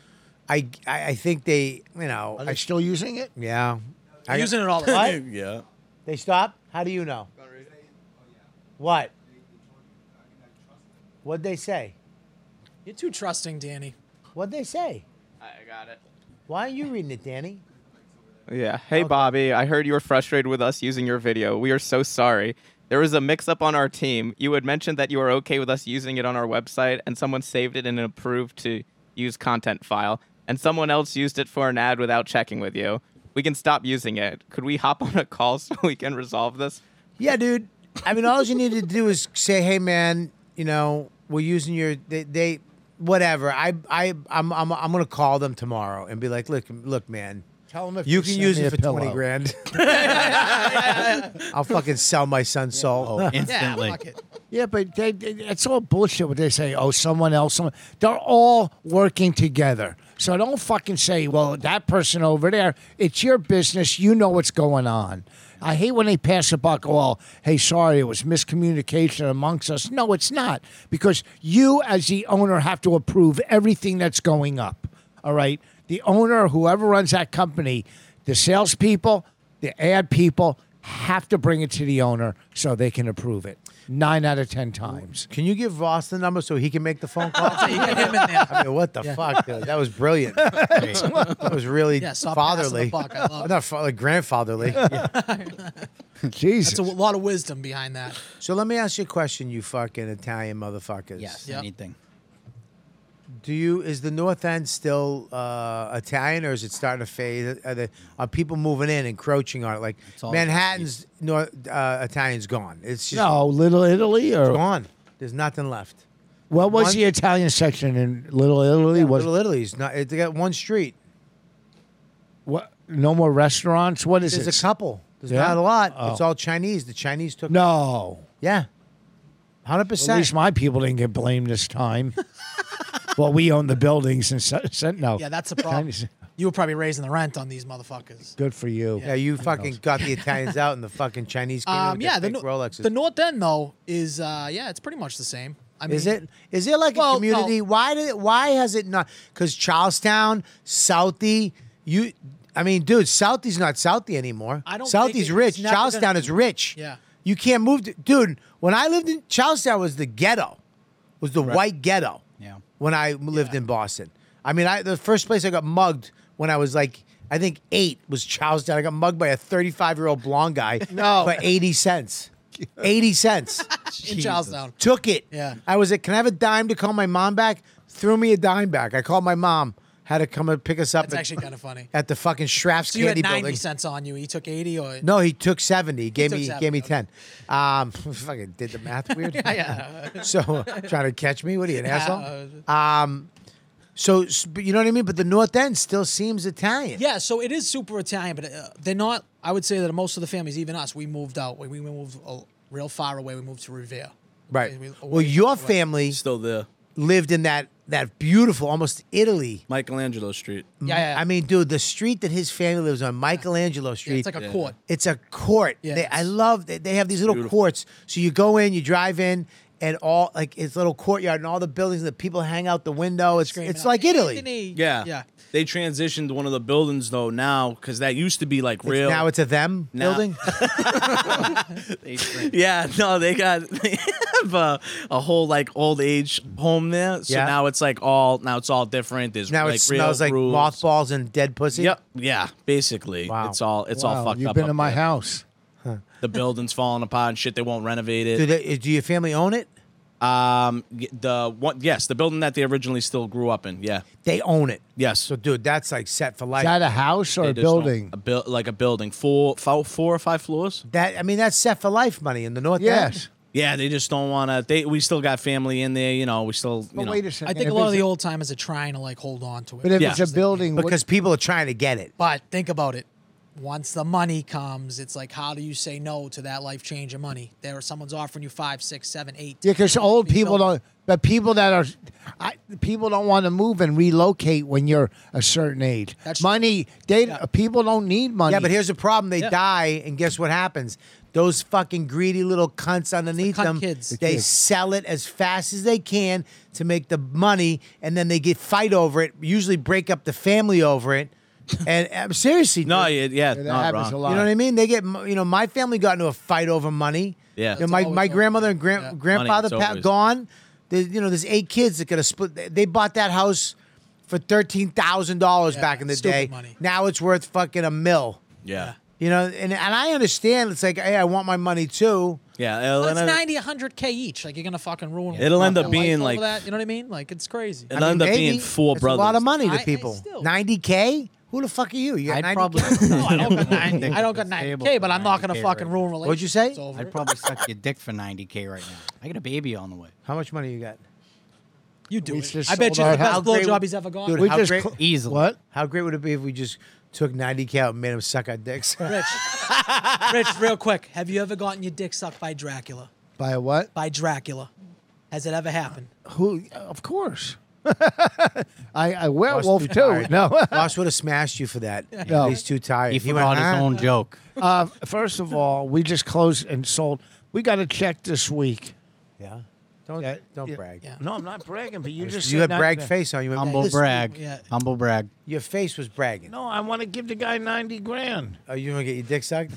Speaker 1: I I, I think they, you know,
Speaker 3: Are
Speaker 1: I,
Speaker 3: they still using it?
Speaker 1: yeah, I,
Speaker 2: Using it all the time.
Speaker 5: yeah.
Speaker 1: They stop? How do you know? What? What'd they say?
Speaker 2: You're too trusting, Danny.
Speaker 1: What'd they say?
Speaker 8: I got it.
Speaker 1: Why aren't you reading it, Danny?
Speaker 8: Yeah. Hey, Bobby, I heard you were frustrated with us using your video. We are so sorry. There was a mix up on our team. You had mentioned that you were okay with us using it on our website, and someone saved it in an approved to use content file. and someone else used it for an ad without checking with you. We can stop using it. Could we hop on a call so we can resolve this?
Speaker 1: Yeah, dude. I mean, all you need to do is say, "Hey, man, you know, we're using your they, they whatever." I I I'm I'm I'm gonna call them tomorrow and be like, "Look, look, man,
Speaker 3: Tell him if
Speaker 1: you can
Speaker 3: send
Speaker 1: use
Speaker 3: me
Speaker 1: it
Speaker 3: a
Speaker 1: for
Speaker 3: pillow.
Speaker 1: twenty grand." I'll fucking sell my son soul.
Speaker 4: instantly.
Speaker 2: fuck it.
Speaker 3: Yeah, but they, they- it's all bullshit what they say. Oh, someone else. Someone. They're all working together. So don't fucking say, well, that person over there, it's your business. You know what's going on. I hate when they pass a buck. oh, Well, hey, sorry, it was miscommunication amongst us. No, it's not. Because you, as the owner, have to approve everything that's going up. All right? The owner, whoever runs that company, the salespeople, the ad people, have to bring it to the owner so they can approve it. Nine out of ten times.
Speaker 1: Can you give Ross the number so he can make the phone call?
Speaker 2: So you get him in there.
Speaker 1: I mean, what the fuck, dude? That was brilliant. that was really
Speaker 2: Yeah, soft pass on the
Speaker 1: fatherly.
Speaker 2: buck. I love it.
Speaker 1: Not fa- like grandfatherly.
Speaker 2: It's
Speaker 3: Jesus.
Speaker 2: a lot of wisdom behind that.
Speaker 1: So let me ask you a question, you fucking Italian motherfuckers.
Speaker 4: Yes,
Speaker 2: Yeah.
Speaker 4: anything.
Speaker 1: Do you is the North End still uh, Italian, or is it starting to fade? Are, the, are people moving in, encroaching on it? Like
Speaker 4: all
Speaker 1: Manhattan's North uh, Italian's gone. It's just
Speaker 3: no, Little Italy or
Speaker 1: gone. There's nothing left.
Speaker 3: what was
Speaker 1: One-
Speaker 3: the Italian section in Little Italy? was
Speaker 1: Little Italy's not. It, they got one street.
Speaker 3: what? No more restaurants. What is
Speaker 1: There's
Speaker 3: it?
Speaker 1: a couple. There's
Speaker 3: Yeah?
Speaker 1: not a lot.
Speaker 3: Oh.
Speaker 1: It's all Chinese. The Chinese took.
Speaker 3: no.
Speaker 1: Yeah. Hundred
Speaker 3: At least
Speaker 1: percent.
Speaker 3: my people didn't get blamed this time. well, we own the buildings and sent sent- no.
Speaker 2: Yeah, that's a problem.
Speaker 3: Chinese-
Speaker 2: You were probably raising the rent on these motherfuckers.
Speaker 3: Good for you.
Speaker 1: Yeah, you fucking got the Italians out, and the fucking Chinese came in
Speaker 2: Um,
Speaker 1: with
Speaker 2: yeah,
Speaker 1: yeah,
Speaker 2: the,
Speaker 1: fake
Speaker 2: no-
Speaker 1: Rolexes.
Speaker 2: the North End though is uh, yeah, it's pretty much the same. I mean,
Speaker 1: Is it? Is there like
Speaker 2: Well,
Speaker 1: a community?
Speaker 2: no.
Speaker 1: Why did? Why has it not? Because Charlestown, Southie, you. I mean, dude, Southie's not Southie anymore.
Speaker 2: I don't think
Speaker 1: Southie's
Speaker 2: it-
Speaker 1: rich.
Speaker 2: it's never gonna
Speaker 1: Charlestown is rich.
Speaker 2: Yeah.
Speaker 1: You can't move, to, dude. When I lived in Charlestown, was the ghetto, was the white ghetto.
Speaker 4: Yeah.
Speaker 1: When I lived in Boston, I mean, I the first place I got mugged when I was like. I think eight was Charlestown. I got mugged by a 35 year old blonde guy
Speaker 3: No.
Speaker 1: for 80 cents. 80 cents.
Speaker 2: in Charlestown.
Speaker 1: Took it.
Speaker 2: Yeah.
Speaker 1: I was like, can I have a dime to call my mom back? Threw me a dime back. I called my mom. Had to come and pick us up
Speaker 2: That's
Speaker 1: at,
Speaker 2: actually kind of funny.
Speaker 1: at the fucking Schraff's
Speaker 2: So you had
Speaker 1: candy
Speaker 2: ninety
Speaker 1: building.
Speaker 2: cents on you. He took eighty or
Speaker 1: No, he took 70. He gave
Speaker 2: took
Speaker 1: me
Speaker 2: 70,
Speaker 1: gave me
Speaker 2: okay.
Speaker 1: 10. Um fucking did the math weird.
Speaker 2: yeah,
Speaker 1: So trying to catch me? What are you, an
Speaker 2: uh,
Speaker 1: asshole? Um so s- but you know what I mean? But the North End still seems Italian.
Speaker 2: yeah. So it is super Italian, but uh, they're not. I would say that most of the families, even us, we moved out. We, we moved uh, real far away. We moved to Revere.
Speaker 1: Right.
Speaker 2: Okay, we-
Speaker 1: Well,
Speaker 2: we-
Speaker 1: your
Speaker 2: we-
Speaker 1: family
Speaker 5: Still the
Speaker 1: lived in that that beautiful, almost Italy.
Speaker 5: Michelangelo Street.
Speaker 2: Yeah, yeah.
Speaker 1: Mm, I mean, dude, the street that his family lives on, Michelangelo Street.
Speaker 2: yeah, it's like a court.
Speaker 1: It's a court.
Speaker 2: Yeah,
Speaker 1: they, I
Speaker 2: it's-
Speaker 1: love that they have these little courts. So you go in, you drive in, and all like it's a little courtyard and all the buildings that people hang out the window. It's
Speaker 2: Screaming
Speaker 1: it's
Speaker 2: out,
Speaker 1: like Italy.
Speaker 2: "Anthony!"
Speaker 5: Yeah.
Speaker 2: yeah.
Speaker 5: They transitioned one of the buildings though now because that used to be like real.
Speaker 1: Now it's a them
Speaker 5: Now-
Speaker 1: building.
Speaker 5: yeah. No, they got they have a, a whole like old age home there. So
Speaker 1: Yeah.
Speaker 5: now it's like all now it's all different. There's
Speaker 1: Now
Speaker 5: like
Speaker 1: it
Speaker 5: real
Speaker 1: smells like
Speaker 5: rules.
Speaker 1: mothballs and dead pussy.
Speaker 5: Yep. Yeah. Basically,
Speaker 1: Wow.
Speaker 5: it's all it's all
Speaker 3: Wow,
Speaker 5: fucked
Speaker 3: You've
Speaker 5: up.
Speaker 3: been
Speaker 5: up
Speaker 3: to my
Speaker 5: there.
Speaker 3: house.
Speaker 5: The building's falling apart and shit. They won't renovate it.
Speaker 1: Do they, do your family own it?
Speaker 5: Um, y- the one, yes, the building that they originally still grew up in. Yeah,
Speaker 1: They own it.
Speaker 5: yes.
Speaker 1: So, dude, that's like set for life.
Speaker 3: Is that a house or
Speaker 5: They
Speaker 3: a
Speaker 5: just don't-
Speaker 3: building?
Speaker 5: a build like a building, four, four, four or five floors.
Speaker 1: that I mean, that's set for life money in the North End.
Speaker 3: Yes.
Speaker 5: Yeah, they just don't want to. They we still got family in there. You know, we still. You
Speaker 3: But
Speaker 5: know,
Speaker 3: wait a second.
Speaker 2: I think
Speaker 3: if
Speaker 2: a lot of
Speaker 3: it's-
Speaker 2: the old timers are trying to like hold on to it.
Speaker 3: But if
Speaker 5: Yeah.
Speaker 3: it's a building, what-
Speaker 1: because people are trying to get it.
Speaker 2: But think about it. Once the money comes, it's like how do you say no to that life changing money? There, someone's offering you five, six, seven, eight.
Speaker 3: Yeah, because old
Speaker 2: You
Speaker 3: people
Speaker 2: don't-
Speaker 3: don't. But people that are, I, people don't want to move and relocate when you're a certain age.
Speaker 2: That's-
Speaker 3: money, they people don't need money.
Speaker 1: Yeah, but here's the problem: they
Speaker 2: Yeah.
Speaker 1: die, and guess what happens? Those fucking greedy little cunts underneath
Speaker 2: cunt
Speaker 1: them.
Speaker 2: kids. The
Speaker 1: They
Speaker 3: kids.
Speaker 1: sell it as fast as they can to make the money, and then they get fight over it. Usually, break up the family over it. And uh, seriously,
Speaker 5: no,
Speaker 1: dude,
Speaker 5: yeah, yeah,
Speaker 3: that
Speaker 5: not
Speaker 3: happens
Speaker 5: wrong.
Speaker 3: a
Speaker 1: you
Speaker 3: lot.
Speaker 1: know what I mean? They get you know, my family got into a fight over money.
Speaker 5: Yeah.
Speaker 1: You know,
Speaker 5: It's
Speaker 1: my
Speaker 2: always
Speaker 1: my
Speaker 2: over
Speaker 1: grandmother
Speaker 2: money.
Speaker 1: and grand,
Speaker 2: Yeah.
Speaker 1: grandfather
Speaker 5: Money, it's
Speaker 1: pa-
Speaker 5: always-
Speaker 1: gone. There's you know, there's eight kids that could have split. they- They bought that house for thirteen thousand dollars
Speaker 2: Yeah,
Speaker 1: back in the
Speaker 2: stupid
Speaker 1: day.
Speaker 2: money.
Speaker 1: Now it's worth fucking a mill.
Speaker 5: Yeah,
Speaker 1: You know, and, and I understand it's like, hey, I want my money too.
Speaker 5: Yeah,
Speaker 2: But
Speaker 5: it'll,
Speaker 2: it's
Speaker 5: end up,
Speaker 2: 90, 100 k each. Like you're gonna fucking ruin.
Speaker 5: It'll end
Speaker 2: your life
Speaker 5: up being
Speaker 2: over
Speaker 5: like-
Speaker 2: that. You know what I mean? Like it's crazy.
Speaker 5: it'll end up being four
Speaker 1: it's
Speaker 5: brothers.
Speaker 1: a lot of money
Speaker 2: I-
Speaker 1: to
Speaker 2: I
Speaker 1: people.
Speaker 2: still-
Speaker 1: Ninety k? Who the fuck are you? You got ninety
Speaker 4: I'd probably.
Speaker 1: k?
Speaker 2: No, I don't got 90.
Speaker 4: Think
Speaker 2: I don't
Speaker 4: it's
Speaker 2: got 90 k,
Speaker 4: stable
Speaker 2: but
Speaker 4: for
Speaker 2: I'm not gonna
Speaker 4: 90K
Speaker 2: fucking
Speaker 4: right
Speaker 2: ruin
Speaker 4: now.
Speaker 2: relationships.
Speaker 1: What'd you say?
Speaker 2: Over.
Speaker 4: I'd probably suck your dick for 90k right now. I got a baby on the way.
Speaker 1: How much money you got?
Speaker 2: You do
Speaker 3: We
Speaker 2: it.
Speaker 3: just
Speaker 2: I bet
Speaker 3: sold
Speaker 2: you it's the
Speaker 3: our house.
Speaker 2: best blowjob
Speaker 1: Great-
Speaker 2: he's ever
Speaker 1: Dude,
Speaker 2: gone.
Speaker 3: We
Speaker 1: how
Speaker 3: just
Speaker 1: great-
Speaker 3: cl-
Speaker 4: Easily.
Speaker 3: What?
Speaker 1: How great would it be if we just took ninety k out and made him suck our dicks?
Speaker 2: Rich, Rich, real quick, have you ever gotten your dick sucked by Dracula?
Speaker 3: By a what?
Speaker 2: By Dracula, has it ever happened?
Speaker 3: Who? Of course. I, I werewolf
Speaker 1: Wolf
Speaker 3: too. No.
Speaker 1: Ross would have smashed you for that.
Speaker 3: No.
Speaker 1: He's too tired.
Speaker 4: He
Speaker 1: went,
Speaker 4: forgot his
Speaker 1: "Huh?"
Speaker 4: own joke.
Speaker 3: uh, first of all, we just closed and sold. We got a check this week.
Speaker 1: Yeah. Don't
Speaker 3: Yeah,
Speaker 1: don't
Speaker 3: yeah.
Speaker 1: brag.
Speaker 2: Yeah.
Speaker 3: No, I'm not bragging, but you just
Speaker 1: You
Speaker 3: said
Speaker 1: had
Speaker 3: not-
Speaker 1: brag face on you.
Speaker 4: Humble
Speaker 2: this-
Speaker 4: brag.
Speaker 2: yeah.
Speaker 4: Humble brag.
Speaker 1: Your face was bragging.
Speaker 3: No, I want to give the guy ninety grand.
Speaker 1: Oh, you want to get your dick sucked?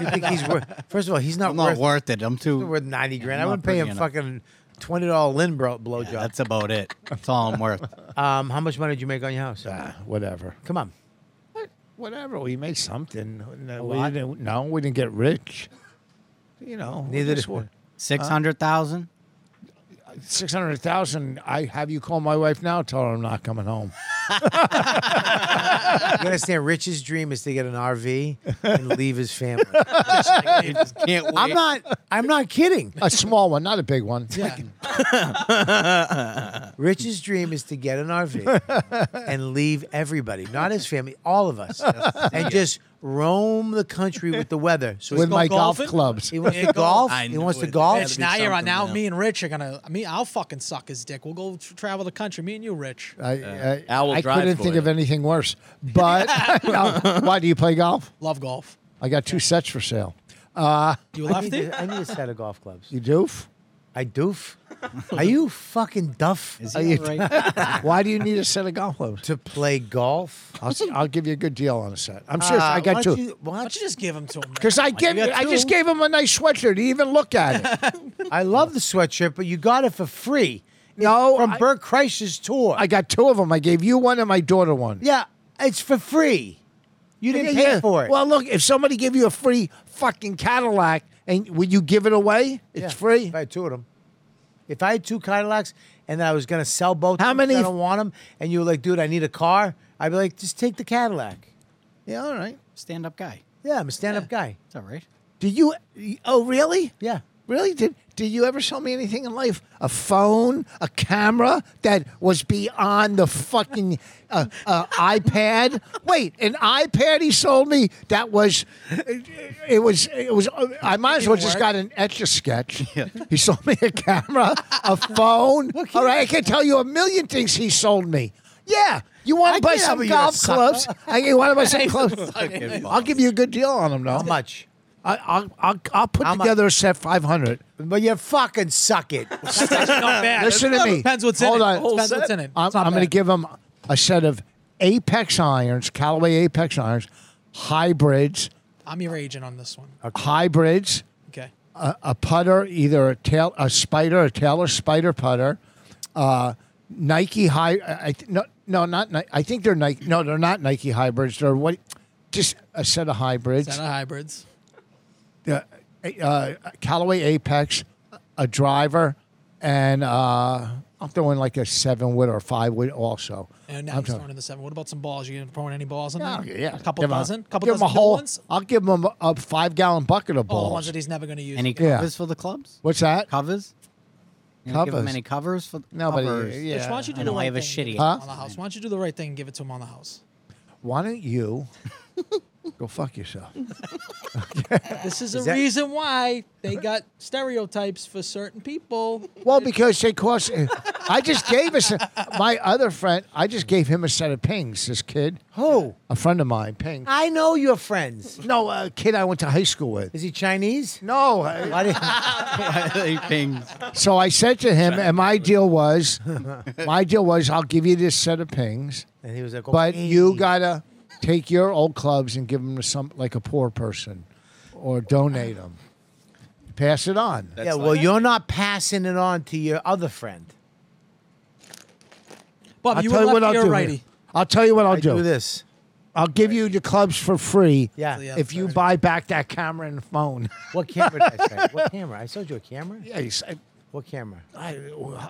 Speaker 1: you think he's worth? First of all, he's not
Speaker 4: I'm
Speaker 1: worth
Speaker 4: not worth it. I'm too.
Speaker 1: worth ninety grand.
Speaker 4: I'm
Speaker 1: I
Speaker 4: not
Speaker 1: wouldn't pay
Speaker 4: pretty
Speaker 1: him
Speaker 4: enough.
Speaker 1: fucking twenty dollar Lynn bro- blowjob.
Speaker 4: Yeah, that's about it. That's all I'm worth.
Speaker 1: um, how much money did you make on your house?
Speaker 3: Uh, Ah, Whatever.
Speaker 1: Come on.
Speaker 3: Whatever. We made something. No, we
Speaker 1: lot?
Speaker 3: didn't, no, we didn't get rich. You know.
Speaker 1: Neither
Speaker 3: this
Speaker 1: did-
Speaker 3: one.
Speaker 4: Six hundred thousand.
Speaker 3: Six hundred thousand. I have you call my wife now. Tell her I'm not coming home.
Speaker 1: You understand? Rich's dream is to get an RV and leave his family.
Speaker 4: Can't wait.
Speaker 1: I'm not. I'm not kidding.
Speaker 3: A small one, not a big one.
Speaker 2: Yeah.
Speaker 1: Rich's dream is to get an RV and leave everybody, not his family, all of us, and just roam the country with the weather. So
Speaker 3: With
Speaker 1: he,
Speaker 3: my
Speaker 2: go
Speaker 3: golf
Speaker 2: golfing?
Speaker 3: clubs.
Speaker 1: he wants to golf.
Speaker 8: I
Speaker 1: He wants to
Speaker 8: knew it.
Speaker 1: golf.
Speaker 8: That'd
Speaker 2: Rich,
Speaker 8: be
Speaker 2: Oh, now you're on.
Speaker 8: something,
Speaker 2: Now
Speaker 8: yeah.
Speaker 2: me and Rich are gonna. I mean, I'll fucking suck his dick. We'll go tr- travel the country. Me and you, Rich.
Speaker 3: I, I,
Speaker 5: Al will
Speaker 3: I
Speaker 5: drive
Speaker 3: couldn't
Speaker 5: for
Speaker 3: think
Speaker 5: you.
Speaker 3: of anything worse. But no. why do you play golf?
Speaker 2: Love golf.
Speaker 3: I got two sets for sale.
Speaker 2: You
Speaker 1: I need,
Speaker 2: lefty?
Speaker 1: a- I need a set of golf clubs.
Speaker 3: You doof?
Speaker 1: I doof. Are you fucking duff
Speaker 4: Is
Speaker 3: Are
Speaker 4: he
Speaker 3: you-
Speaker 4: all right?
Speaker 3: Why do you need a set of golf clubs?
Speaker 1: to play golf?
Speaker 3: I'll, I'll give you a good deal on a set. I'm serious. I
Speaker 1: Uh, why
Speaker 3: got
Speaker 1: don't
Speaker 3: two.
Speaker 1: you- why
Speaker 2: Why
Speaker 1: don't
Speaker 2: don't you just give him to him?
Speaker 3: Because I give,
Speaker 1: got
Speaker 3: I just
Speaker 1: two?
Speaker 3: gave him a nice sweatshirt to even look at it.
Speaker 1: you- I love the sweatshirt, but you got it for free
Speaker 3: no,
Speaker 1: from
Speaker 3: I,
Speaker 1: Bert Kreischer's tour.
Speaker 3: I got two of them. I gave you one and my daughter one.
Speaker 1: yeah, it's for free. You didn't
Speaker 3: Yeah,
Speaker 1: pay
Speaker 3: yeah.
Speaker 1: for it.
Speaker 3: Well, look, if somebody gave you a free fucking Cadillac, and would you give it away? It's
Speaker 1: Yeah,
Speaker 3: free.
Speaker 1: If I had two of them. If I had two Cadillacs and I was going to sell both,
Speaker 3: How
Speaker 1: of them 'cause
Speaker 3: many-
Speaker 1: I don't want them. And you were like, dude, I need a car. I'd be like, just take the Cadillac.
Speaker 3: Yeah, all right.
Speaker 4: Stand up guy.
Speaker 1: Yeah, I'm a stand-up guy.
Speaker 4: It's all right.
Speaker 3: Do you? Oh, really?
Speaker 1: Yeah.
Speaker 3: Really? Did Did you ever sell me anything in life? A phone, a camera that was beyond the fucking uh, uh, iPad. Wait, an iPad he sold me that was, it was, it was. I might as well just got an etch a sketch. He sold me a camera, a phone. All right, I can tell you a million things he sold me. Yeah, you want
Speaker 1: I
Speaker 3: to buy
Speaker 1: can't
Speaker 3: some
Speaker 1: help you,
Speaker 3: golf
Speaker 1: you sucker.
Speaker 3: clubs? I, you want to buy some clubs? I'll give you a good deal on them, though.
Speaker 1: How much?
Speaker 3: I, I'll, I'll, I'll put
Speaker 1: How much?
Speaker 3: together a set 500.
Speaker 1: But you fucking suck it.
Speaker 2: not bad.
Speaker 3: Listen to me.
Speaker 2: Depends what's in
Speaker 3: Hold
Speaker 2: it.
Speaker 3: on.
Speaker 2: Depends what's in it.
Speaker 3: I'm,
Speaker 2: It's not
Speaker 3: going to
Speaker 2: bad.
Speaker 3: give them a set of Apex irons, Callaway Apex irons, hybrids,
Speaker 2: I'm your agent on this one.
Speaker 3: hybrids,
Speaker 2: Okay.
Speaker 3: a, a putter, either a tail, a spider, a Taylor spider putter, uh, Nike high. I I th- no, no, not Nike. I think they're Nike. No, they're not Nike hybrids. They're what? Just a set of hybrids.
Speaker 2: Set of hybrids.
Speaker 3: uh, uh, Callaway Apex, a driver, and uh, I'm throwing like a seven wood or a five wood also.
Speaker 2: And now
Speaker 3: I'm
Speaker 2: he's throwing in the seven. What about some balls? You gonna throw in any balls in
Speaker 3: throwing-
Speaker 2: there?
Speaker 3: yeah, yeah.
Speaker 2: A couple
Speaker 3: Give 'em
Speaker 2: dozen. couple
Speaker 3: give 'em
Speaker 2: dozen new
Speaker 3: a whole.
Speaker 2: ones.
Speaker 3: I'll give him a, a five gallon bucket of
Speaker 2: Oh,
Speaker 3: balls.
Speaker 2: the ones that he's never gonna use.
Speaker 4: Any
Speaker 3: Yeah.
Speaker 4: covers for the clubs?
Speaker 3: What's that?
Speaker 4: Covers? You gonna Give
Speaker 3: Covers.
Speaker 4: him any covers for
Speaker 3: Nobody.
Speaker 4: Covers.
Speaker 3: Yeah.
Speaker 2: Rich, why don't you do
Speaker 4: I
Speaker 2: the
Speaker 4: know, I
Speaker 2: right
Speaker 4: have a
Speaker 2: thing? and give
Speaker 4: shitty-
Speaker 2: it to him
Speaker 3: Huh?
Speaker 2: On the house. Why don't you do the right thing and give it to him on the house?
Speaker 3: Why don't you go fuck yourself?
Speaker 2: This is, a
Speaker 1: that-
Speaker 2: reason why they got stereotypes for certain people.
Speaker 3: Well, because they cost. I just gave us my other friend. I just gave him a set of pings. This kid,
Speaker 1: Who?
Speaker 3: a friend of mine, ping.
Speaker 1: I know your friends.
Speaker 3: No, a kid I went to high school with.
Speaker 1: Is he Chinese?
Speaker 3: No, uh, I-
Speaker 1: Why did,
Speaker 4: Pings.
Speaker 3: So I said to him, and my deal was, my deal was, I'll give you this set of pings,
Speaker 1: and he was like,
Speaker 3: but
Speaker 1: okay.
Speaker 3: you gotta take your old clubs and give them to some like a poor person, or donate them, pass it on.
Speaker 1: Yeah, well, you're not passing it on to your other friend.
Speaker 2: Bob,
Speaker 3: I'll
Speaker 2: you
Speaker 3: tell
Speaker 2: were
Speaker 3: you what
Speaker 2: lefty
Speaker 3: I'll
Speaker 2: or
Speaker 3: do.
Speaker 2: righty?
Speaker 3: I'll tell you what I'll
Speaker 1: I do
Speaker 3: do.
Speaker 1: this.
Speaker 3: I'll give you the clubs for free.
Speaker 1: Yeah. So, yeah,
Speaker 3: If you buy back that camera and phone.
Speaker 1: What camera did I say? What camera? I sold you a camera?
Speaker 3: yeah, he's- I,
Speaker 1: What camera?
Speaker 3: I,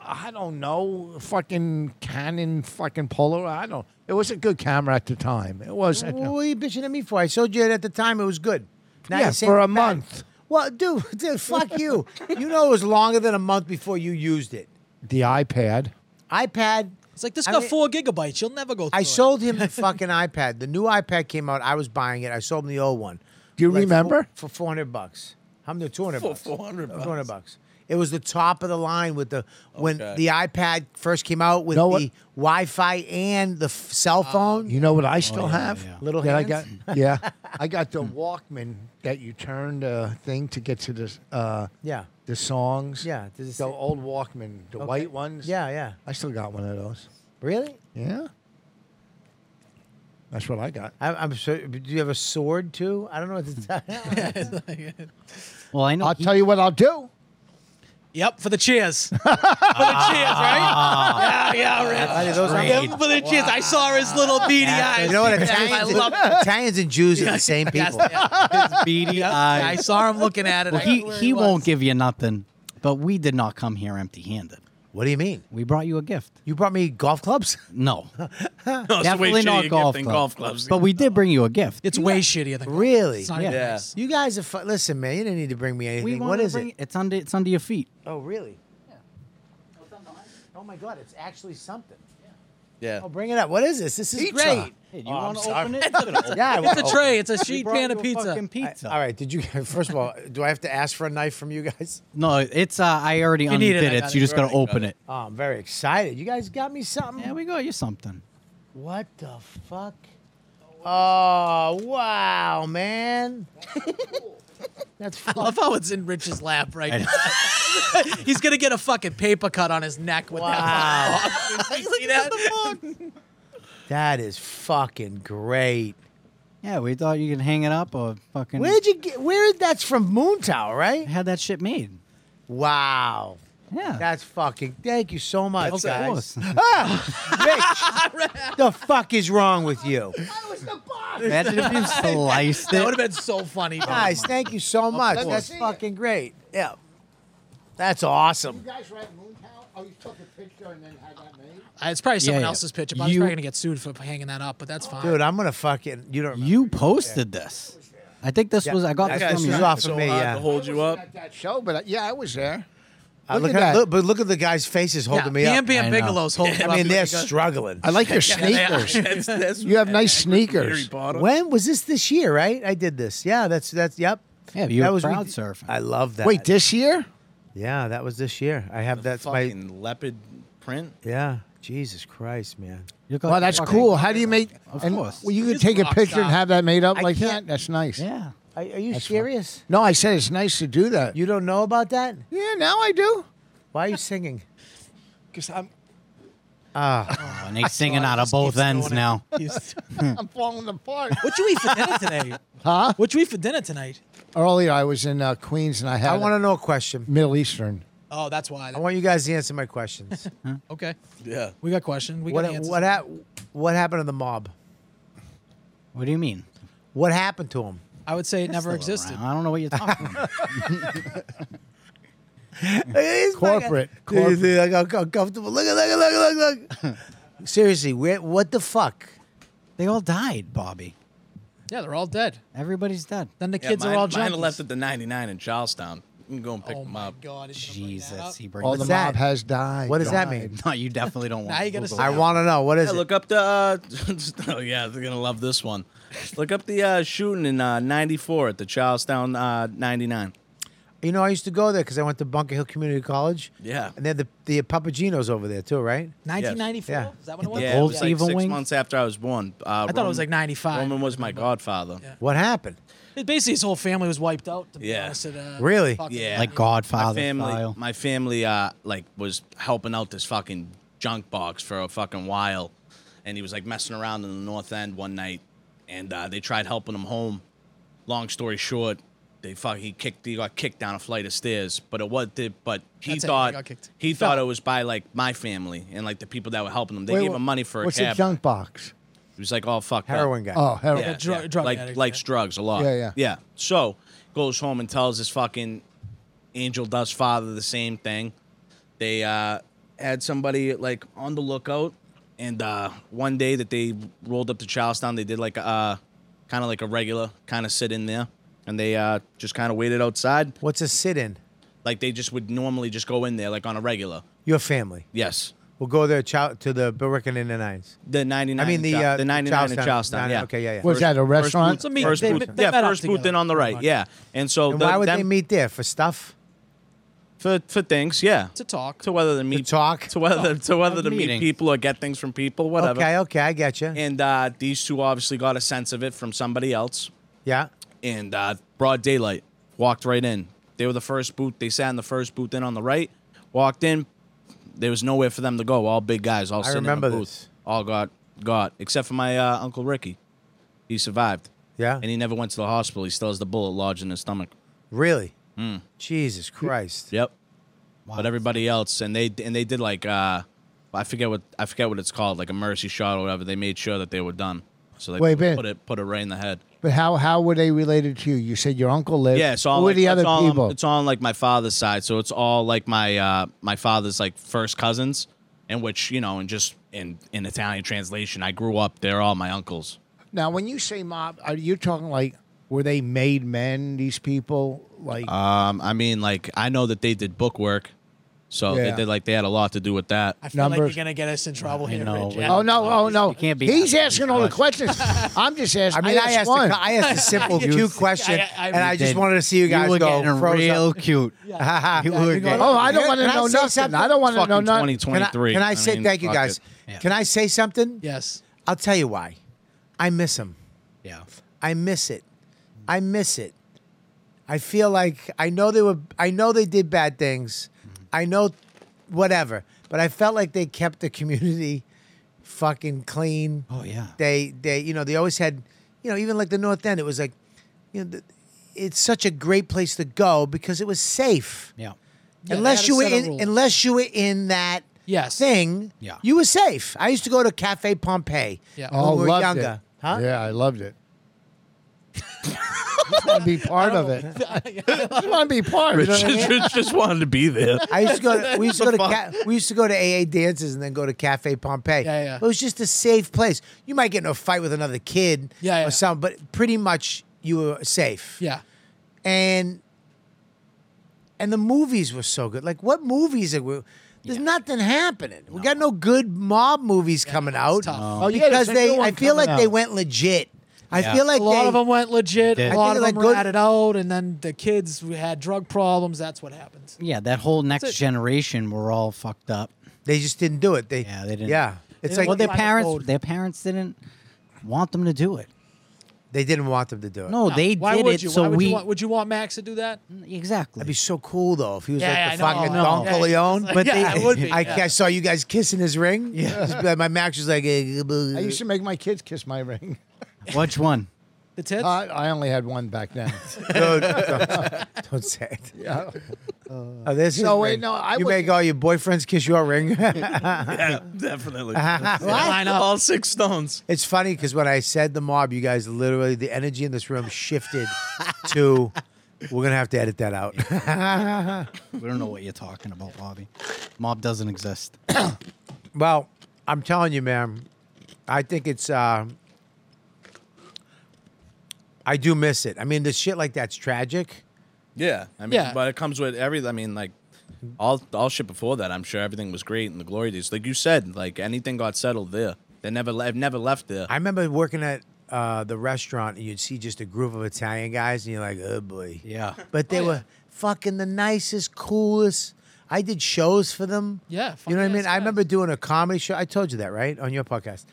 Speaker 3: I don't know. Fucking Canon, fucking Polar. I don't. It was a good camera at the time. It was. at the-
Speaker 1: What are you bitching at me for? I sold you it at the time. It was good. Now
Speaker 3: Yeah,
Speaker 1: you're saying
Speaker 3: for a
Speaker 1: it's bad.
Speaker 3: month.
Speaker 1: Well, dude, dude, fuck you. You know it was longer than a month before you used it.
Speaker 3: the iPad.
Speaker 1: iPad.
Speaker 2: It's like this
Speaker 1: I
Speaker 2: got
Speaker 1: mean-
Speaker 2: four gigabytes. You'll never go. Through
Speaker 1: I
Speaker 2: it.
Speaker 1: sold him the fucking iPad. The new iPad came out. I was buying it. I sold him the old one.
Speaker 3: Do you
Speaker 1: Like,
Speaker 3: remember?
Speaker 1: For, for 400 bucks. How many? 200 bucks.
Speaker 5: 400 bucks.
Speaker 1: 200 bucks. It was the top of the line with the when the iPad first came out with
Speaker 3: Know what- Uh,
Speaker 1: the Wi-Fi and the f- cell phone.
Speaker 3: You know what I still have?
Speaker 1: Little
Speaker 3: that
Speaker 1: hands?
Speaker 3: I got, yeah, I got the Walkman that you turn the thing to get to the uh,
Speaker 1: yeah.
Speaker 3: the songs.
Speaker 1: Yeah,
Speaker 3: the
Speaker 1: does it say-
Speaker 3: old Walkman, the white ones.
Speaker 1: Yeah, yeah.
Speaker 3: I still got one of those.
Speaker 1: Really?
Speaker 3: Yeah, that's what I got.
Speaker 1: I, I'm sure. Do you have a sword too? I don't know what to tell.
Speaker 4: Well, I know.
Speaker 3: I'll
Speaker 4: he-
Speaker 3: tell you what I'll do.
Speaker 2: Yep, for the cheers. for the cheers, right? yeah, yeah, right.
Speaker 1: you those
Speaker 2: Yeah, for the cheers. I saw his little beady eyes.
Speaker 1: You know what?
Speaker 2: I
Speaker 1: Italians,
Speaker 2: love
Speaker 1: Italians and Jews are the same
Speaker 2: Yes,
Speaker 1: people.
Speaker 2: yeah.
Speaker 4: beady
Speaker 2: Yep,
Speaker 4: eyes.
Speaker 2: I saw him looking at it.
Speaker 4: Well,
Speaker 2: I
Speaker 4: he
Speaker 2: knew where
Speaker 4: he
Speaker 2: was.
Speaker 4: won't give you nothing, but we did not come here empty-handed.
Speaker 1: What do you mean?
Speaker 4: We brought you a gift.
Speaker 1: You brought me golf clubs?
Speaker 4: No,
Speaker 5: No, it's way
Speaker 4: definitely
Speaker 5: shittier
Speaker 4: not
Speaker 5: gift
Speaker 4: golf
Speaker 5: than
Speaker 4: club.
Speaker 5: golf clubs.
Speaker 4: but we did bring you a gift.
Speaker 2: It's way shittier than
Speaker 1: Really?
Speaker 2: It's not even
Speaker 5: Yeah.
Speaker 2: nice.
Speaker 1: You guys are fu- listen, man. You didn't need to bring me
Speaker 4: we
Speaker 1: anything.
Speaker 4: wanted
Speaker 1: What
Speaker 4: to
Speaker 1: is
Speaker 4: bring
Speaker 1: it?
Speaker 4: It's under it's under your feet.
Speaker 1: Oh, really? Oh my God! It's actually something.
Speaker 5: Yeah.
Speaker 1: Oh, bring it up. What is this? This is
Speaker 3: Pizza.
Speaker 1: great.
Speaker 4: Hey, do
Speaker 5: Oh,
Speaker 4: you
Speaker 5: I'm
Speaker 4: want to
Speaker 5: sorry.
Speaker 4: open it?
Speaker 1: Yeah, I
Speaker 2: It's
Speaker 1: will.
Speaker 2: a tray. It's a
Speaker 4: We
Speaker 2: sheet
Speaker 4: brought
Speaker 2: pan
Speaker 4: you
Speaker 2: of
Speaker 4: a
Speaker 2: pizza.
Speaker 4: fucking pizza.
Speaker 1: All right. Did you? First of all, do I have to ask for a knife from you guys?
Speaker 4: No, it's uh, I already
Speaker 2: you need
Speaker 4: undid
Speaker 2: it,
Speaker 4: it,
Speaker 2: I got
Speaker 4: so
Speaker 2: it.
Speaker 4: you just gotta open it.
Speaker 1: Oh, I'm very excited. You guys got me something.
Speaker 4: There we go. You something.
Speaker 1: What the fuck? Oh wow, man. That's
Speaker 2: I
Speaker 1: fucking
Speaker 2: love how it's in Rich's lap right now. He's gonna get a fucking paper cut on his neck with
Speaker 1: wow.
Speaker 2: that. You see that?
Speaker 1: that is fucking great.
Speaker 4: Yeah, we thought you could hang it up or fucking.
Speaker 1: Where'd you get? Where that's from Moon Tower, right?
Speaker 4: had that shit made?
Speaker 1: Wow.
Speaker 4: Yeah,
Speaker 1: That's fucking. Thank you so much,
Speaker 4: of
Speaker 1: guys. Ah,
Speaker 4: course.
Speaker 1: Rich, the fuck is wrong with you?
Speaker 4: Imagine if you sliced
Speaker 2: That would have been
Speaker 4: it.
Speaker 2: so funny.
Speaker 1: Guys, thank you so much. That's fucking great. Yeah. That's awesome.
Speaker 3: guys write Moontown? Oh, you took a picture and then had that made?
Speaker 2: Uh, It's probably someone
Speaker 4: yeah.
Speaker 2: else's picture. But I was
Speaker 4: You-
Speaker 2: probably gonna get sued for hanging that up, but that's fine.
Speaker 1: Dude, I'm gonna fucking. You don't.
Speaker 4: You posted this. I think this
Speaker 1: Yeah.
Speaker 4: was I got
Speaker 1: Yeah,
Speaker 4: this
Speaker 1: this
Speaker 4: from
Speaker 1: is
Speaker 4: you.
Speaker 1: off of
Speaker 5: so
Speaker 1: me,
Speaker 5: hard
Speaker 1: yeah.
Speaker 5: to hold you up.
Speaker 3: At that show, but uh, yeah, I was there.
Speaker 1: Uh,
Speaker 3: Look
Speaker 1: look
Speaker 3: at
Speaker 1: at
Speaker 3: that.
Speaker 1: look, but look at the guys' faces
Speaker 2: yeah,
Speaker 1: holding me
Speaker 2: Bam
Speaker 1: up.
Speaker 2: Bam
Speaker 4: know.
Speaker 2: Bigelow's holding.
Speaker 1: I mean,
Speaker 2: up.
Speaker 1: they're struggling.
Speaker 3: I like your sneakers.
Speaker 5: That's- that's-
Speaker 3: You have nice
Speaker 5: Harry
Speaker 3: sneakers.
Speaker 5: Potter.
Speaker 1: When was this? This year, right? I did this. Yeah, that's that's. Yep.
Speaker 4: Yeah, you
Speaker 1: that
Speaker 4: were
Speaker 1: was
Speaker 4: crowd surfing.
Speaker 1: I love that.
Speaker 3: Wait, this year?
Speaker 1: yeah, that was this year. I have that's my.
Speaker 5: fucking leopard print.
Speaker 1: Yeah, Jesus Christ, man.
Speaker 4: You got
Speaker 3: Wow, Oh, that's
Speaker 4: fucking-
Speaker 3: cool. How do you make?
Speaker 4: Of
Speaker 3: and,
Speaker 4: course.
Speaker 3: Well, you
Speaker 2: It
Speaker 3: could
Speaker 2: is
Speaker 3: take a
Speaker 2: rock
Speaker 3: picture and
Speaker 2: solid.
Speaker 3: have that made up
Speaker 1: I
Speaker 3: like that.
Speaker 1: can't-
Speaker 3: That's nice.
Speaker 4: Yeah.
Speaker 1: Are, are you
Speaker 3: fun.
Speaker 1: serious?
Speaker 3: No, I said it's nice to do that.
Speaker 1: You don't know about that?
Speaker 3: yeah, now I do.
Speaker 1: Why are you singing?
Speaker 3: Because I'm,
Speaker 4: Oh, and he's singing out of both ends now.
Speaker 3: I'm falling apart.
Speaker 2: What you eat for dinner today?
Speaker 3: huh?
Speaker 2: What you eat for dinner tonight?
Speaker 3: Earlier, I was in uh, Queens and I had
Speaker 1: I want
Speaker 3: a
Speaker 1: to know a question.
Speaker 3: Middle Eastern.
Speaker 2: Oh, that's why.
Speaker 1: I want you guys to answer my questions.
Speaker 2: Okay,
Speaker 5: Yeah.
Speaker 2: we got question. We got
Speaker 1: what
Speaker 2: answers.
Speaker 1: what ha- what happened to the mob?
Speaker 4: What do you mean?
Speaker 1: What happened to him?
Speaker 2: I would say it never
Speaker 4: Still
Speaker 2: existed.
Speaker 4: around. I don't know what you're talking about.
Speaker 3: Corporate. corporate.
Speaker 1: Like, how how comfortable. Look at look at look at look look. Seriously, where, what the fuck?
Speaker 4: They all died, Bobby.
Speaker 2: Yeah, they're all dead.
Speaker 4: Everybody's dead.
Speaker 2: Then the
Speaker 5: Yeah,
Speaker 2: kids
Speaker 5: mine,
Speaker 2: are all
Speaker 5: mine
Speaker 2: junkies.
Speaker 5: left at the 99 in Charlestown. You can go and pick
Speaker 2: oh
Speaker 5: them
Speaker 2: my
Speaker 5: up.
Speaker 2: god! it's gonna bring that
Speaker 4: Jesus,
Speaker 2: up.
Speaker 4: he brings
Speaker 3: All the
Speaker 1: What's that?
Speaker 3: mob has died.
Speaker 1: What does that
Speaker 3: died.
Speaker 1: mean?
Speaker 4: No, you definitely don't want.
Speaker 2: Now
Speaker 4: to
Speaker 2: you gotta
Speaker 4: Google
Speaker 2: say-
Speaker 1: I
Speaker 4: that.
Speaker 1: want to know. What is
Speaker 5: Yeah,
Speaker 1: it?
Speaker 5: look up the. Uh, oh yeah, they're gonna love this one. Look up the uh, shooting in uh, '94 at the Charlestown uh, '99.
Speaker 1: You know, I used to go there because I went to Bunker Hill Community College.
Speaker 5: Yeah.
Speaker 1: And then the the Papagenos over there too, right?
Speaker 2: 1994.
Speaker 1: Yeah.
Speaker 2: Is that what it was?
Speaker 5: yeah, it
Speaker 4: old
Speaker 5: was like
Speaker 4: Evil
Speaker 5: six
Speaker 4: Wing?
Speaker 5: months after I was born. Uh, I
Speaker 2: thought it was like 95.
Speaker 5: Roman was my godfather. Yeah,
Speaker 1: What happened?
Speaker 2: It basically, his whole family was wiped out. To be
Speaker 5: Yeah.
Speaker 2: honest, at, uh,
Speaker 1: Really?
Speaker 2: fucking-
Speaker 4: like
Speaker 5: my
Speaker 4: Godfather
Speaker 5: family.
Speaker 4: style.
Speaker 5: My family, uh, like, was helping out this fucking junk box for a fucking while, and he was like messing around in the North End one night, and uh, they tried helping him home. Long story short, they fuck he kicked he got kicked down a flight of stairs, but it was the, but he
Speaker 2: That's it, he
Speaker 5: thought
Speaker 2: got kicked.
Speaker 5: he thought it was by like my family and like the people that were helping him. They
Speaker 3: Wait,
Speaker 5: gave
Speaker 3: wha-
Speaker 5: him money for a
Speaker 3: What's
Speaker 5: cab.
Speaker 3: a junk box?
Speaker 5: He was like all fucked up.
Speaker 1: Heroin guy.
Speaker 3: Oh, heroin.
Speaker 5: Yeah,
Speaker 2: dru-
Speaker 5: yeah.
Speaker 2: drug
Speaker 5: like
Speaker 2: addict,
Speaker 5: likes
Speaker 2: yeah.
Speaker 5: drugs a lot.
Speaker 3: Yeah, yeah.
Speaker 5: yeah. So goes home and tells his fucking angel dust father the same thing. They uh, had somebody like on the lookout, and uh, one day that they rolled up to Charlestown, they did like uh, kind of like a regular kind of sit in there, and they uh, just kind of waited outside,
Speaker 1: What's a sit in?
Speaker 5: like they just would normally just go in there like on a regular.
Speaker 1: Your family.
Speaker 5: Yes.
Speaker 1: We'll go there chow- to the Billerican in the Nines.
Speaker 5: The ninety nine.
Speaker 1: I mean, the,
Speaker 5: Char-
Speaker 1: uh,
Speaker 5: the ninety nine in
Speaker 1: Charlestown.
Speaker 5: Charlestown.
Speaker 1: Nine-
Speaker 5: Yeah.
Speaker 1: okay, yeah, yeah.
Speaker 3: Was that a
Speaker 5: First
Speaker 3: restaurant?
Speaker 5: booth-
Speaker 2: It's a meet-
Speaker 5: First
Speaker 2: they-
Speaker 5: booth,
Speaker 2: they
Speaker 5: yeah,
Speaker 2: met up
Speaker 5: first booth
Speaker 2: together.
Speaker 5: in on the right, yeah. And so
Speaker 1: And
Speaker 5: the-
Speaker 1: why would they
Speaker 5: them-
Speaker 1: meet there for stuff?
Speaker 5: for for things, yeah.
Speaker 2: to talk.
Speaker 5: to whether to meet
Speaker 1: talk?
Speaker 5: to whether to whether to meet
Speaker 4: Meeting.
Speaker 5: people or get things from people, whatever.
Speaker 1: Okay, okay, I get you.
Speaker 5: And uh, these two obviously got a sense of it from somebody else.
Speaker 1: yeah.
Speaker 5: And uh, broad daylight, walked right in. They were the first booth. They sat in the first booth in on the right. Walked in. There was nowhere for them to go. All big guys. All
Speaker 1: I
Speaker 5: sitting
Speaker 1: remember
Speaker 5: in the booth.
Speaker 1: this.
Speaker 5: All got got except for my uh, uncle Ricky. He survived.
Speaker 1: Yeah.
Speaker 5: And he never went to the hospital. He still has the bullet lodged in his stomach.
Speaker 1: Really? Jesus Christ.
Speaker 5: Yep. But everybody else, and they and they did like uh, I forget what I forget what it's called, like a mercy shot or whatever. They made sure that they were done, so they
Speaker 3: Wait a
Speaker 5: put,
Speaker 3: minute.
Speaker 5: put it put it right in the head.
Speaker 3: But how how were they related to you? You said your uncle lived.
Speaker 5: Yeah, it's all
Speaker 3: Who were
Speaker 5: like,
Speaker 3: the
Speaker 5: it's
Speaker 3: other
Speaker 5: all-
Speaker 3: people?
Speaker 5: It's on like my father's side, so it's all like my uh, my father's like first cousins, and which you know, and just in in Italian translation, I grew up. They're all my uncles.
Speaker 3: now, when you say mob, are you talking like were they made men? These people, like
Speaker 5: Um, I mean, like I know that they did book work, so
Speaker 3: Yeah.
Speaker 5: they did like they had a lot to do with that.
Speaker 2: I feel like
Speaker 3: numbers.
Speaker 2: you're gonna get us in trouble here.
Speaker 4: know,
Speaker 2: Rich.
Speaker 4: we-
Speaker 2: Yeah.
Speaker 3: oh no, oh no,
Speaker 4: You can't be-
Speaker 3: He's asking all the questions. I'm just
Speaker 1: I
Speaker 3: asking.
Speaker 1: mean, I asked,
Speaker 3: one.
Speaker 1: a, I asked a simple
Speaker 2: You
Speaker 1: cute
Speaker 2: see,
Speaker 1: question,
Speaker 2: I- I-
Speaker 1: and I
Speaker 2: you
Speaker 1: just
Speaker 4: did.
Speaker 1: wanted to see you guys
Speaker 4: were
Speaker 1: go
Speaker 4: getting
Speaker 1: froze
Speaker 4: real
Speaker 1: up.
Speaker 4: cute.
Speaker 1: Yeah.
Speaker 4: You were getting-
Speaker 3: oh, I don't want to
Speaker 1: Can I
Speaker 3: know
Speaker 1: say
Speaker 3: nothing.
Speaker 1: something?
Speaker 3: I don't want to know
Speaker 5: Fucking
Speaker 3: nothing.
Speaker 5: twenty
Speaker 1: Can
Speaker 5: twenty
Speaker 1: I,
Speaker 5: three.
Speaker 1: can I say thank you guys?
Speaker 4: Yeah.
Speaker 1: Can I say something?
Speaker 2: Yes.
Speaker 1: I'll tell you why. I miss him.
Speaker 4: Yeah.
Speaker 1: I miss it. I miss it. I feel like I know they were. I know they did bad things. I know, whatever. But I felt like they kept the community fucking clean.
Speaker 4: Oh yeah.
Speaker 1: They they you know they always had you know even like the North End it was like you know the, it's such a great place to go because it was safe.
Speaker 4: Yeah.
Speaker 2: Yeah, they had
Speaker 1: unless
Speaker 2: a
Speaker 1: you were
Speaker 2: set of
Speaker 1: in,
Speaker 2: rules.
Speaker 1: unless you were in that
Speaker 2: Yes.
Speaker 1: thing,
Speaker 4: Yeah.
Speaker 1: you were safe. I used to go to Cafe Pompeii
Speaker 2: Yeah.
Speaker 1: when
Speaker 3: Oh,
Speaker 1: we were
Speaker 3: loved
Speaker 1: younger.
Speaker 3: it.
Speaker 1: Huh?
Speaker 3: Yeah, I loved it. Just want to be part of it. Just want to be part. of it.
Speaker 5: just, just wanted to be there.
Speaker 1: I used to go. To, we used to go to ca- we used to go to AA dances and then go to Cafe Pompeii.
Speaker 2: Yeah, yeah.
Speaker 1: It was just a safe place. You might get in a fight with another kid,
Speaker 2: Yeah, yeah.
Speaker 1: or something, but pretty much you were safe.
Speaker 2: Yeah.
Speaker 1: and and the movies were so good. Like what movies are we? There's nothing happening. We got no good mob movies coming out
Speaker 2: tough. No.
Speaker 3: Oh, yeah,
Speaker 1: because
Speaker 3: there's a
Speaker 1: they.
Speaker 3: new one
Speaker 1: I feel like
Speaker 3: coming
Speaker 1: they
Speaker 3: out.
Speaker 1: went legit. I
Speaker 4: Yeah.
Speaker 1: feel like
Speaker 2: A lot
Speaker 1: they,
Speaker 2: of them went legit.
Speaker 4: did.
Speaker 2: A
Speaker 4: I
Speaker 2: lot
Speaker 1: think
Speaker 2: of
Speaker 1: they're
Speaker 2: them
Speaker 1: good-
Speaker 2: ratted out, and then the kids we had drug problems. That's what happens.
Speaker 4: Yeah, that whole next
Speaker 2: it.
Speaker 4: generation were all fucked up.
Speaker 1: They just didn't do it. They
Speaker 4: Yeah, they didn't.
Speaker 1: Yeah, it's
Speaker 2: They
Speaker 1: like
Speaker 4: well, their
Speaker 2: like the
Speaker 4: parents,
Speaker 2: old-
Speaker 4: their parents didn't want them to do it.
Speaker 1: they didn't want them to do it.
Speaker 4: No, they
Speaker 2: Why
Speaker 4: did
Speaker 2: would
Speaker 4: it.
Speaker 2: you?
Speaker 4: So
Speaker 2: Why would
Speaker 4: we
Speaker 2: you want, would you want Max to do that?
Speaker 4: exactly.
Speaker 1: That'd be so cool though if he was
Speaker 2: Yeah,
Speaker 1: like
Speaker 2: yeah, I
Speaker 1: the fucking
Speaker 2: know. Oh,
Speaker 4: I
Speaker 1: Don
Speaker 4: know.
Speaker 1: Corleone.
Speaker 2: Yeah,
Speaker 1: but
Speaker 2: yeah,
Speaker 1: they,
Speaker 2: it would be,
Speaker 1: I,
Speaker 2: yeah.
Speaker 1: I saw you guys kissing his ring. Yeah, my Max was like, eh, blah.
Speaker 3: I used to make my kids kiss my ring.
Speaker 4: Which one?
Speaker 2: The tits.
Speaker 3: I, I only had one back then.
Speaker 1: No, don't, don't say it.
Speaker 3: Yeah.
Speaker 1: Oh, this is
Speaker 3: No,
Speaker 1: ring.
Speaker 3: wait, no, I
Speaker 1: you
Speaker 3: would-
Speaker 1: make all your boyfriends kiss your ring.
Speaker 5: Yeah, definitely.
Speaker 2: Line up.
Speaker 5: All six stones.
Speaker 1: it's funny because when I said the mob, you guys literally the energy in this room shifted to. We're gonna have to edit that out.
Speaker 4: We don't know what you're talking about, Bobby. Mob doesn't exist.
Speaker 1: Well, I'm telling you, man, I think it's. Uh, I do miss it. I mean, the shit like that's tragic.
Speaker 5: Yeah, I mean,
Speaker 2: Yeah.
Speaker 5: but it comes with every. I mean, like all all shit before that. I'm sure everything was great in the glory days. Like you said, like anything got settled there. They never, le- never left there.
Speaker 1: I remember working at uh, the restaurant, and you'd see just a group of Italian guys, and you're like, "Oh boy."
Speaker 4: Yeah.
Speaker 1: But they were fucking the nicest, coolest. I did shows for them.
Speaker 2: Yeah,
Speaker 1: You know what I mean?
Speaker 2: fucking nice
Speaker 1: I
Speaker 2: guys.
Speaker 1: remember doing a comedy show. I told you that, right? On your podcast.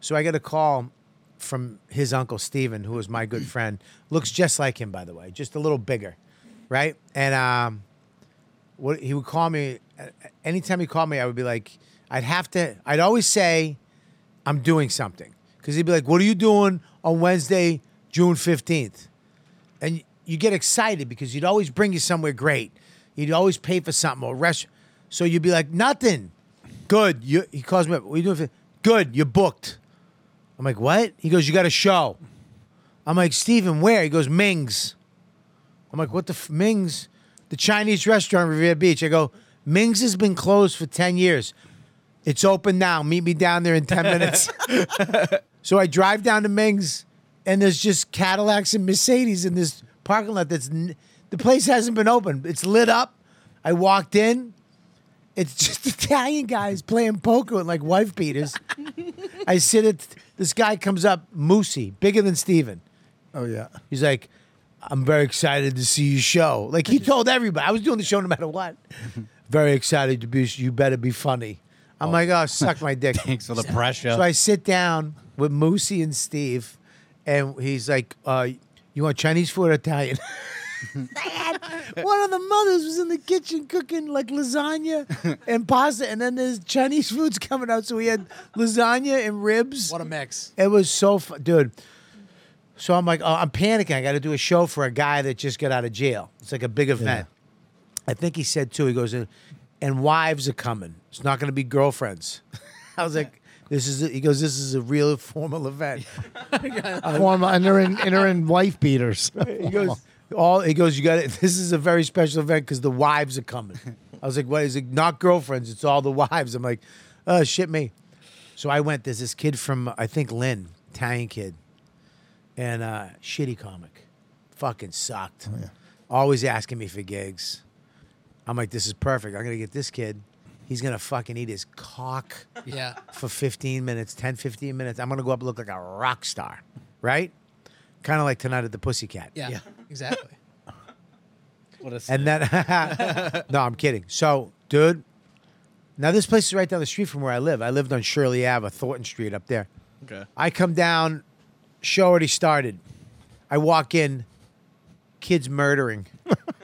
Speaker 1: So I got a call from his uncle, Steven, who was my good friend. Looks just like him, by the way, just a little bigger, right? And um, what he would call me, a- anytime he called me, I would be like, I'd have to, I'd always say, I'm doing something. Because he'd be like, What are you doing on Wednesday, June 15th? and you get excited because he'd always bring you somewhere great. He'd always pay for something or rest. So you'd be like, nothing. Good. You, he calls me up. What are you doing? For-? Good. You're booked. I'm like, what? He goes, you got a show. I'm like, Steven, where? He goes, Ming's. I'm like, what the f- Ming's? The Chinese restaurant in Revere Beach. I go, Ming's has been closed for 10 years. It's open now. Meet me down there in 10 minutes. so I drive down to Ming's and there's just Cadillacs and Mercedes in this parking lot that's n- the place hasn't been open. It's lit up. I walked in. It's just Italian guys playing poker with like wife beaters. I sit at this guy comes up, Moosey, bigger than Steven.
Speaker 3: Oh yeah.
Speaker 1: He's like, I'm very excited to see your show. Like he told everybody, I was doing the show no matter what. very excited to be. You better be funny. I'm like, oh, suck my dick.
Speaker 4: Thanks for the pressure.
Speaker 1: So I sit down with Moosey and Steve, and he's like, uh, "You want Chinese food or Italian?" One of the mothers was in the kitchen cooking like lasagna and pasta, and then there's Chinese foods coming out. So we had lasagna and ribs.
Speaker 2: What a mix.
Speaker 1: It was so fun, dude. So I'm like, oh, I'm panicking. I got to do a show for a guy that just got out of jail. It's like a big event. I think he said too. He goes, and wives are coming. It's not going to be girlfriends. I was like, this is. A, he goes, this is a real formal event.
Speaker 3: Formal, and they're in, and they're in wife beaters.
Speaker 1: He goes, all he goes, you got it. This is a very special event because the wives are coming. I was like, what is it? Not girlfriends. It's all the wives. I'm like, oh shit, me. So I went. There's this kid from I think Lynn, Italian kid, and uh, shitty comic, fucking sucked. Always asking me for gigs. I'm like, this is perfect. I'm gonna get this kid. He's gonna fucking eat his cock
Speaker 2: Yeah.
Speaker 1: for 15 minutes, 10, 15 minutes. I'm gonna go up and look like a rock star, right? Kind of like tonight at the Pussycat.
Speaker 2: Yeah. Exactly.
Speaker 1: And then, no, I'm kidding. So, dude, now this place is right down the street from where I live. I lived on Shirley Ave, Thornton Street up there.
Speaker 5: Okay.
Speaker 1: I come down, show already started. I walk in, kid's murdering.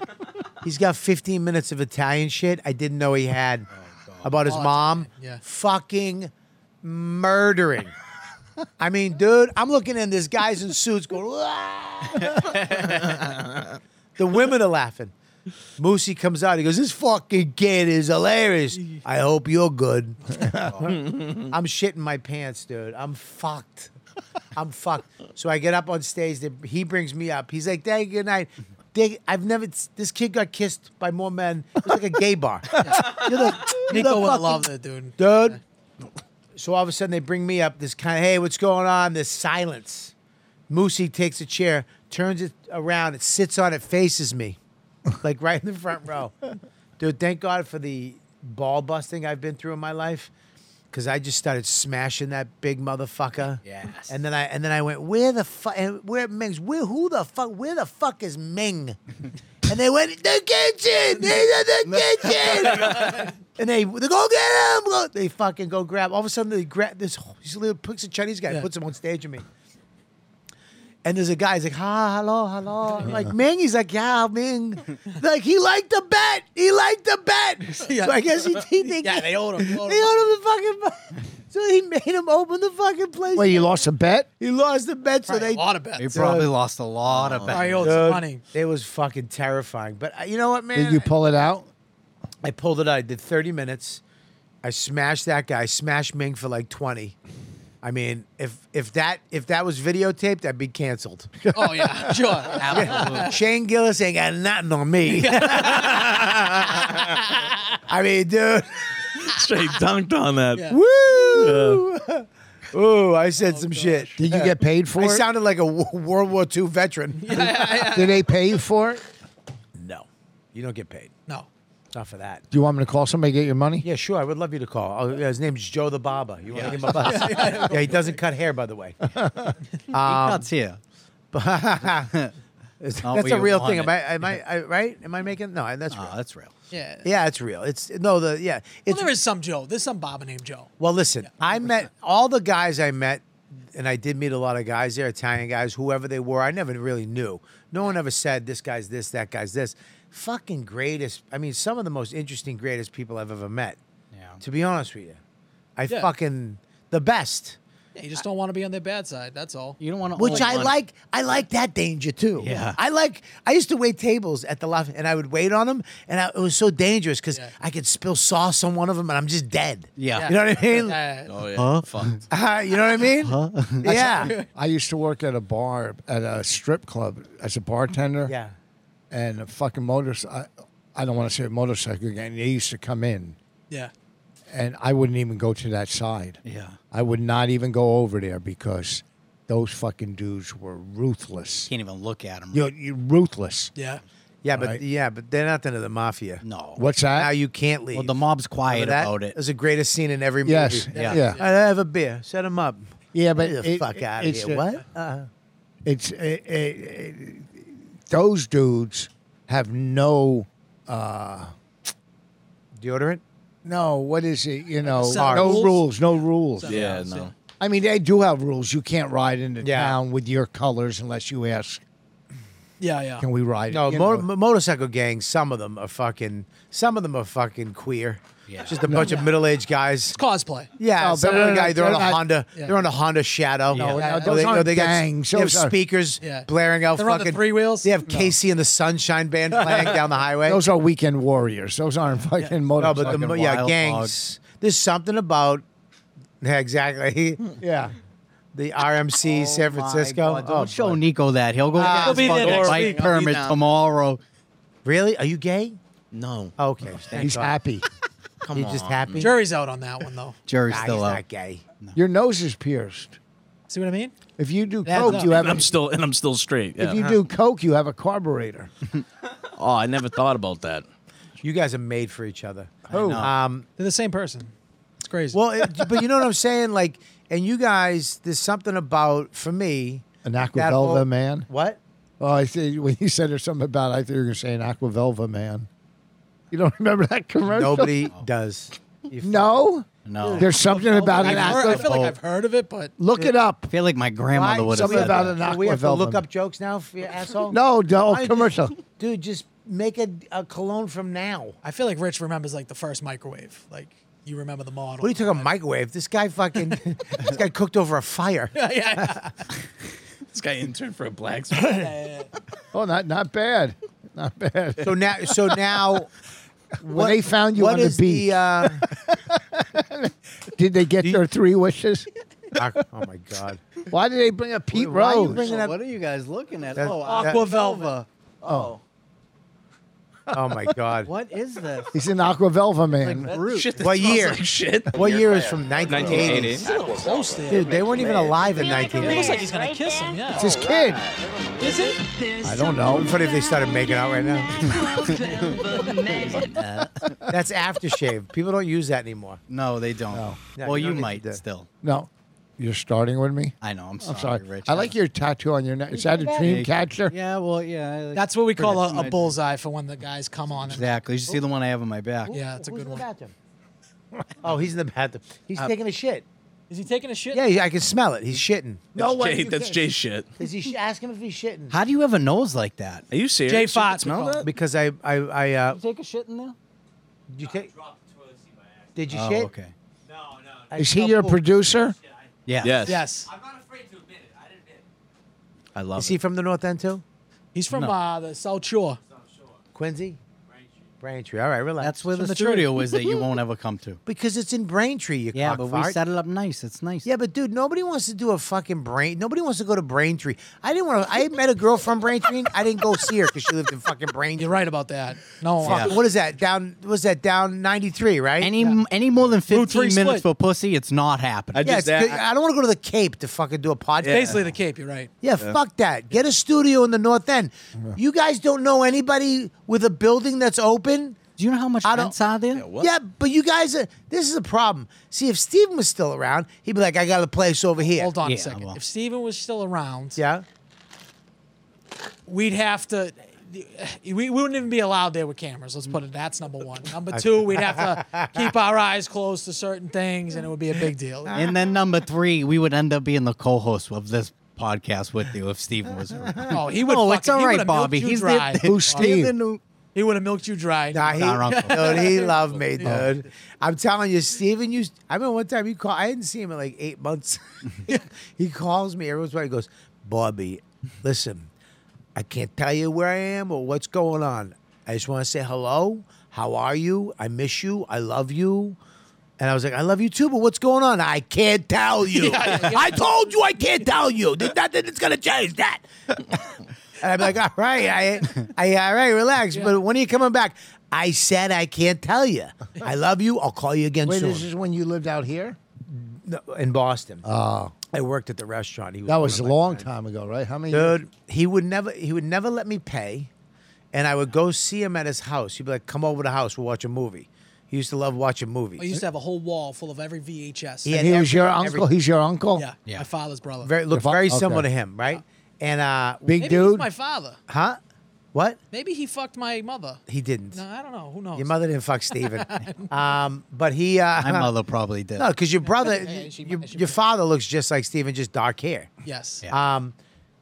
Speaker 1: He's got 15 minutes of Italian shit I didn't know he had about his
Speaker 2: All
Speaker 1: mom
Speaker 2: Italian, yeah.
Speaker 1: fucking murdering. I mean, dude, I'm looking in this guy's in suits going, "Wah." the women are laughing. Moosey comes out. He goes, This fucking kid is hilarious. I hope you're good. I'm shitting my pants, dude. I'm fucked. I'm fucked. So I get up on stage. they- He brings me up. He's like, "Hey, good night." They, I've never. This kid got kissed by more men. It's like a gay bar. You're the- you're the
Speaker 2: Nico would have
Speaker 1: fucking-
Speaker 2: loved it, dude.
Speaker 1: dude. So all of a sudden they bring me up. This kind of hey, what's going on? This silence. Moosey takes a chair, turns it around, it sits on it, faces me, like right in the front row. Dude, thank God for the ball busting I've been through in my life, because I just started smashing that big motherfucker.
Speaker 4: Yes.
Speaker 1: And then I and then I went, where the fuck? Where Ming's? Where who the fuck? Where the fuck is Ming? and they went the kitchen. He's in the kitchen and they they go get him. Go. They fucking go grab. All of a sudden they grab this. He's a little picks a Chinese guy,
Speaker 2: Yeah.
Speaker 1: puts him on stage with me. And there's a guy. He's like, "Hi, hello, hello." I'm like Ming. He's like, "Yeah, Ming." like he liked the bet. He liked the bet.
Speaker 2: Yeah.
Speaker 1: So I guess he, he think
Speaker 2: Yeah, they owed him.
Speaker 1: they owed him the fucking. So he made him open the fucking place.
Speaker 3: Wait, you lost a bet?
Speaker 1: he lost the bet, so
Speaker 2: Probably
Speaker 1: they
Speaker 2: a lot of
Speaker 4: You
Speaker 2: bets.
Speaker 4: probably lost a lot of
Speaker 2: Probably
Speaker 4: bets.
Speaker 2: owed some money.
Speaker 1: It was fucking terrifying. But uh, you know what, man?
Speaker 3: Did you pull it out?
Speaker 1: I pulled it out. I did 30 minutes. I smashed that guy. I smashed Ming for like 20. I mean, if if that if that was videotaped, I'd be canceled.
Speaker 2: Oh yeah, sure.
Speaker 1: Shane Gillis ain't got nothing on me. I mean, dude.
Speaker 5: Straight dunked on that.
Speaker 2: Yeah.
Speaker 1: Woo! Ooh, I said some shit.
Speaker 3: Did you get paid for
Speaker 1: I
Speaker 3: it?
Speaker 1: sounded like a wo- World War II veteran.
Speaker 3: Did they pay you for it?
Speaker 1: No, you don't get paid.
Speaker 2: No.
Speaker 1: Not for that.
Speaker 3: Do you want me to call somebody to get your money?
Speaker 1: Yeah, sure. I would love you to call. Oh, yeah, his name's Joe the Baba. You want to give him a buzz? yeah, he doesn't cut hair, by the way. Um,
Speaker 4: That's here. not
Speaker 1: that's
Speaker 4: what
Speaker 1: a
Speaker 4: you
Speaker 1: real
Speaker 4: want
Speaker 1: thing.
Speaker 4: it.
Speaker 1: Am I, am I, I right? Am I making? No, I- that's real.
Speaker 4: Oh, that's real.
Speaker 2: Yeah.
Speaker 1: yeah, it's real. It's no, the yeah.
Speaker 2: Well,
Speaker 1: It's well,
Speaker 2: there is some Joe. There's some Baba named Joe.
Speaker 1: listen, I met all the guys I met, and I did meet a lot of guys there, Italian guys, whoever they were. I never really knew. No one ever said this guy's this, that guy's this. Fucking greatest. I mean, some of the most interesting, greatest people I've ever met.
Speaker 4: Yeah.
Speaker 1: To be honest with you, I
Speaker 2: Yeah.
Speaker 1: fucking the best.
Speaker 2: Yeah, you just don't want to be on their bad side. That's all.
Speaker 4: You don't want to.
Speaker 1: Which I like. I like that danger too.
Speaker 4: Yeah.
Speaker 1: I like. I used to wait tables at the left, and I would wait on them, and I, it was so dangerous because
Speaker 2: Yeah.
Speaker 1: I could spill sauce on one of them, and I'm just dead.
Speaker 4: Yeah.
Speaker 1: You know what I mean?
Speaker 2: Uh,
Speaker 5: Oh yeah. Fucked.
Speaker 1: Uh, you know what I mean? Yeah.
Speaker 3: I used to work at a bar at a strip club as a bartender.
Speaker 1: Yeah.
Speaker 3: And a fucking motorcycle. I don't want to say a motorcycle gang. They used to come in,
Speaker 2: yeah.
Speaker 3: and I wouldn't even go to that side.
Speaker 4: Yeah.
Speaker 3: I would not even go over there because those fucking dudes were ruthless.
Speaker 4: Can't even look at them.
Speaker 3: You're, you're ruthless.
Speaker 2: Yeah.
Speaker 1: Yeah, but
Speaker 3: Right.
Speaker 1: yeah, but they're not into the mafia.
Speaker 4: no.
Speaker 3: What's
Speaker 1: Now
Speaker 3: that?
Speaker 1: you can't leave.
Speaker 4: Well, the mob's quiet
Speaker 1: Remember that?
Speaker 4: about it.
Speaker 1: It was the greatest scene in every movie.
Speaker 3: yes.
Speaker 4: Yeah.
Speaker 3: yeah.
Speaker 1: I have a beer. Set him up.
Speaker 3: Yeah, but
Speaker 1: Get the
Speaker 3: it-
Speaker 1: fuck
Speaker 3: it-
Speaker 1: out of
Speaker 3: it's
Speaker 1: here.
Speaker 3: a-
Speaker 1: what? Uh,
Speaker 3: it's it, it, it- those dudes have no
Speaker 1: deodorant.
Speaker 3: no what is it you know
Speaker 2: Some
Speaker 3: no
Speaker 2: rules.
Speaker 3: rules. no rules
Speaker 5: Yeah,
Speaker 2: Yeah.
Speaker 5: no.
Speaker 3: i mean they do have rules you can't ride into
Speaker 1: Yeah.
Speaker 3: town with your colors unless you ask
Speaker 2: Yeah. Yeah.
Speaker 3: can we ride
Speaker 1: No,
Speaker 3: you
Speaker 1: mo-
Speaker 3: know.
Speaker 1: mo- motorcycle gangs. Some of them are fucking. Some of them are fucking queer.
Speaker 4: Yeah.
Speaker 1: Just a bunch of middle-aged guys.
Speaker 2: Cosplay.
Speaker 1: Yeah,
Speaker 3: No,
Speaker 1: some
Speaker 3: but no,
Speaker 1: other
Speaker 3: no,
Speaker 1: guy.
Speaker 3: no,
Speaker 1: They're on a
Speaker 3: they're not-
Speaker 1: Honda.
Speaker 2: Yeah.
Speaker 1: They're on a Honda Shadow.
Speaker 4: No,
Speaker 1: Or
Speaker 3: no,
Speaker 1: they-
Speaker 3: those
Speaker 1: or
Speaker 3: aren't
Speaker 1: they got-
Speaker 3: gangs,
Speaker 1: they have
Speaker 3: those are-
Speaker 1: speakers
Speaker 2: Yeah.
Speaker 1: blaring out
Speaker 2: They're on the
Speaker 1: fucking
Speaker 2: three wheels?
Speaker 1: They have
Speaker 2: No.
Speaker 1: Casey and the Sunshine Band playing down the highway.
Speaker 3: those are weekend warriors those aren't fucking
Speaker 1: no,
Speaker 3: motorcycle
Speaker 1: but the mo- yeah
Speaker 3: wild hogs.
Speaker 1: gangs. There's something about. Yeah, exactly.
Speaker 3: yeah
Speaker 1: The RMC San Francisco.
Speaker 4: My Oh God, don't
Speaker 1: Oh,
Speaker 4: show
Speaker 1: boy.
Speaker 4: Nico that. He'll go
Speaker 1: Ah,
Speaker 4: get
Speaker 1: He'll
Speaker 4: his
Speaker 2: be there
Speaker 4: fucking
Speaker 2: next
Speaker 4: bike
Speaker 2: week. I'll be
Speaker 4: permit
Speaker 2: down.
Speaker 4: tomorrow.
Speaker 1: Really? Are you gay?
Speaker 5: No.
Speaker 1: Oh, okay. Thank
Speaker 3: he's
Speaker 1: God.
Speaker 3: happy
Speaker 1: Come He's just happy.
Speaker 2: Jury's out on that one though.
Speaker 4: Jerry's
Speaker 1: Nah, he's
Speaker 4: still out.
Speaker 1: not gay.
Speaker 3: your nose is pierced
Speaker 2: See what I mean?
Speaker 3: if you do
Speaker 2: That's
Speaker 3: coke
Speaker 2: not-
Speaker 3: you have
Speaker 5: And I'm still and I'm still straight.
Speaker 3: if you
Speaker 5: Yeah.
Speaker 3: do coke you have a carburetor
Speaker 5: Oh, I never thought about that.
Speaker 1: You guys are made for each other.
Speaker 3: Who?
Speaker 1: Um,
Speaker 2: They're the same person. It's crazy.
Speaker 1: well, it, but you know what I'm saying? Like, and you guys, there's something about, for me,
Speaker 3: an
Speaker 1: that whole-
Speaker 3: aquavelva man
Speaker 1: What?
Speaker 3: Oh, I see. When you said there's something about, it, I thought you were going to say an Aquavelva man. You don't remember that commercial?
Speaker 1: Nobody does. You
Speaker 3: No.
Speaker 4: No.
Speaker 3: There's something about an
Speaker 2: I've heard- I
Speaker 3: aqua.
Speaker 2: feel like I've heard of it, but
Speaker 3: Look it up.
Speaker 4: I feel like my grandmother would have
Speaker 3: Something
Speaker 4: said
Speaker 3: about
Speaker 4: that.
Speaker 3: an
Speaker 1: we have to
Speaker 3: Aquavelva.
Speaker 1: look up jokes now for your asshole?
Speaker 3: No, no
Speaker 1: Why
Speaker 3: commercial.
Speaker 1: just- dude, just make a, a cologne from now.
Speaker 2: I feel like Rich remembers like the first microwave. Like you remember the model.
Speaker 1: What are you talking about? Microwave? This guy fucking, this guy cooked over a fire.
Speaker 2: yeah, yeah.
Speaker 5: This guy interned for a blacksmith.
Speaker 3: Oh, not not bad. Not bad.
Speaker 1: So now, so now,
Speaker 3: when they found you
Speaker 1: what
Speaker 3: on the
Speaker 1: is
Speaker 3: beach,
Speaker 1: the? Uh,
Speaker 3: did they get their three wishes?
Speaker 1: aqu- oh my god!
Speaker 3: Why did they bring up Pete
Speaker 4: Why are you
Speaker 3: Rose?
Speaker 4: bringing up- What are you guys looking at?
Speaker 1: That-
Speaker 4: oh,
Speaker 1: that-
Speaker 4: Aquavelva. Oh,
Speaker 1: Oh my god!
Speaker 4: what is this?
Speaker 3: He's an Aquavelva man.
Speaker 4: Brute.
Speaker 1: What year?
Speaker 5: Shit.
Speaker 1: What year is from 1980?
Speaker 8: 1980.
Speaker 2: Close to it.
Speaker 1: Dude, they weren't even alive in 1980.
Speaker 2: It looks like he's gonna kiss him. Yeah.
Speaker 3: It's his kid.
Speaker 2: Is it?
Speaker 3: I don't know.
Speaker 1: It'd be funny if they started making out right now. That's aftershave. People don't use that anymore.
Speaker 4: No, they don't.
Speaker 1: Yeah,
Speaker 4: well,
Speaker 1: you
Speaker 4: you
Speaker 1: don't need
Speaker 4: might
Speaker 1: to do-
Speaker 4: still.
Speaker 3: No. You're starting with me?
Speaker 4: I know. I'm sorry,
Speaker 3: I'm sorry.
Speaker 4: Oh, Rich.
Speaker 3: I like your tattoo on your neck. Is that a dream catcher?
Speaker 4: Yeah, well, yeah. like-
Speaker 2: That's what we call
Speaker 4: Pretty
Speaker 2: a,
Speaker 4: much.
Speaker 2: a bullseye for when the guys come on. And,
Speaker 4: Exactly. You see the one I have on my back.
Speaker 2: yeah, it's a good one.
Speaker 1: bathroom? Oh, he's in the bathroom. He's
Speaker 4: Uh,
Speaker 1: taking a shit.
Speaker 2: Is he taking a shit?
Speaker 1: Yeah, I can smell it. He's shitting.
Speaker 5: No way. that's Jay's shit.
Speaker 1: Is he? Sh- ask him if he's shitting.
Speaker 4: How do you have a nose like that?
Speaker 5: Are you serious?
Speaker 2: Jay
Speaker 5: You can
Speaker 2: Fox,
Speaker 5: Smell
Speaker 2: we call
Speaker 5: that?
Speaker 1: Because I, I, I. Uh,
Speaker 4: Take a shit in there.
Speaker 1: did you take? Did you
Speaker 4: Oh,
Speaker 1: shit?
Speaker 4: okay.
Speaker 1: I
Speaker 3: Is he
Speaker 1: felt
Speaker 3: your
Speaker 1: poop.
Speaker 3: producer?
Speaker 4: Yeah.
Speaker 5: Yes.
Speaker 2: Yes.
Speaker 4: I love
Speaker 1: Is he
Speaker 4: it.
Speaker 1: from the North End too?
Speaker 2: He's from
Speaker 4: No.
Speaker 2: uh, the South Shore.
Speaker 1: Quincy. Braintree. All right, relax.
Speaker 4: That's where the,
Speaker 2: from the
Speaker 4: studio is that you won't ever come to.
Speaker 1: because it's in Braintree. You
Speaker 4: Yeah,
Speaker 1: cock
Speaker 4: but we
Speaker 1: fart.
Speaker 4: set it up nice. It's nice.
Speaker 1: Yeah, but dude, nobody wants to do a fucking brain. Nobody wants to go to Braintree. I didn't want to. I met a girl from Braintree. and I didn't go see her because she lived in fucking Braintree.
Speaker 2: You're right about that. No.
Speaker 1: Fuck, What is that down? what Was that down ninety three? Right?
Speaker 4: Any any more than
Speaker 2: three
Speaker 4: 15 minutes
Speaker 2: split.
Speaker 4: for pussy, it's not happening.
Speaker 5: I
Speaker 1: yeah,
Speaker 5: just
Speaker 1: it's good.
Speaker 5: that.
Speaker 1: I don't want to go to the Cape to fucking do a podcast. Yeah.
Speaker 2: Basically, the Cape. You're right.
Speaker 1: fuck that. Get a studio in the North End. You guys don't know anybody with a building that's open.
Speaker 4: Do you know how much
Speaker 1: I don't-
Speaker 4: rents are there?
Speaker 5: What?
Speaker 1: Yeah, but you guys, are, this is a problem. See, if Steven was still around, he'd be like, "I got a place over here."
Speaker 2: Hold on
Speaker 4: Yeah,
Speaker 2: a second.
Speaker 4: well.
Speaker 2: If Steven was still around,
Speaker 1: Yeah.
Speaker 2: we'd have to. We, we wouldn't even be allowed there with cameras. Let's put it. That's number one. Number two, we'd have to keep our eyes closed to certain things, and it would be a big deal.
Speaker 4: And then number three, we would end up being the co-host of this podcast with you if Steven was around.
Speaker 2: Oh, he would.
Speaker 4: Oh,
Speaker 2: fucking,
Speaker 4: it's all
Speaker 2: he
Speaker 4: right,
Speaker 2: would've milked
Speaker 4: Bobby.
Speaker 2: you
Speaker 4: He's the-
Speaker 2: dry.
Speaker 3: Who's
Speaker 4: They're
Speaker 3: Steve?
Speaker 4: the new-
Speaker 2: He would have milked you dry.
Speaker 1: Nah, he,
Speaker 4: Our uncle.
Speaker 1: dude, he loved me, dude. I'm telling you, Steven used. I remember one time he called. I hadn't seen him in like eight months. he calls me every once in a while. He goes, "Bobby, listen, I can't tell you where I am or what's going on. I just want to say hello. How are you? I miss you. I love you." And I was like, I love you too, but what's going on? I can't tell you. I told you I can't tell you. There's nothing that's gonna change that. And I'd be like, all right, I, I, all right, relax. But when are you coming back? I said I can't tell you. I love you. I'll call you again
Speaker 3: Wait,
Speaker 1: soon.
Speaker 3: this is when you lived out here?
Speaker 1: No, in Boston. Oh. I worked at the restaurant. He was
Speaker 3: That
Speaker 1: one
Speaker 3: was a
Speaker 1: of my
Speaker 3: long
Speaker 1: friends.
Speaker 3: time ago, right? How many? years?
Speaker 1: Dude, he would never, he would never let me pay, and I would go see him at his house. He'd be like, "Come over to the house. We'll watch a movie." He used to love watching movies.
Speaker 2: I used to have a whole wall full of every VHS.
Speaker 1: He had
Speaker 3: And he was
Speaker 1: every-
Speaker 3: your
Speaker 1: every-
Speaker 3: uncle. He's your uncle.
Speaker 2: yeah, my father's brother.
Speaker 1: very looked
Speaker 3: Your fa-
Speaker 1: very similar
Speaker 3: okay.
Speaker 1: to him, right? And uh,
Speaker 3: Big
Speaker 2: Maybe he's
Speaker 3: dude.
Speaker 2: my father.
Speaker 1: huh? What?
Speaker 2: Maybe he fucked my mother.
Speaker 1: He didn't.
Speaker 2: No, I don't know. Who knows?
Speaker 1: Your mother didn't fuck Steven. um, but he. Uh,
Speaker 4: My mother probably did.
Speaker 1: No, because your brother,
Speaker 2: Yeah, she
Speaker 1: your,
Speaker 2: might- she
Speaker 1: your
Speaker 2: might-
Speaker 1: father looks just like Steven, just dark hair.
Speaker 2: Yes.
Speaker 4: Yeah.
Speaker 1: Um,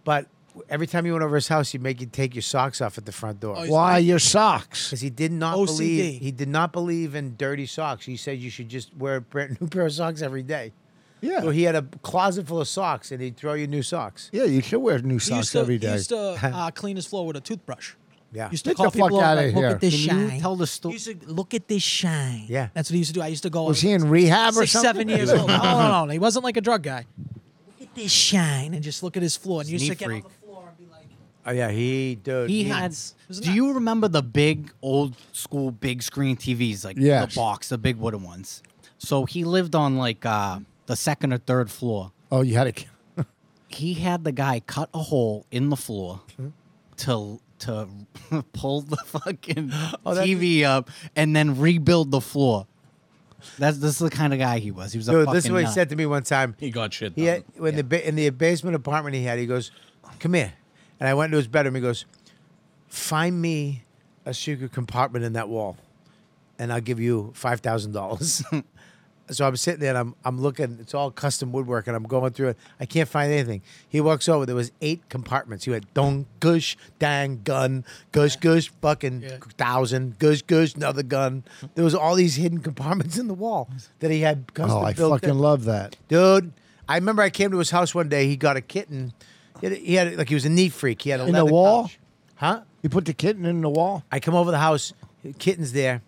Speaker 1: but every time you went over his house, he'd make you take your socks off at the front door.
Speaker 2: Oh, he's-
Speaker 3: Why your socks?
Speaker 1: Because he did not
Speaker 2: OCD.
Speaker 1: believe he did not believe in dirty socks. He said you should just wear a brand new pair of socks every day.
Speaker 3: Yeah.
Speaker 1: So he had a closet full of socks, and he'd throw you new socks.
Speaker 3: Yeah, you should wear new
Speaker 2: He used
Speaker 3: socks
Speaker 2: to,
Speaker 3: every
Speaker 2: He
Speaker 3: day.
Speaker 2: used to uh, clean his floor with a toothbrush.
Speaker 1: Yeah.
Speaker 2: Used to
Speaker 3: Get
Speaker 2: call
Speaker 3: the fuck
Speaker 2: people up,
Speaker 3: outta
Speaker 2: like, look
Speaker 3: here.
Speaker 2: at this
Speaker 4: Can you
Speaker 2: shine.
Speaker 4: tell the sto-
Speaker 2: He used to look at this shine.
Speaker 1: Yeah.
Speaker 2: That's what he used to do. I used to go.
Speaker 3: Was he in rehab or
Speaker 2: six, seven
Speaker 3: something?
Speaker 2: years old? No, no, no. He wasn't like a drug guy. Look at this shine and just look at his floor. And you used
Speaker 4: Knee
Speaker 2: to get on
Speaker 4: freak.
Speaker 2: the floor and be like,
Speaker 1: Oh yeah, he dude.
Speaker 4: He had.
Speaker 2: Nuts. It was
Speaker 4: Do you remember the big old school big screen TVs, like
Speaker 3: Yes.
Speaker 4: the box, the big wooden ones? So he lived on like uh, the second or third floor.
Speaker 3: Oh, you had a.
Speaker 4: He had the guy cut a hole in the floor
Speaker 1: Hmm.
Speaker 4: to to pull the fucking
Speaker 1: Oh,
Speaker 4: TV up and then rebuild the floor. That's this is the kind of guy he was. He was a
Speaker 1: Dude,
Speaker 4: fucking.
Speaker 1: this is what he
Speaker 4: nut.
Speaker 1: said to me one time.
Speaker 5: He got shit
Speaker 1: He
Speaker 5: done.
Speaker 1: had, in the ba- in the basement apartment he had. He goes, "Come here," and I went into his bedroom. He goes, "Find me a secret compartment in that wall, and I'll give you five thousand dollars." So I'm sitting there and I'm I'm looking. It's all custom woodwork, and I'm going through it. I can't find anything. He walks over. There was eight compartments. He went dong gush dang gun gush gush fucking
Speaker 2: Yeah.
Speaker 1: thousand gush gush another gun. There was all these hidden compartments in the wall that he had custom
Speaker 3: Oh, I
Speaker 1: built.
Speaker 3: fucking
Speaker 1: in
Speaker 3: love that.
Speaker 1: dude. I remember I came to his house one day. He got a kitten. He had, he had like he was a neat freak. He had a
Speaker 3: In the
Speaker 1: leather
Speaker 3: wall?
Speaker 1: couch. huh?
Speaker 3: You put the kitten in the wall.
Speaker 1: I come over the house, kitten's there.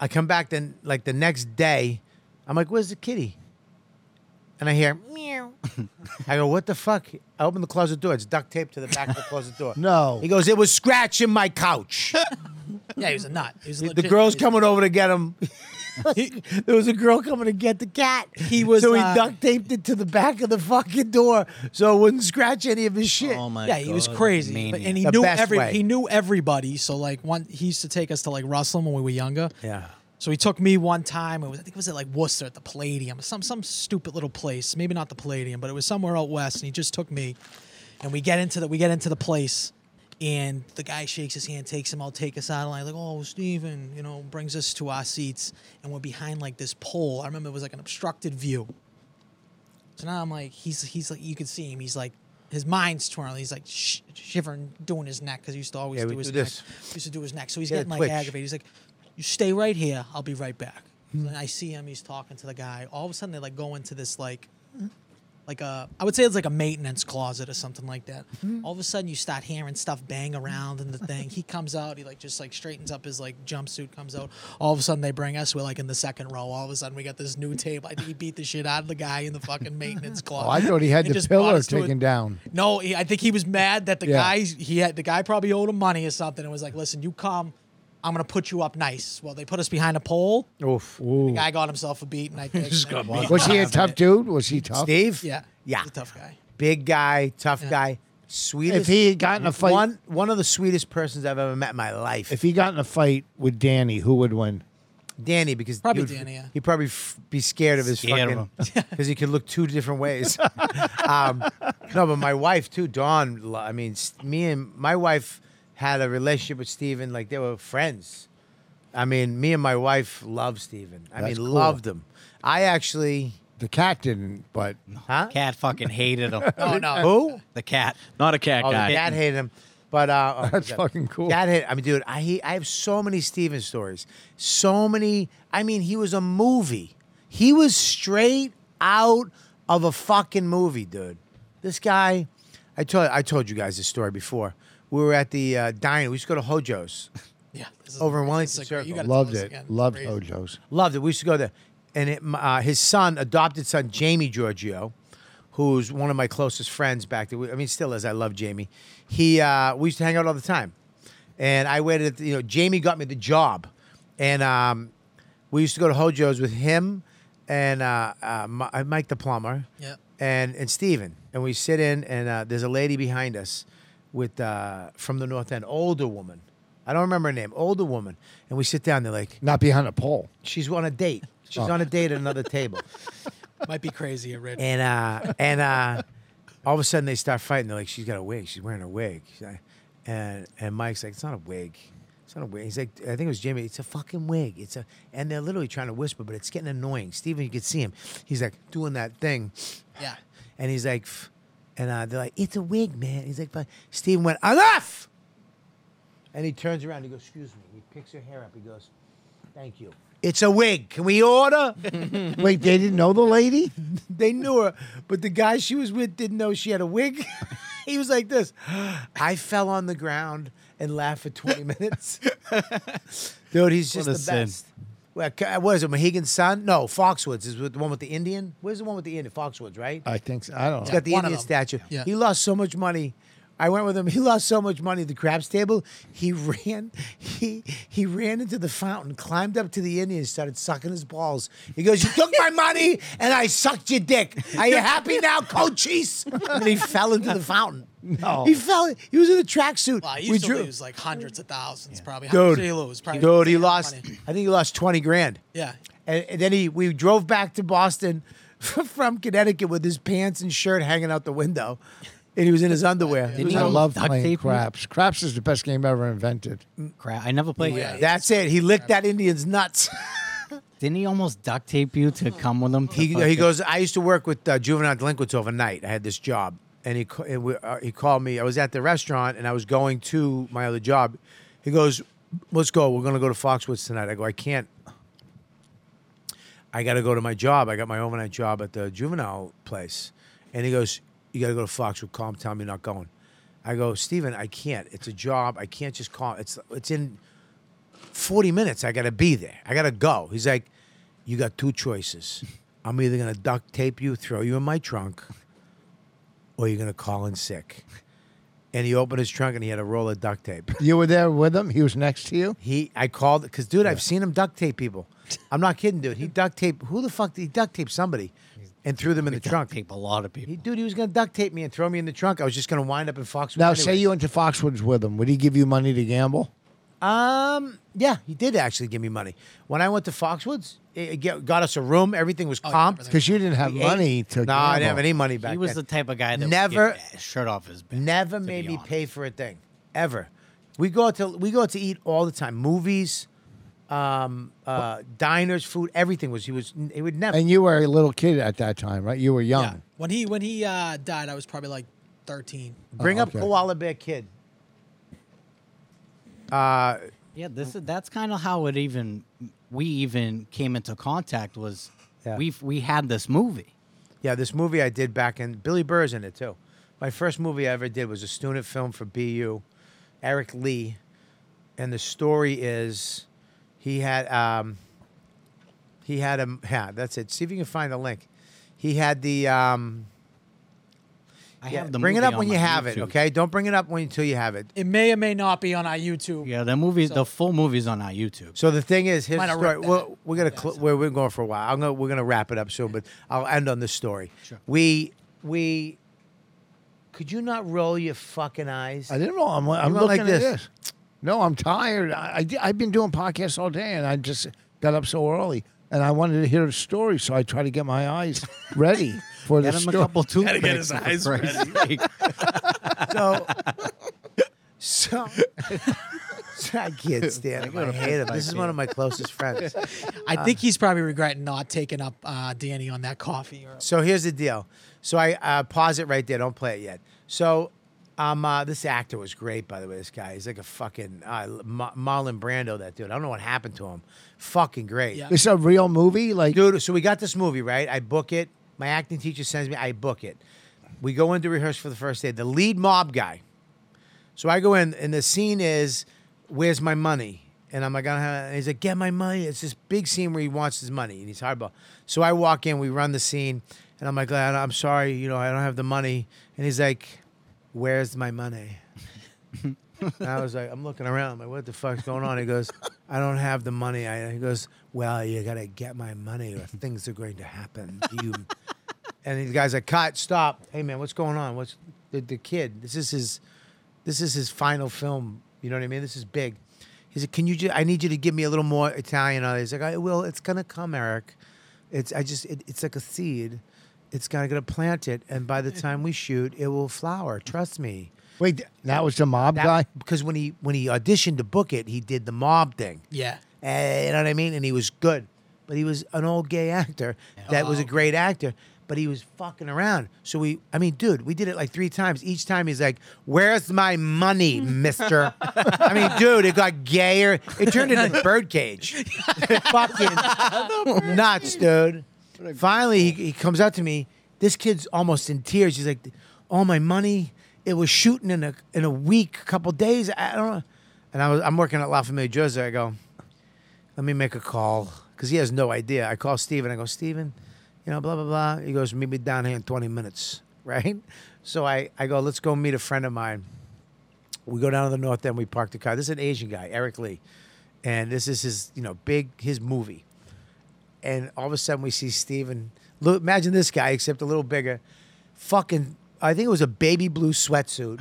Speaker 1: I come back then like the next day. I'm like, where's the kitty? And I hear meow. I go, what the fuck? I open the closet door. It's duct taped to the back of the closet door.
Speaker 3: No.
Speaker 1: He goes, it was scratching my couch.
Speaker 2: yeah, he was a nut. He was a
Speaker 1: the
Speaker 2: legit-
Speaker 1: girl's coming over to get him. there was a girl coming to get the cat.
Speaker 2: He was,
Speaker 1: so he
Speaker 2: uh,
Speaker 1: duct taped it to the back of the fucking door so it wouldn't scratch any of his shit.
Speaker 4: Oh my
Speaker 2: Yeah, he was
Speaker 4: God,
Speaker 2: crazy,
Speaker 4: maniac.
Speaker 2: but, and he
Speaker 1: The
Speaker 2: knew
Speaker 1: best
Speaker 2: every
Speaker 1: way.
Speaker 2: he knew everybody. So like one, he used to take us to like Russell when we were younger.
Speaker 1: Yeah.
Speaker 2: So he took me one time. It was I think it was at like Worcester at the Palladium, some some stupid little place. Maybe not the Palladium, but it was somewhere out west. And he just took me, and we get into the we get into the place, and the guy shakes his hand, takes him out, take us out, and I'm like oh Steven, you know, brings us to our seats, and we're behind like this pole. I remember it was like an obstructed view. So now I'm like, he's he's like, you could see him. He's like, his mind's twirling. He's like sh- shivering, doing his neck because he used to always
Speaker 1: Yeah, we
Speaker 2: do his
Speaker 1: do
Speaker 2: neck.
Speaker 1: this.
Speaker 2: He used to do his neck. So he's
Speaker 1: Yeah,
Speaker 2: getting like
Speaker 1: twitch.
Speaker 2: aggravated. He's like, you stay right here. I'll be right back. And I see him. He's talking to the guy. All of a sudden, they like go into this like. Like a, I would say it's like a maintenance closet or something like that.
Speaker 3: Mm-hmm.
Speaker 2: All of a sudden, you start hearing stuff bang around in the thing. He comes out. He like just like straightens up his like jumpsuit. Comes out. All of a sudden, they bring us. We're like in the second row. All of a sudden, we got this new table. I think he beat the shit out of the guy in the fucking maintenance closet.
Speaker 3: Oh, I thought he had
Speaker 2: and
Speaker 3: the
Speaker 2: just brought
Speaker 3: pillar
Speaker 2: us to a-
Speaker 3: taken down.
Speaker 2: no, he, I think he was mad that the
Speaker 3: Yeah.
Speaker 2: guy he had the guy probably owed him money or something, and was like, "Listen, you come, I'm gonna put you up nice." Well, they put us behind a pole.
Speaker 1: Oof.
Speaker 2: The guy got himself a beat, and I think just got
Speaker 3: Was he a tough dude? Was he tough?
Speaker 1: Steve?
Speaker 2: Yeah,
Speaker 1: Yeah.
Speaker 2: he's a tough guy.
Speaker 1: Big guy, tough guy, sweetest.
Speaker 3: If he had gotten a fight,
Speaker 1: one one of the sweetest persons I've ever met in my life.
Speaker 3: if he got in a fight with Danny, who would win?
Speaker 1: Danny, because he
Speaker 2: Probably
Speaker 1: would-
Speaker 2: Danny, yeah.
Speaker 1: He'd probably f- be scared of his
Speaker 4: Scared of
Speaker 1: fucking because he could look two different ways. um, no, but my wife too, Dawn. lo- I mean, s- me and my wife had a relationship with Steven, like they were friends. I mean, me and my wife loved Steven. I mean,
Speaker 3: That's cool.
Speaker 1: loved him. I actually,
Speaker 3: The cat didn't, but
Speaker 1: huh?
Speaker 4: Cat fucking hated him.
Speaker 1: Oh, Who?
Speaker 4: the cat.
Speaker 5: Not a cat
Speaker 1: Oh, the
Speaker 5: guy.
Speaker 1: dad hated him. But uh, oh my
Speaker 3: That's
Speaker 1: God.
Speaker 3: fucking cool.
Speaker 1: That hit. I mean, dude, I he, I have so many Steven stories. So many. I mean, he was a movie. He was straight out of a fucking movie, dude. This guy, I told I told you guys this story before. We were at the uh, diner. We used to go to Hojo's.
Speaker 2: Yeah. this is
Speaker 1: Over in
Speaker 2: crazy.
Speaker 1: Wellington
Speaker 2: It's like,
Speaker 1: Circle.
Speaker 2: you gotta tell
Speaker 3: Loved
Speaker 2: us
Speaker 3: it.
Speaker 2: again. It's
Speaker 3: Loved
Speaker 2: crazy.
Speaker 3: Hojo's.
Speaker 1: Loved it. We used to go there. And it, m- uh, his son, adopted son, Jamie Giorgio, who's one of my closest friends back there. I mean, still is. I love Jamie. He, uh, we used to hang out all the time. And I waited, at the, you know, Jamie got me the job. And um, we used to go to Hojo's with him and uh, uh, Mi- Mike the plumber
Speaker 2: Yep.
Speaker 1: and, and Steven. And we sit in, and uh, there's a lady behind us with uh, from the North End, older woman. I don't remember her name, older woman. And we sit down, they're like,
Speaker 3: Not behind a pole.
Speaker 1: She's on a date. She's on a date at another table.
Speaker 2: Might be crazy at Red.
Speaker 1: And uh and uh all of a sudden they start fighting. They're like, She's got a wig, she's wearing a wig. She's like- And and Mike's like, It's not a wig. It's not a wig. He's like, I think it was Jamie, it's a fucking wig. It's a and they're literally trying to whisper, but it's getting annoying. Steven, you could see him. He's like doing that thing.
Speaker 2: yeah.
Speaker 1: And he's like, "Pff," and uh, they're like, it's a wig, man. He's like, but Steven went, enough. And he turns around. He goes, excuse me. He picks her hair up. He goes, thank you. It's a wig. Can we order?
Speaker 3: Wait, they didn't know the lady?
Speaker 1: they knew her, but the guy she was with didn't know she had a wig. he was like this. I fell on the ground and laughed for 20 minutes. Dude, he's just
Speaker 4: a
Speaker 1: the
Speaker 4: sin.
Speaker 1: best. Well, ca- what is it, Mohegan Sun? No, Foxwoods is with the one with the Indian. Where's the one with the Indian? Foxwoods, right?
Speaker 3: I think so. I don't
Speaker 1: He's
Speaker 3: know.
Speaker 1: got the
Speaker 2: One of
Speaker 1: Indian
Speaker 2: them.
Speaker 1: statue.
Speaker 2: Yeah.
Speaker 1: He lost so much money. I went with him. He lost so much money at the craps table. He ran, he he ran into the fountain, climbed up to the Indian, started sucking his balls. He goes, "You took my money, and I sucked your dick. Are you happy now, coaches?" And he fell into the fountain. No, he fell. He was in a tracksuit.
Speaker 2: Wow, he
Speaker 1: We
Speaker 2: used to
Speaker 1: drew-
Speaker 2: lose like hundreds of thousands, probably. How
Speaker 1: dude.
Speaker 2: much did he lose? Probably
Speaker 1: dude, he
Speaker 2: insane
Speaker 1: lost.
Speaker 2: money.
Speaker 1: I think he lost twenty grand.
Speaker 2: Yeah.
Speaker 1: And, and then he we drove back to Boston from Connecticut with his pants and shirt hanging out the window, and he was in his underwear.
Speaker 4: Didn't he
Speaker 3: I
Speaker 4: go
Speaker 3: love
Speaker 4: duct
Speaker 3: playing
Speaker 4: tape him?
Speaker 3: craps. Craps is the best game ever invented.
Speaker 4: Crap, I never played. Yeah.
Speaker 1: That's it. He licked that Indian's nuts.
Speaker 4: Didn't he almost duct tape you to come with him? To
Speaker 1: He, he
Speaker 4: fucking-
Speaker 1: goes. I used to work with uh, juvenile delinquents overnight. I had this job, and he ca- and we, uh, he called me. I was at the restaurant, and I was going to my other job. He goes, "Let's go. We're gonna go to Foxwoods tonight." I go, "I can't. I got to go to my job. I got my overnight job at the juvenile place." And he goes, "You got to go to Foxwoods. Call him. Tell him you're not going." I go, "Steven, I can't. It's a job. I can't just call. It's it's in 40 minutes. I got to be there. I got to go. He's like, You got two choices. I'm either going to duct tape you, throw you in my trunk, or you're going to call in sick. And he opened his trunk and he had a roll of duct tape.
Speaker 3: You were there with him. He was next to you.
Speaker 1: He, I called because, dude, I've seen him duct tape people. I'm not kidding, dude. He duct taped, who the fuck did he duct tape somebody and threw them in the
Speaker 4: duct
Speaker 1: trunk?
Speaker 4: tape a lot of people.
Speaker 1: He, dude, he was going to duct tape me and throw me in the trunk. I was just going to wind up in Foxwoods.
Speaker 3: Now,
Speaker 1: anyway.
Speaker 3: say you went to Foxwoods with him. Would he give you money to gamble?
Speaker 1: Um. Yeah, he did actually give me money when I went to Foxwoods. It it get- got us a room. Everything was comped.
Speaker 3: Because Oh, you didn't have money to
Speaker 1: no,
Speaker 3: gamble.
Speaker 1: I didn't have any money back
Speaker 4: He was
Speaker 1: then.
Speaker 4: the type of guy that
Speaker 1: Never-
Speaker 4: would get shirt off his back.
Speaker 1: Never
Speaker 4: to
Speaker 1: made
Speaker 4: be
Speaker 1: me
Speaker 4: honest.
Speaker 1: pay for a thing ever. We go out to we go out to eat all the time. Movies, um, uh, diners, food, everything was he was he would never.
Speaker 3: And you were a little kid at that time, right? You were
Speaker 1: Um.
Speaker 3: young.
Speaker 2: Yeah. When he when he uh, died, I was probably like 13.
Speaker 1: Bring
Speaker 3: Oh,
Speaker 1: up
Speaker 3: okay.
Speaker 1: Koala Bear Kid.
Speaker 4: Yeah, this is that's kind of how it even we even came into contact was
Speaker 1: Yeah.
Speaker 4: we we had this movie.
Speaker 1: Yeah, this movie I did back in Billy Burr's in it too. My first movie I ever did was a student film for BU, Eric Lee, and the story is he had um, he had a yeah that's it. See if you can find the link. He had the um,
Speaker 4: I
Speaker 1: yeah,
Speaker 4: have the
Speaker 1: bring it
Speaker 4: movie
Speaker 1: up
Speaker 4: on
Speaker 1: when
Speaker 4: my
Speaker 1: you have it,
Speaker 4: YouTube.
Speaker 1: okay? Don't bring it up when until you have it.
Speaker 2: It may or may not be on our YouTube.
Speaker 4: Yeah, the movie, the full movie's on our YouTube.
Speaker 1: So the thing is, here's
Speaker 2: Might
Speaker 1: the
Speaker 2: have
Speaker 1: story.
Speaker 2: ripped that.
Speaker 1: Well, we're gonna cl- we're, we're going for a while. I'm gonna we're gonna wrap it up soon, but I'll end on this story. Sure. We we could you not roll your fucking eyes?
Speaker 3: I didn't know. I'm, I'm
Speaker 1: went
Speaker 3: looking
Speaker 1: like
Speaker 3: at
Speaker 1: this.
Speaker 3: this. No, I'm tired. I, I, di- I've been doing podcasts all day, and I just got up so early, and I wanted to hear a story, so I tried to get my eyes ready for the
Speaker 4: Get him a
Speaker 3: story.
Speaker 4: couple toothpicks.
Speaker 5: get his
Speaker 4: for
Speaker 5: eyes
Speaker 4: Christ's sake.
Speaker 1: So, so, so I can't stand him. I hate him. This is one of my closest friends.
Speaker 2: I think he's probably regretting not taking up uh, Danny on that coffee. Or
Speaker 1: So here's the deal. So I uh, pause it right there. Don't play it yet. So Um, uh, this actor was great, by the way. This guy, he's like a fucking uh, Ma- Marlon Brando. That dude. I don't know what happened to him. Fucking great.
Speaker 2: Yeah.
Speaker 3: It's a real movie, like
Speaker 1: Dude, so we got this movie, right? I book it. My acting teacher sends me, I book it. We go into rehearse for the first day. The lead mob guy. So I go in, and the scene is, Where's my money? And I'm like, "Uh-huh." and he's like, Get my money. It's this big scene where he wants his money, and he's hardball. So I walk in, we run the scene, and I'm like, "Lad, I'm sorry, you know, I don't have the money. And he's like, Where's my money? And I was like, I'm looking around, I'm like, what the fuck's going on? He goes, I don't have the money. I, he goes, well, you gotta get my money, or things are going to happen. Do you? and the guy's like, cut, stop. Hey man, what's going on? What's the, the kid? This is his, this is his final film. You know what I mean? This is big. He said, can you? Ju- I need you to give me a little more Italian. on it." He's like, I will. It's gonna come, Eric. It's I just it, it's like a seed. It's gotta gotta plant it, and by the time we shoot, it will flower. Trust me.
Speaker 3: wait, th- that was the mob
Speaker 1: That-
Speaker 3: guy.
Speaker 1: because when he when he auditioned to book it, he did the mob thing.
Speaker 2: Yeah.
Speaker 1: Eh, you know what I mean? And he was good, but he was an old gay actor that was a great actor, but he was fucking around. So we, I mean, dude, we did it like three times. Each time he's like, "Where's my money, Mister?" I mean, dude, it got gayer. It turned into birdcage. fucking nuts, dude. Finally, he, he comes out to me. This kid's almost in tears. He's like, "All my money, it was shooting in a in a week, couple days. I don't know." And I was I'm working at La Familia Jersey. I go, let me make a call because he has no idea. I call Steven. I go, Steven, you know, blah, blah, blah. He goes, meet me down here in 20 minutes, right? So I, I go, let's go meet a friend of mine. We go down to the north end. We park the car. This is an Asian guy, Eric Lee. And this is his, you know, big, his movie. And all of a sudden we see Steven. Look, imagine this guy, except a little bigger. Fucking, I think it was a baby blue sweatsuit,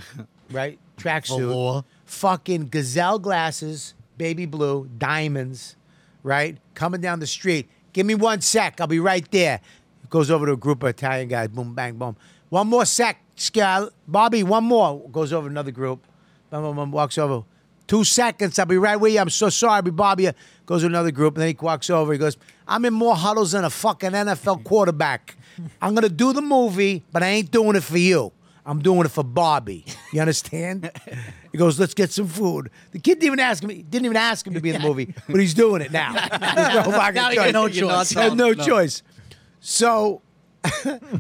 Speaker 1: right? Tracksuit.
Speaker 4: Velour.
Speaker 1: Fucking gazelle glasses, baby blue, diamonds, right? Coming down the street. Give me one sec. I'll be right there. Goes over to a group of Italian guys. Boom, bang, boom. One more sec, Scal. Bobby, one more. Goes over to another group. Bum, bum, bum, walks over. Two seconds. I'll be right with you. I'm so sorry, Bobby. Goes to another group, and then he walks over. He goes, I'm in more huddles than a fucking NFL quarterback. I'm going to do the movie, but I ain't doing it for you. I'm doing it for Bobby. You understand? he goes, let's get some food. The kid didn't even ask him. Didn't even ask him to be in the movie, but he's doing it now. There's no fucking
Speaker 2: Now you got no
Speaker 1: choice.
Speaker 2: You're not choice.
Speaker 1: I have no,
Speaker 4: telling- no.
Speaker 1: choice. So,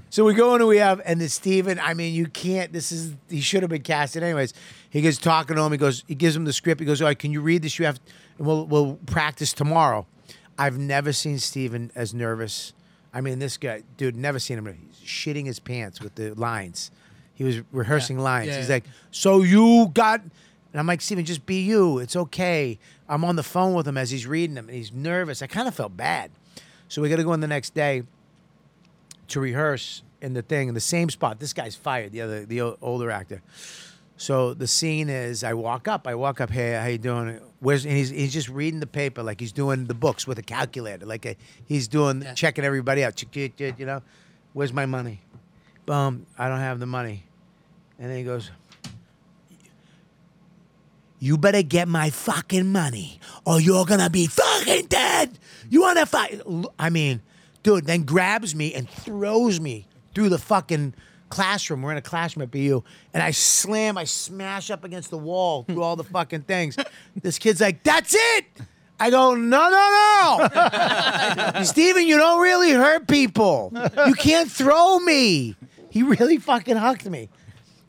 Speaker 1: so we go in and we have, and it's Steven, I mean, you can't. This is he should have been casted anyways. He gets talking to him. He goes, he gives him the script. He goes, all right, can you read this? You have, and we'll we'll practice tomorrow. I've never seen Steven as nervous. I mean, this guy, dude, never seen him. He's shitting his pants with the lines. He was rehearsing lines.
Speaker 2: Yeah,
Speaker 1: He's
Speaker 2: yeah.
Speaker 1: like, so you got. And I'm like, Steven, just be you. It's okay. I'm on the phone with him as he's reading them, and he's nervous. I kind of felt bad. So we got to go in the next day to rehearse in the thing in the same spot. This guy's fired. The other, the o- older actor. So the scene is, I walk up. I walk up. Hey, how you doing? Where's? And he's he's just reading the paper like he's doing the books with a calculator, like a, he's doing checking everybody out. Chick, chick, chick, You know, where's my money? Bum, I don't have the money. And then he goes, you better get my fucking money or you're gonna be fucking dead. You wanna fight? I mean, dude, then grabs me and throws me through the fucking classroom. We're in a classroom at BU. And I slam, I smash up against the wall through all the fucking things. This kid's like, that's it. I go, no, no, no. Steven, you don't really hurt people. You can't throw me. He really fucking hucked me.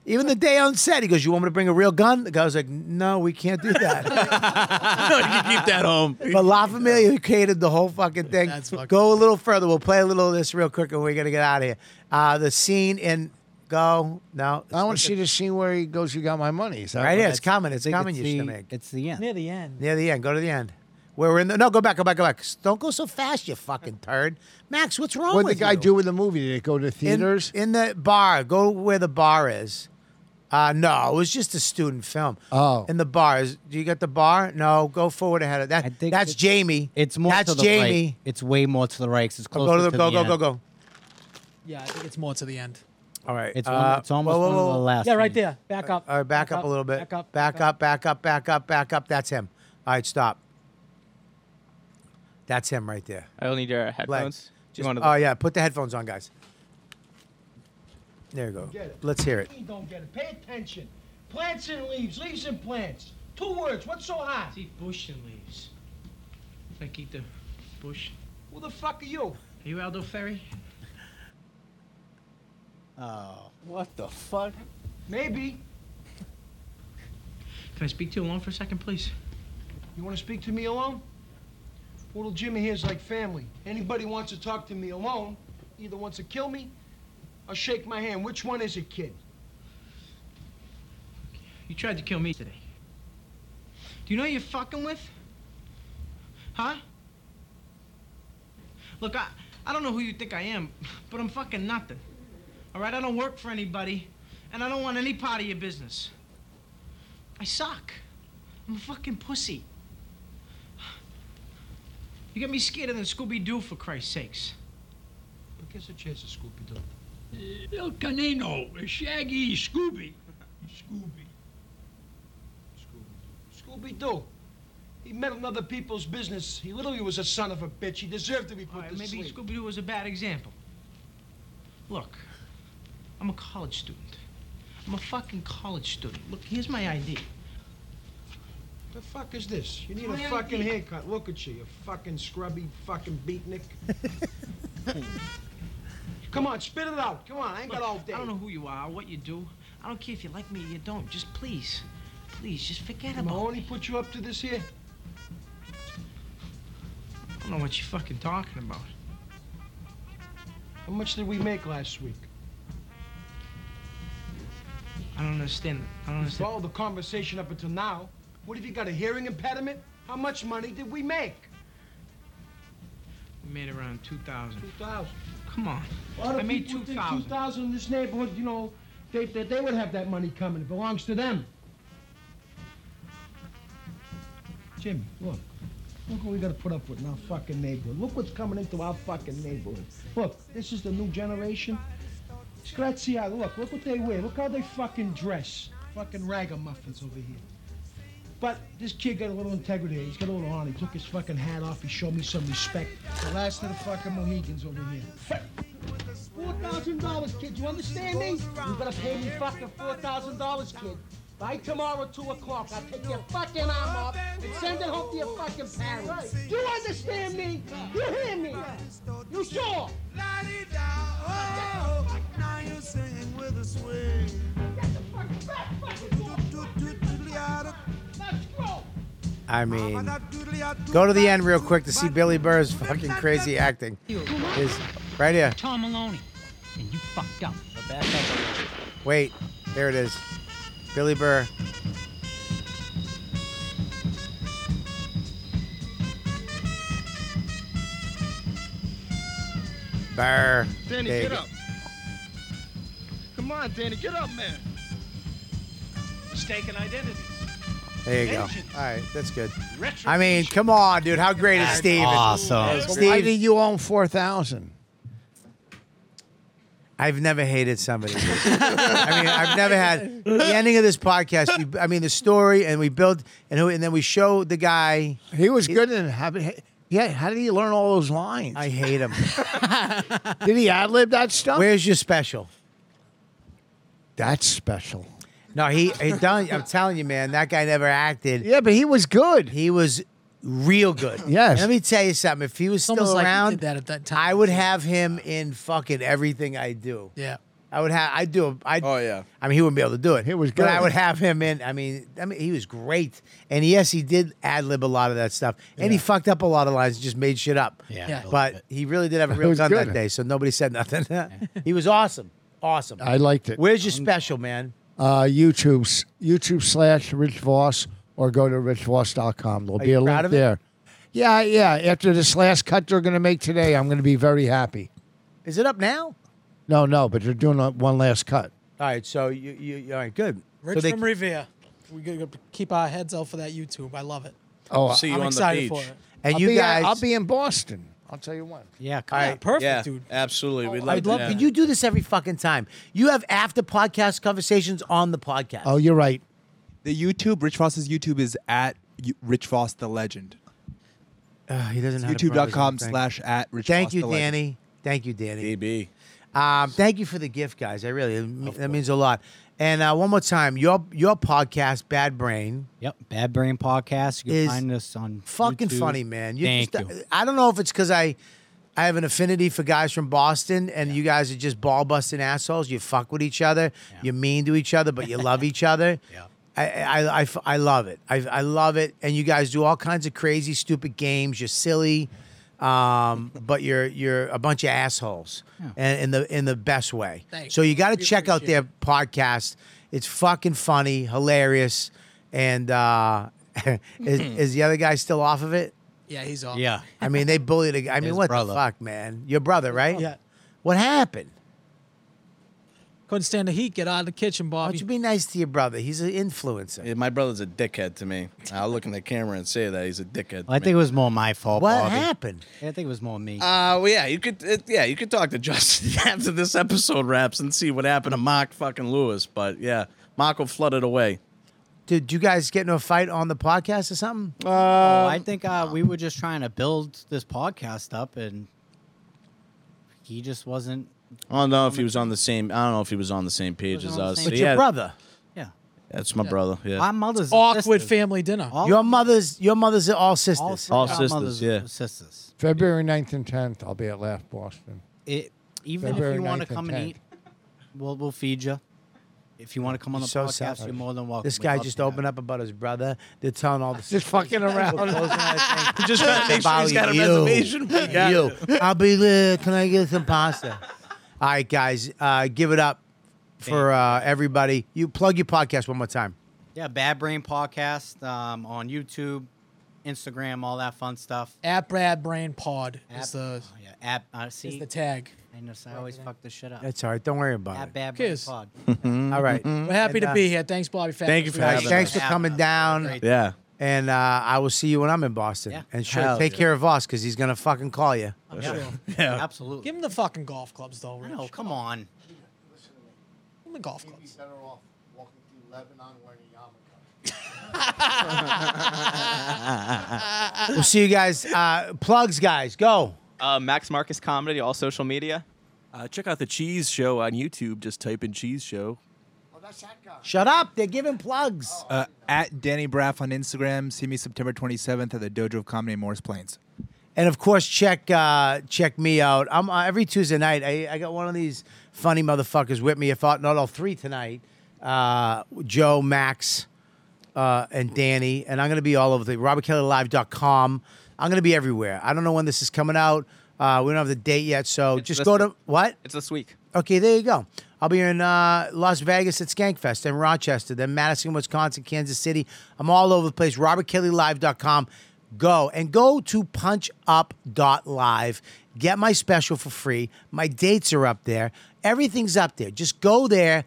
Speaker 1: Even the day on set, he goes, "You want me to bring a real gun?" The guy was like, "No, we can't do that."
Speaker 5: keep that home.
Speaker 1: but La Familia catered the whole fucking thing.
Speaker 2: That's fucking-
Speaker 1: go a little further. We'll play a little of this real quick, and we're gonna get out of here. Uh, the scene in go no,
Speaker 3: I want to see the scene where he goes, "You got my money." Is that
Speaker 1: right here.
Speaker 3: what
Speaker 1: It's coming. It's
Speaker 4: I think
Speaker 1: coming.
Speaker 4: it's
Speaker 1: You should
Speaker 4: the-
Speaker 1: make
Speaker 4: It's the end.
Speaker 2: Near the end.
Speaker 1: near the end. Go to the end. Where we're in the no. Go back. Go back. Go back. Don't go so fast, you fucking turd. Max, what's wrong
Speaker 3: What
Speaker 1: with
Speaker 3: did the guy
Speaker 1: you?
Speaker 3: do in the movie? Did it go to
Speaker 1: in,
Speaker 3: theaters?
Speaker 1: in the bar. Go where the bar is. Uh, no, it was just a student film.
Speaker 3: Oh.
Speaker 1: in the bar. Is, do you get the bar? No, go forward ahead of that.
Speaker 4: I think
Speaker 1: that's
Speaker 4: it's-
Speaker 1: Jamie.
Speaker 4: It's more
Speaker 1: That's
Speaker 4: to the right.
Speaker 1: Jamie.
Speaker 4: It's way more to the right. 'cause It's
Speaker 1: Go
Speaker 4: closer
Speaker 1: to the, go go
Speaker 4: end.
Speaker 1: go go.
Speaker 2: Yeah, I think it's more to the end.
Speaker 1: All right, uh,
Speaker 4: It's, one, it's almost one of the last.
Speaker 2: Yeah, right
Speaker 4: ones.
Speaker 2: there. Back up.
Speaker 1: All right, back, up, a little bit.
Speaker 2: Back up.
Speaker 1: Back up. Back up. Back up. Back up. That's him. All right, stop. That's him right there.
Speaker 8: I will need your headphones.
Speaker 1: Legs.
Speaker 8: Do you want to?
Speaker 1: Oh yeah, put the headphones on, guys. There you go. Let's hear it.
Speaker 10: Don't get it. Pay attention. Plants and leaves. Leaves and plants. Two words. What's so hard?
Speaker 11: It's eat bush and leaves. It's like eat the bush.
Speaker 10: Who the fuck are you?
Speaker 11: Are you Aldo Ferry?
Speaker 12: Oh,
Speaker 3: What the fuck?
Speaker 10: Maybe.
Speaker 11: Can I speak to you alone for a second, please?
Speaker 10: You want to speak to me alone? Little Jimmy here's like family. Anybody wants to talk to me alone, either wants to kill me or shake my hand. Which one is it, kid?
Speaker 11: You tried to kill me today. Do you know who you're fucking with? Huh? Look, I, I don't know who you think I am, but I'm fucking nothing. All right, I don't work for anybody, and I don't want any part of your business. I suck. I'm a fucking pussy. You get me scared than Scooby Doo, for Christ's sakes.
Speaker 10: But guess a chance to scoop it up.
Speaker 12: El Canino, Shaggy, Scooby.
Speaker 10: Scooby. Scooby. Scooby Doo. He meddled in other people's business. He literally was a son of a bitch. He deserved to be put
Speaker 11: All right,
Speaker 10: to
Speaker 11: maybe
Speaker 10: sleep.
Speaker 11: Scooby Doo was a bad example. Look, I'm a college student. I'm a fucking college student. Look, here's my ID.
Speaker 10: The fuck is this? You need
Speaker 11: It's
Speaker 10: a
Speaker 11: my
Speaker 10: fucking
Speaker 11: idea.
Speaker 10: haircut. Look at you, you fucking scrubby fucking beatnik. Come on, spit it out. Come on, I ain't
Speaker 11: Look,
Speaker 10: got all day.
Speaker 11: I don't know who you are, what you do. I don't care if you like me or you don't. Just please, please, just forget
Speaker 10: Did
Speaker 11: about
Speaker 10: Mahoney
Speaker 11: me.
Speaker 10: put you up to this here?
Speaker 11: I don't know what you're fucking talking about.
Speaker 10: How much did we make last week?
Speaker 11: I don't understand. I don't understand.
Speaker 10: Follow the conversation up until now. What have you got, a hearing impediment? How much money did we make?
Speaker 11: We made around 2,000.
Speaker 10: 2000
Speaker 11: Come on.
Speaker 10: A lot of
Speaker 11: I made
Speaker 10: people think
Speaker 11: 2,000.
Speaker 10: 2000 in this neighborhood, you know, they, they, they would have that money coming. It belongs to them. Jim, look. Look what we gotta put up with in our fucking neighborhood. Look what's coming into our fucking neighborhood. Look, this is the new generation. Scrazziata, look, look what they wear. Look how they fucking dress. Fucking ragamuffins over here. But this kid got a little integrity. He's got a little honor. He took his fucking hat off. He showed me some respect. The last of the fucking Mohegans over here. Four thousand dollars, kid. You understand me? You better pay me fucking four thousand dollars, kid. By tomorrow, two o'clock, I'll take your fucking arm off and send it home to your fucking parents. You understand me? You hear me? You sure?
Speaker 12: Now you sing with a swing.
Speaker 10: That's a fucking fat fucking door. Now scroll.
Speaker 1: I mean, go to the end real quick to see Billy Burr's fucking crazy acting. Is right here.
Speaker 11: Tom Maloney. And you fucked up.
Speaker 1: Wait, there it is. Billy Burr. Burr.
Speaker 12: Danny,
Speaker 1: There you
Speaker 12: get
Speaker 1: go.
Speaker 12: up. Come on, Danny, get up, man.
Speaker 11: Mistaken identity.
Speaker 1: There you go. All
Speaker 11: Vengeance.
Speaker 1: right, that's good.
Speaker 11: Retro.
Speaker 1: I mean, come on, dude. How great is Steven?
Speaker 4: Awesome.
Speaker 3: But why
Speaker 1: Steve-
Speaker 3: do you own four thousand?
Speaker 1: I've never hated somebody. I mean, I've never had the ending of this podcast. We, I mean, the story, and we build, and who, and then we show the guy.
Speaker 3: He was good in having. Yeah, how did he learn all those lines?
Speaker 1: I hate him.
Speaker 3: did he ad lib that stuff?
Speaker 1: Where's your special?
Speaker 3: That's special.
Speaker 1: No, he, he done. I'm telling you, man, that guy never acted.
Speaker 3: Yeah, but he was good.
Speaker 1: He was real good.
Speaker 3: Yes.
Speaker 1: And let me tell you something. If he was still
Speaker 2: almost like he
Speaker 1: around,
Speaker 2: did that at that time.
Speaker 1: I would have him in fucking everything I do.
Speaker 2: Yeah.
Speaker 1: I would have. I do. I.
Speaker 5: Oh, yeah.
Speaker 1: I mean, he wouldn't be able to do it.
Speaker 3: He was
Speaker 1: But I
Speaker 3: good.
Speaker 1: would have him in. I mean, I mean, he was great. And yes, he did ad lib a lot of that stuff, and he fucked up a lot of lines, and just made shit up.
Speaker 4: Yeah,
Speaker 2: Yeah.
Speaker 1: But he really did have a real
Speaker 3: was
Speaker 1: gun
Speaker 3: good.
Speaker 1: that day, so nobody said nothing. he was awesome. Awesome.
Speaker 3: I liked it.
Speaker 1: Where's your special, man?
Speaker 3: Uh, YouTube's YouTube slash Rich Voss or go to richvoss.com. There'll be
Speaker 1: you
Speaker 3: a
Speaker 1: proud
Speaker 3: link
Speaker 1: of it?
Speaker 3: there. Yeah, yeah. After this last cut they're going to make today, I'm going to be very happy.
Speaker 1: Is it up now?
Speaker 3: No, no, but they're doing a, one last cut.
Speaker 1: All right. So you, you all right? Good.
Speaker 2: Rich
Speaker 1: so they-
Speaker 2: from Revere. We gotta keep our heads out for that YouTube. I love it.
Speaker 3: Oh,
Speaker 5: See you
Speaker 2: I'm
Speaker 5: on the
Speaker 2: excited
Speaker 5: beach.
Speaker 2: for it.
Speaker 1: and
Speaker 3: I'll
Speaker 1: you
Speaker 3: be, uh,
Speaker 1: guys.
Speaker 3: I'll be in Boston. I'll tell you when.
Speaker 4: Yeah, come
Speaker 1: all
Speaker 2: Yeah,
Speaker 1: right.
Speaker 2: perfect,
Speaker 5: Yeah,
Speaker 2: dude.
Speaker 5: absolutely. We'd love,
Speaker 1: I'd love.
Speaker 5: to.
Speaker 1: Could you do this every fucking time? You have after podcast conversations on the podcast.
Speaker 3: Oh, you're right.
Speaker 12: The YouTube, Rich Foss's YouTube is at U- Rich Foss the Legend.
Speaker 1: Uh, he doesn't. know how to pronounce
Speaker 12: YouTube.com
Speaker 1: anything.
Speaker 12: slash at Rich
Speaker 1: Thank
Speaker 12: Foss
Speaker 1: you,
Speaker 12: the Legend.
Speaker 1: Danny. Thank you, Danny.
Speaker 5: DB.
Speaker 1: Um, thank you for the gift, guys. I really that means a lot. And uh, one more time, your your podcast, Bad Brain.
Speaker 4: Yep, Bad Brain Podcast. You can
Speaker 1: is
Speaker 4: find us on
Speaker 1: fucking
Speaker 4: YouTube.
Speaker 1: funny, man.
Speaker 4: Thank
Speaker 1: just-
Speaker 4: you. uh,
Speaker 1: I don't know if it's because I I have an affinity for guys from Boston, and you guys are just ball busting assholes. You fuck with each other. You're mean to each other, but you love each other. Yeah. I, I, I, I love it. I, I love it. And you guys do all kinds of crazy, stupid games. You're silly, um, but you're you're a bunch of assholes, and in the in the best way.
Speaker 2: Thanks.
Speaker 1: So you got to check out their podcast. It's fucking funny, hilarious, and uh, is, is the other guy still off of it?
Speaker 2: Yeah, he's off.
Speaker 1: I mean, they bullied. A, I mean,
Speaker 2: His
Speaker 1: what
Speaker 2: brother.
Speaker 1: the fuck, man? Your brother, right? Yeah. What happened?
Speaker 2: Couldn't stand the heat. Get out of the kitchen, Bobby.
Speaker 1: Why don't you be nice to your brother? He's an influencer.
Speaker 5: Yeah, my brother's a dickhead to me. I'll look in the camera and say that he's a dickhead.
Speaker 4: I think it was more my fault.
Speaker 5: What
Speaker 4: Bobby.
Speaker 1: happened?
Speaker 4: I think it was more me.
Speaker 5: Uh, well, yeah, you could, it, yeah, you could talk to Justin after this episode wraps and see what happened to Mark fucking Lewis. But yeah, Marco flooded away.
Speaker 1: Did you guys get into a fight on the podcast or something?
Speaker 4: Oh, I think uh, we were just trying to build this podcast up, and he just wasn't.
Speaker 5: I don't know if he was on the same. I don't know if he was on the same page as us.
Speaker 1: But
Speaker 5: Yeah,
Speaker 1: your brother.
Speaker 4: Yeah.
Speaker 5: That's my brother. Yeah.
Speaker 4: My mother's
Speaker 2: awkward family dinner.
Speaker 1: your mother's your mother's are all sisters.
Speaker 5: All sisters, yeah.
Speaker 4: Sisters.
Speaker 3: February 9th and 10th, I'll be at Laugh Boston.
Speaker 4: It even if
Speaker 3: February
Speaker 4: you want to
Speaker 3: 9th and
Speaker 4: come and
Speaker 3: 10th.
Speaker 4: eat, we'll we'll feed you. If you want to come on the
Speaker 1: So
Speaker 4: podcast,
Speaker 1: sad.
Speaker 4: you're more than welcome.
Speaker 1: This
Speaker 4: We'd
Speaker 1: guy
Speaker 4: love
Speaker 1: just
Speaker 4: to have
Speaker 1: opened up about his brother. They're telling all the
Speaker 3: Just fucking around.
Speaker 5: He just trying to make sure he's got a
Speaker 1: You.
Speaker 5: reservation. We got
Speaker 1: you.
Speaker 5: it.
Speaker 1: I'll be there. Can I get some pasta? All right, guys, uh, give it up for uh, everybody. You plug your podcast one more time.
Speaker 4: you. Yeah, Bad Brain Podcast um, on YouTube, Instagram, all that fun stuff.
Speaker 2: At Brad Brain Pod is
Speaker 4: App-
Speaker 2: the
Speaker 4: oh, yeah, app. I see.
Speaker 2: is the tag.
Speaker 4: I know. so I always fuck this shit up.
Speaker 1: That's all right. Don't worry about
Speaker 4: At
Speaker 1: it.
Speaker 4: Bad Brain
Speaker 2: Kiss.
Speaker 4: Pod.
Speaker 1: All right.
Speaker 2: We're happy
Speaker 1: And,
Speaker 2: to
Speaker 1: uh,
Speaker 2: be here. Thanks, Bobby. Fat
Speaker 5: Thank you
Speaker 2: Boy.
Speaker 5: for
Speaker 1: Guys,
Speaker 5: having
Speaker 1: thanks
Speaker 5: us.
Speaker 1: for coming down.
Speaker 5: Yeah.
Speaker 1: And uh, I will see you when I'm in Boston.
Speaker 4: Yeah.
Speaker 1: And sure,
Speaker 5: Hell
Speaker 1: take
Speaker 5: yeah.
Speaker 1: care of Voss because he's gonna fucking call you.
Speaker 4: Yeah,
Speaker 5: Yeah.
Speaker 4: absolutely.
Speaker 2: Give him the fucking golf clubs, though. Rich.
Speaker 4: No, come on.
Speaker 2: Give him the golf clubs.
Speaker 3: better off walking through Lebanon wearing a yarmulke.
Speaker 1: We'll see you guys. Uh, plugs, guys, go.
Speaker 8: Uh, Max Marcus Comedy, all social media.
Speaker 13: Uh, check out the Cheese Show on YouTube. Just type in Cheese Show.
Speaker 1: Shut up. They're giving plugs.
Speaker 12: Uh, at Danny Braff on Instagram. See me September 27th at the Dojo of Comedy in Morris Plains.
Speaker 1: And of course, check uh, check me out. I'm uh, every Tuesday night. I, I got one of these funny motherfuckers with me. If not, not all three tonight. Uh, Joe, Max, uh, and Danny. And I'm gonna be all over the RobertKellyLive.com. I'm gonna be everywhere. I don't know when this is coming out. Uh, we don't have the date yet, so just
Speaker 8: this
Speaker 1: go to
Speaker 8: week.
Speaker 1: what?
Speaker 8: It's this week.
Speaker 1: Okay, there you go. I'll be in uh, Las Vegas at Skankfest, then Rochester, then Madison, Wisconsin, Kansas City. I'm all over the place. RobertKellyLive.com. Go and go to punchup.live. Get my special for free. My dates are up there. Everything's up there. Just go there,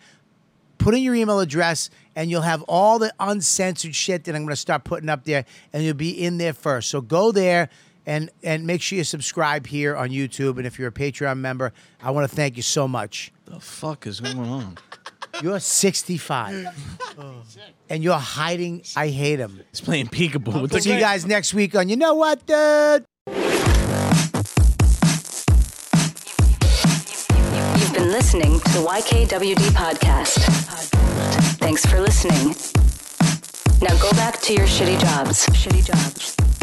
Speaker 1: put in your email address, and you'll have all the uncensored shit that I'm going to start putting up there, and you'll be in there first. So go there and and make sure you subscribe here on YouTube. And if you're a Patreon member, I want to thank you so much.
Speaker 5: The fuck is going on?
Speaker 1: You're 65, and you're hiding. I hate him.
Speaker 5: He's playing peekaboo. with the
Speaker 1: See you
Speaker 5: guy.
Speaker 1: guys next week on You Know What, Dude.
Speaker 14: You've been listening to the YKWD podcast. Thanks for listening. Now go back to your shitty jobs. Shitty jobs.